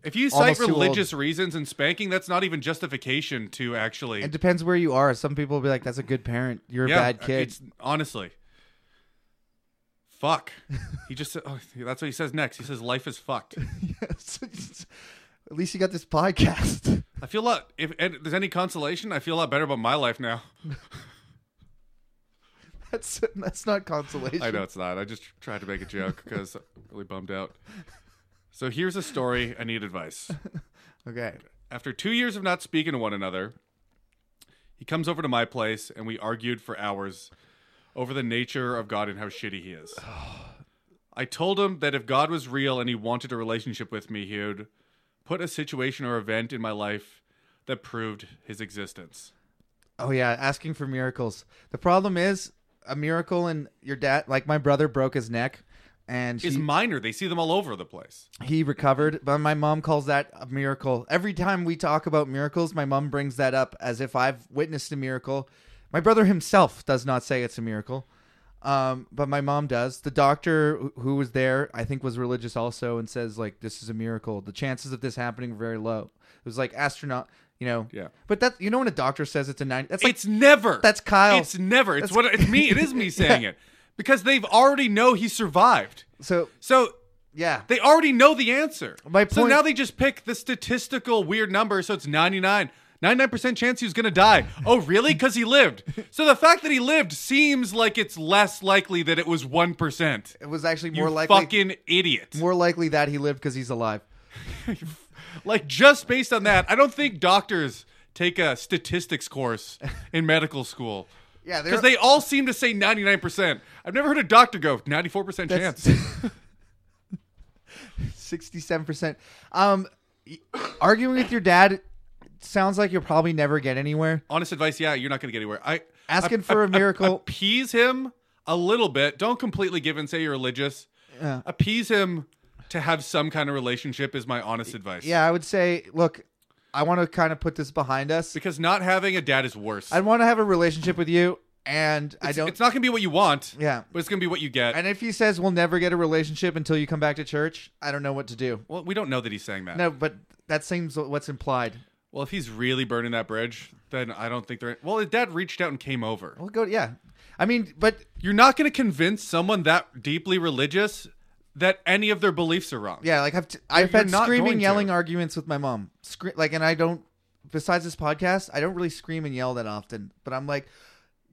Speaker 2: if you cite
Speaker 1: almost too old.
Speaker 2: religious reasons and spanking that's not even justification to actually
Speaker 1: it depends where you are. Some people will be like that's a good parent. You're
Speaker 2: yeah,
Speaker 1: a bad kid.
Speaker 2: it's honestly fuck he just said oh, that's what he says next he says life is fucked
Speaker 1: Yes. At least you got this podcast.
Speaker 2: i feel a lot if, and if there's any consolation i feel a lot better about my life now
Speaker 1: That's that's not consolation.
Speaker 2: I know it's not. I just tried to make a joke because I'm really bummed out. So here's a story. I need advice.
Speaker 1: Okay.
Speaker 2: After two years of not speaking to one another, he comes over to my place and we argued for hours over the nature of God and how shitty he is. I told him that if God was real and he wanted a relationship with me, he would put a situation or event in my life that proved his existence.
Speaker 1: Oh yeah, asking for miracles. The problem is a miracle and your dad like my brother broke his neck and
Speaker 2: It's
Speaker 1: he,
Speaker 2: minor. They see them all over the place.
Speaker 1: he recovered, but my mom calls that a miracle. Every time we talk about miracles, my mom brings that up as if I've witnessed a miracle. My brother himself does not say it's a miracle. Um, but my mom does. The doctor wh- who was there, I think, was religious also, and says like, "This is a miracle. The chances of this happening are very low." It was like astronaut, you know.
Speaker 2: Yeah.
Speaker 1: But that you know when a doctor says it's a nine, that's like
Speaker 2: it's never.
Speaker 1: that's Kyle.
Speaker 2: It's never. It's what it's me. It is me saying it because they've already know he survived.
Speaker 1: so
Speaker 2: So
Speaker 1: yeah.
Speaker 2: they already know the answer.
Speaker 1: My
Speaker 2: so
Speaker 1: point-
Speaker 2: now they just pick the statistical weird number. So it's 99. 99% chance he was going to die. Oh, really? Because he lived. So the fact that he lived seems like it's less likely that it was 1%.
Speaker 1: it was actually
Speaker 2: You
Speaker 1: more likely
Speaker 2: fucking idiot.
Speaker 1: more likely that he lived because he's alive.
Speaker 2: Like, just based on that, I don't think doctors take a statistics course in medical school.
Speaker 1: Yeah, they're-
Speaker 2: Because they all seem to say 99%. I've never heard a doctor go, 94% chance.
Speaker 1: Sixty-seven percent. Um, y- arguing with your dad sounds like you'll probably never get anywhere.
Speaker 2: Honest advice, yeah, you're not going to get anywhere. I
Speaker 1: Asking
Speaker 2: I-
Speaker 1: for
Speaker 2: I-
Speaker 1: a miracle.
Speaker 2: appease him a little bit. Don't completely give and say you're religious.
Speaker 1: Yeah.
Speaker 2: Appease him to have some kind of relationship is my honest advice.
Speaker 1: Yeah, I would say, look, I want to kind of put this behind us.
Speaker 2: Because not having a dad is worse.
Speaker 1: I want to have a relationship with you. and I
Speaker 2: It's-
Speaker 1: don't.
Speaker 2: It's not gonna be what you want.
Speaker 1: Yeah.
Speaker 2: But it's gonna be what you get.
Speaker 1: and if he says we'll never get a relationship until you come back to church, I don't know what to do.
Speaker 2: well, we don't know that he's saying that.
Speaker 1: No, but that seems what's implied.
Speaker 2: Well, if he's really burning that bridge, then I don't think they're. Well, his dad reached out and came over.
Speaker 1: Well, go. Yeah, I mean, but
Speaker 2: You're not going to convince someone that deeply religious that any of their beliefs are wrong.
Speaker 1: yeah, like I've t- I've had
Speaker 2: not going
Speaker 1: screaming,
Speaker 2: to.
Speaker 1: yelling arguments with my mom. Scre- like, and I don't. Besides this podcast, I don't really scream and yell that often. But I'm like,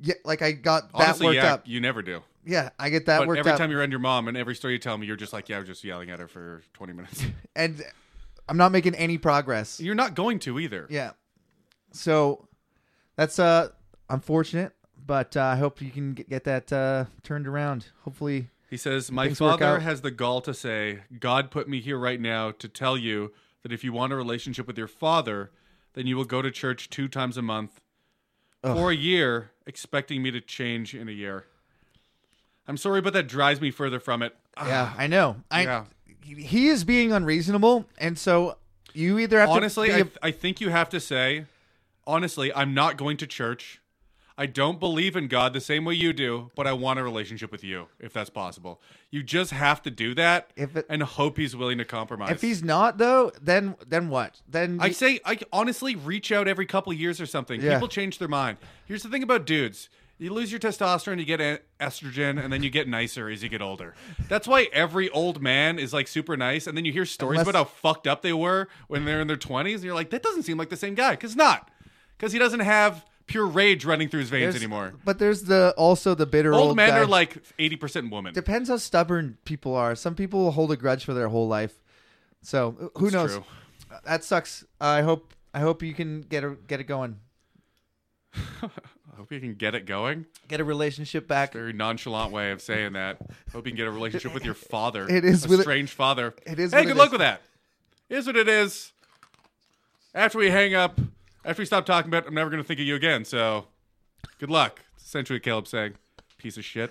Speaker 1: yeah, like I got
Speaker 2: Honestly,
Speaker 1: that worked
Speaker 2: yeah,
Speaker 1: up.
Speaker 2: you never do.
Speaker 1: Yeah, I get that
Speaker 2: But
Speaker 1: worked
Speaker 2: every
Speaker 1: up.
Speaker 2: time you're around your mom and every story you tell me, you're just like, yeah, I was just yelling at her for 20 minutes.
Speaker 1: and I'm not making any progress.
Speaker 2: you're not going to either.
Speaker 1: Yeah. So that's uh unfortunate, but uh, I hope you can get, get that uh, turned around. Hopefully,
Speaker 2: He says, My
Speaker 1: Things work
Speaker 2: father
Speaker 1: out.
Speaker 2: has the gall to say, God put me here right now to tell you that if you want a relationship with your father, then you will go to church two times a month for a year, expecting me to change in a year. I'm sorry, but that drives me further from it.
Speaker 1: yeah, I know. I
Speaker 2: Ah, Yeah.
Speaker 1: he is being unreasonable, and so you either have
Speaker 2: honestly,
Speaker 1: to
Speaker 2: I
Speaker 1: be a-
Speaker 2: I think you have to say, honestly, I'm not going to church. I don't believe in God the same way you do, but I want a relationship with you if that's possible. You just have to do that
Speaker 1: If it-
Speaker 2: and hope he's willing to compromise.
Speaker 1: if he's not though, then then what? Then
Speaker 2: I
Speaker 1: you-
Speaker 2: say, I honestly reach out every couple of years or something.
Speaker 1: Yeah.
Speaker 2: People change their mind. Here's the thing about dudes. You lose your testosterone, you get a- estrogen, and then you get nicer as you get older. That's why every old man is like super nice, and then you hear stories
Speaker 1: Unless-
Speaker 2: about how fucked up they were when they're in their 20s, and you're like, that doesn't seem like the same guy. Because not. Because he doesn't have pure rage running through his veins
Speaker 1: there's-
Speaker 2: anymore.
Speaker 1: But there's the also the bitter old,
Speaker 2: Old men
Speaker 1: guy.
Speaker 2: are like 80% woman.
Speaker 1: depends how stubborn people are. Some people will hold a grudge for their whole life. So uh, who
Speaker 2: It's
Speaker 1: knows?
Speaker 2: true.
Speaker 1: That sucks. I hope I hope you can get a, get it going.
Speaker 2: I hope you can get it going.
Speaker 1: Get a relationship back.
Speaker 2: Very nonchalant way of saying that. Hope you can get a relationship with your father.
Speaker 1: It is
Speaker 2: a
Speaker 1: with-
Speaker 2: strange father.
Speaker 1: it is
Speaker 2: Hey,
Speaker 1: what it
Speaker 2: good luck
Speaker 1: is.
Speaker 2: with that. Is what it is. After we hang up, after we stop talking about, it, I'm never going to think of you again. So, good luck. Essentially, what Caleb saying, piece of shit.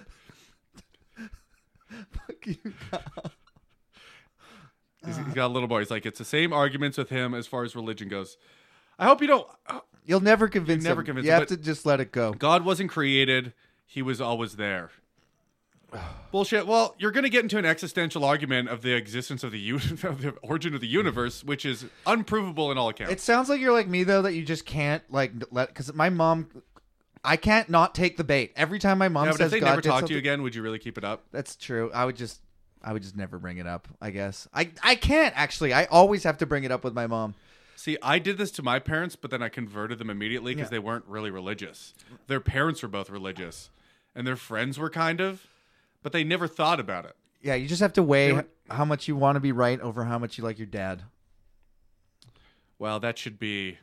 Speaker 2: He's, he's got a little boy. He's like, it's the same arguments with him as far as religion goes. I hope you don't.
Speaker 1: You'll never convince
Speaker 2: never
Speaker 1: him.
Speaker 2: convince
Speaker 1: you
Speaker 2: him,
Speaker 1: have to
Speaker 2: but-
Speaker 1: just let it go.
Speaker 2: God wasn't created, he was always there. Bullshit. Well, you're going to get into an existential argument of the existence of the, u- of the origin of the universe, which is unprovable in all accounts.
Speaker 1: It sounds like you're like me though that you just can't like let because my mom, I can't not take the bait. Every time my mom
Speaker 2: yeah, but if
Speaker 1: says
Speaker 2: they
Speaker 1: God
Speaker 2: never
Speaker 1: did
Speaker 2: talk to
Speaker 1: something-
Speaker 2: you again, would you really keep it up?
Speaker 1: that's true. I would just, I would just never bring it up. I guess I I can't actually. I always have to bring it up with my mom.
Speaker 2: See, I did this to my parents, but then I converted them immediately because
Speaker 1: Yeah.
Speaker 2: they weren't really religious. Their parents were both religious, and their friends were kind of, but they never thought about it.
Speaker 1: Yeah, you just have to weigh
Speaker 2: were-
Speaker 1: how much you want to be right over how much you like your dad.
Speaker 2: Well, that should be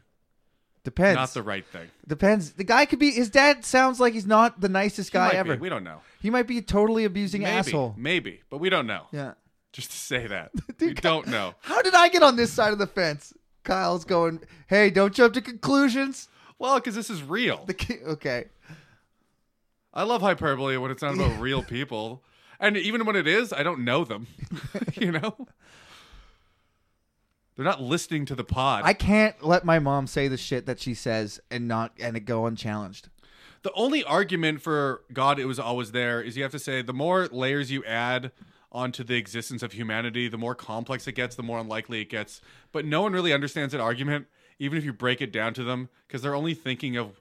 Speaker 1: Depends.
Speaker 2: not the right thing.
Speaker 1: Depends. The guy could be. His dad sounds like he's not the nicest guy
Speaker 2: Might be.
Speaker 1: ever.
Speaker 2: We don't know.
Speaker 1: He might be a totally abusing
Speaker 2: Maybe,
Speaker 1: asshole.
Speaker 2: maybe, but we don't know.
Speaker 1: Yeah.
Speaker 2: Just to say that we don't know.
Speaker 1: How did I get on this side of the fence? Kyle's going, hey, don't jump to conclusions.
Speaker 2: Well, because this is real.
Speaker 1: The ki- okay.
Speaker 2: I love hyperbole when it's not about real people, and even when it is, I don't know them. you know, they're not listening to the pod.
Speaker 1: I can't let my mom say the shit that she says and not and it go unchallenged.
Speaker 2: The only argument for God, it was always there, is you have to say the more layers you add onto the existence of humanity, the more complex it gets, the more unlikely it gets. But no one really understands that argument, even if you break it down to them, because they're only thinking of,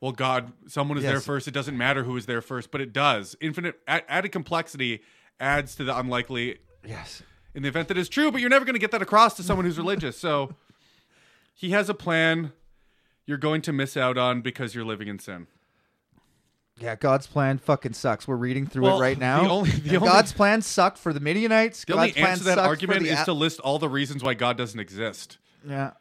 Speaker 2: well, God, someone is there
Speaker 1: Yes.
Speaker 2: first. It doesn't matter who is there first, but it does. Infinite add, added complexity adds to the unlikely
Speaker 1: Yes.
Speaker 2: in the event that is true, but you're never going to get that across to someone who's religious. So he has a plan you're going to miss out on because you're living in sin.
Speaker 1: Yeah, God's plan fucking sucks. We're reading through
Speaker 2: Well,
Speaker 1: it right now.
Speaker 2: the only- the
Speaker 1: And
Speaker 2: only-
Speaker 1: God's plan sucked for the Midianites.
Speaker 2: The
Speaker 1: God's
Speaker 2: only
Speaker 1: plan
Speaker 2: answer to that
Speaker 1: sucked for
Speaker 2: argument
Speaker 1: the
Speaker 2: is
Speaker 1: A-
Speaker 2: to list all the reasons why God doesn't exist.
Speaker 1: Yeah.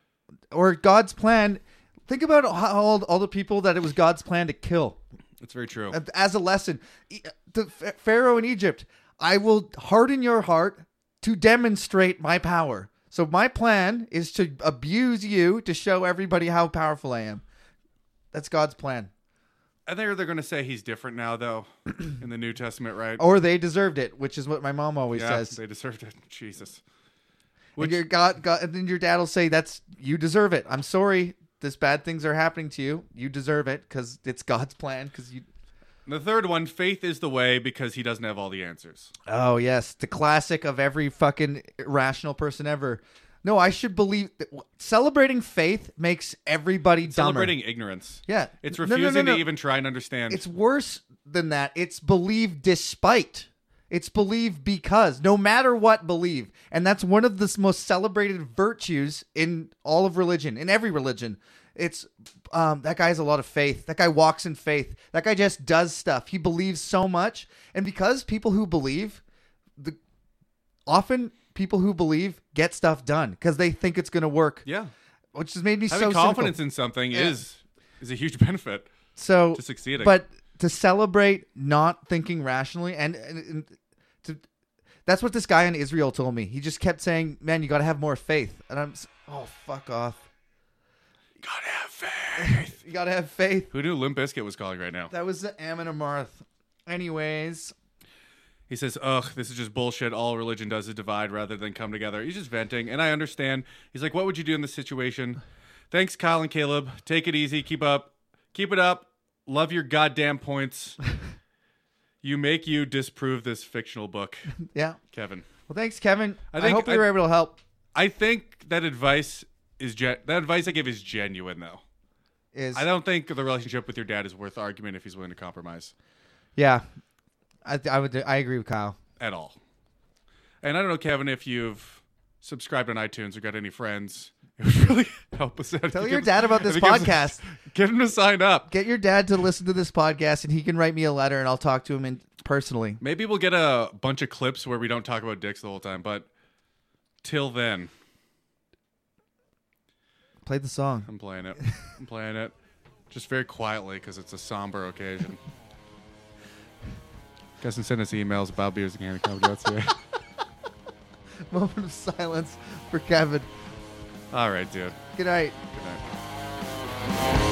Speaker 1: Or God's plan. Think about how all, all the people that it was God's plan to kill.
Speaker 2: That's very true.
Speaker 1: as a lesson. E- The Ph- Pharaoh in Egypt, I will harden your heart to demonstrate my power. So my plan is to abuse you to show everybody how powerful I am. That's God's plan.
Speaker 2: I think they're going to say he's different now, though, in the New Testament, right?
Speaker 1: Or they deserved it, which is what my mom always
Speaker 2: yeah,
Speaker 1: says.
Speaker 2: they deserved it. Jesus.
Speaker 1: And your God, God, and then your dad will say, "That's you deserve it. I'm sorry. This bad things are happening to you. You deserve it because it's God's plan. Because you
Speaker 2: And the third one, faith is the way because he doesn't have all the answers.
Speaker 1: Oh yes, the classic of every fucking rational person ever. No, I should believe celebrating faith makes everybody dumber.
Speaker 2: Celebrating ignorance.
Speaker 1: yeah,
Speaker 2: It's
Speaker 1: No, no, no,
Speaker 2: refusing
Speaker 1: no.
Speaker 2: to even try and understand.
Speaker 1: It's worse than that. It's believe despite. It's believe because no matter what believe, and that's one of the s- most celebrated virtues in all of religion, in every religion. It's um, that guy has a lot of faith. That guy walks in faith. That guy just does stuff. He believes so much, and because people who believe, the often people who believe get stuff done because they think it's going to work.
Speaker 2: yeah.
Speaker 1: which has made me
Speaker 2: Having
Speaker 1: so cynical.
Speaker 2: confidence in something is is a huge benefit.
Speaker 1: So
Speaker 2: to succeeding.
Speaker 1: but to celebrate not thinking rationally and, and, and to, that's what this guy in Israel told me. He just kept saying, "Man, you got to have more faith." And I'm, s- oh fuck off.
Speaker 2: Gotta have faith.
Speaker 1: You got to have faith.
Speaker 2: Who knew Limp Bizkit was calling right now?
Speaker 1: That was the Ammon Amarth. Anyways,
Speaker 2: He says, Ugh, this is just bullshit. All religion does is divide rather than come together. He's just venting, and I understand. He's like, What would you do in this situation? Thanks, Kyle and Caleb. Take it easy. Keep up. Keep it up. Love your goddamn points. you make you disprove this fictional book,
Speaker 1: yeah.
Speaker 2: Kevin.
Speaker 1: Well, thanks, Kevin. I,
Speaker 2: think
Speaker 1: hope we
Speaker 2: I-
Speaker 1: were able to help.
Speaker 2: I think that advice is gen- that advice I give is genuine though.
Speaker 1: Is
Speaker 2: I don't think the relationship with your dad is worth argument if he's willing to compromise.
Speaker 1: yeah. I, I would I agree with Kyle.
Speaker 2: at all. And I don't know, Kevin, if you've subscribed on iTunes or got any friends, it would really help us out. if
Speaker 1: Tell
Speaker 2: you
Speaker 1: your
Speaker 2: give-
Speaker 1: dad about
Speaker 2: if
Speaker 1: this
Speaker 2: you give us-
Speaker 1: podcast.
Speaker 2: Get him to sign up.
Speaker 1: Get your dad to listen to this podcast, and he can write me a letter, and I'll talk to him in, personally.
Speaker 2: Maybe we'll get a bunch of clips where we don't talk about dicks the whole time, but till then,
Speaker 1: Play the song.
Speaker 2: I'm playing it. I'm playing it just very quietly because it's a somber occasion. Guys can send us emails about beers and candy comedy. That's it.
Speaker 1: Moment of silence for Kevin.
Speaker 2: All right, dude.
Speaker 1: Good night.
Speaker 2: Good night.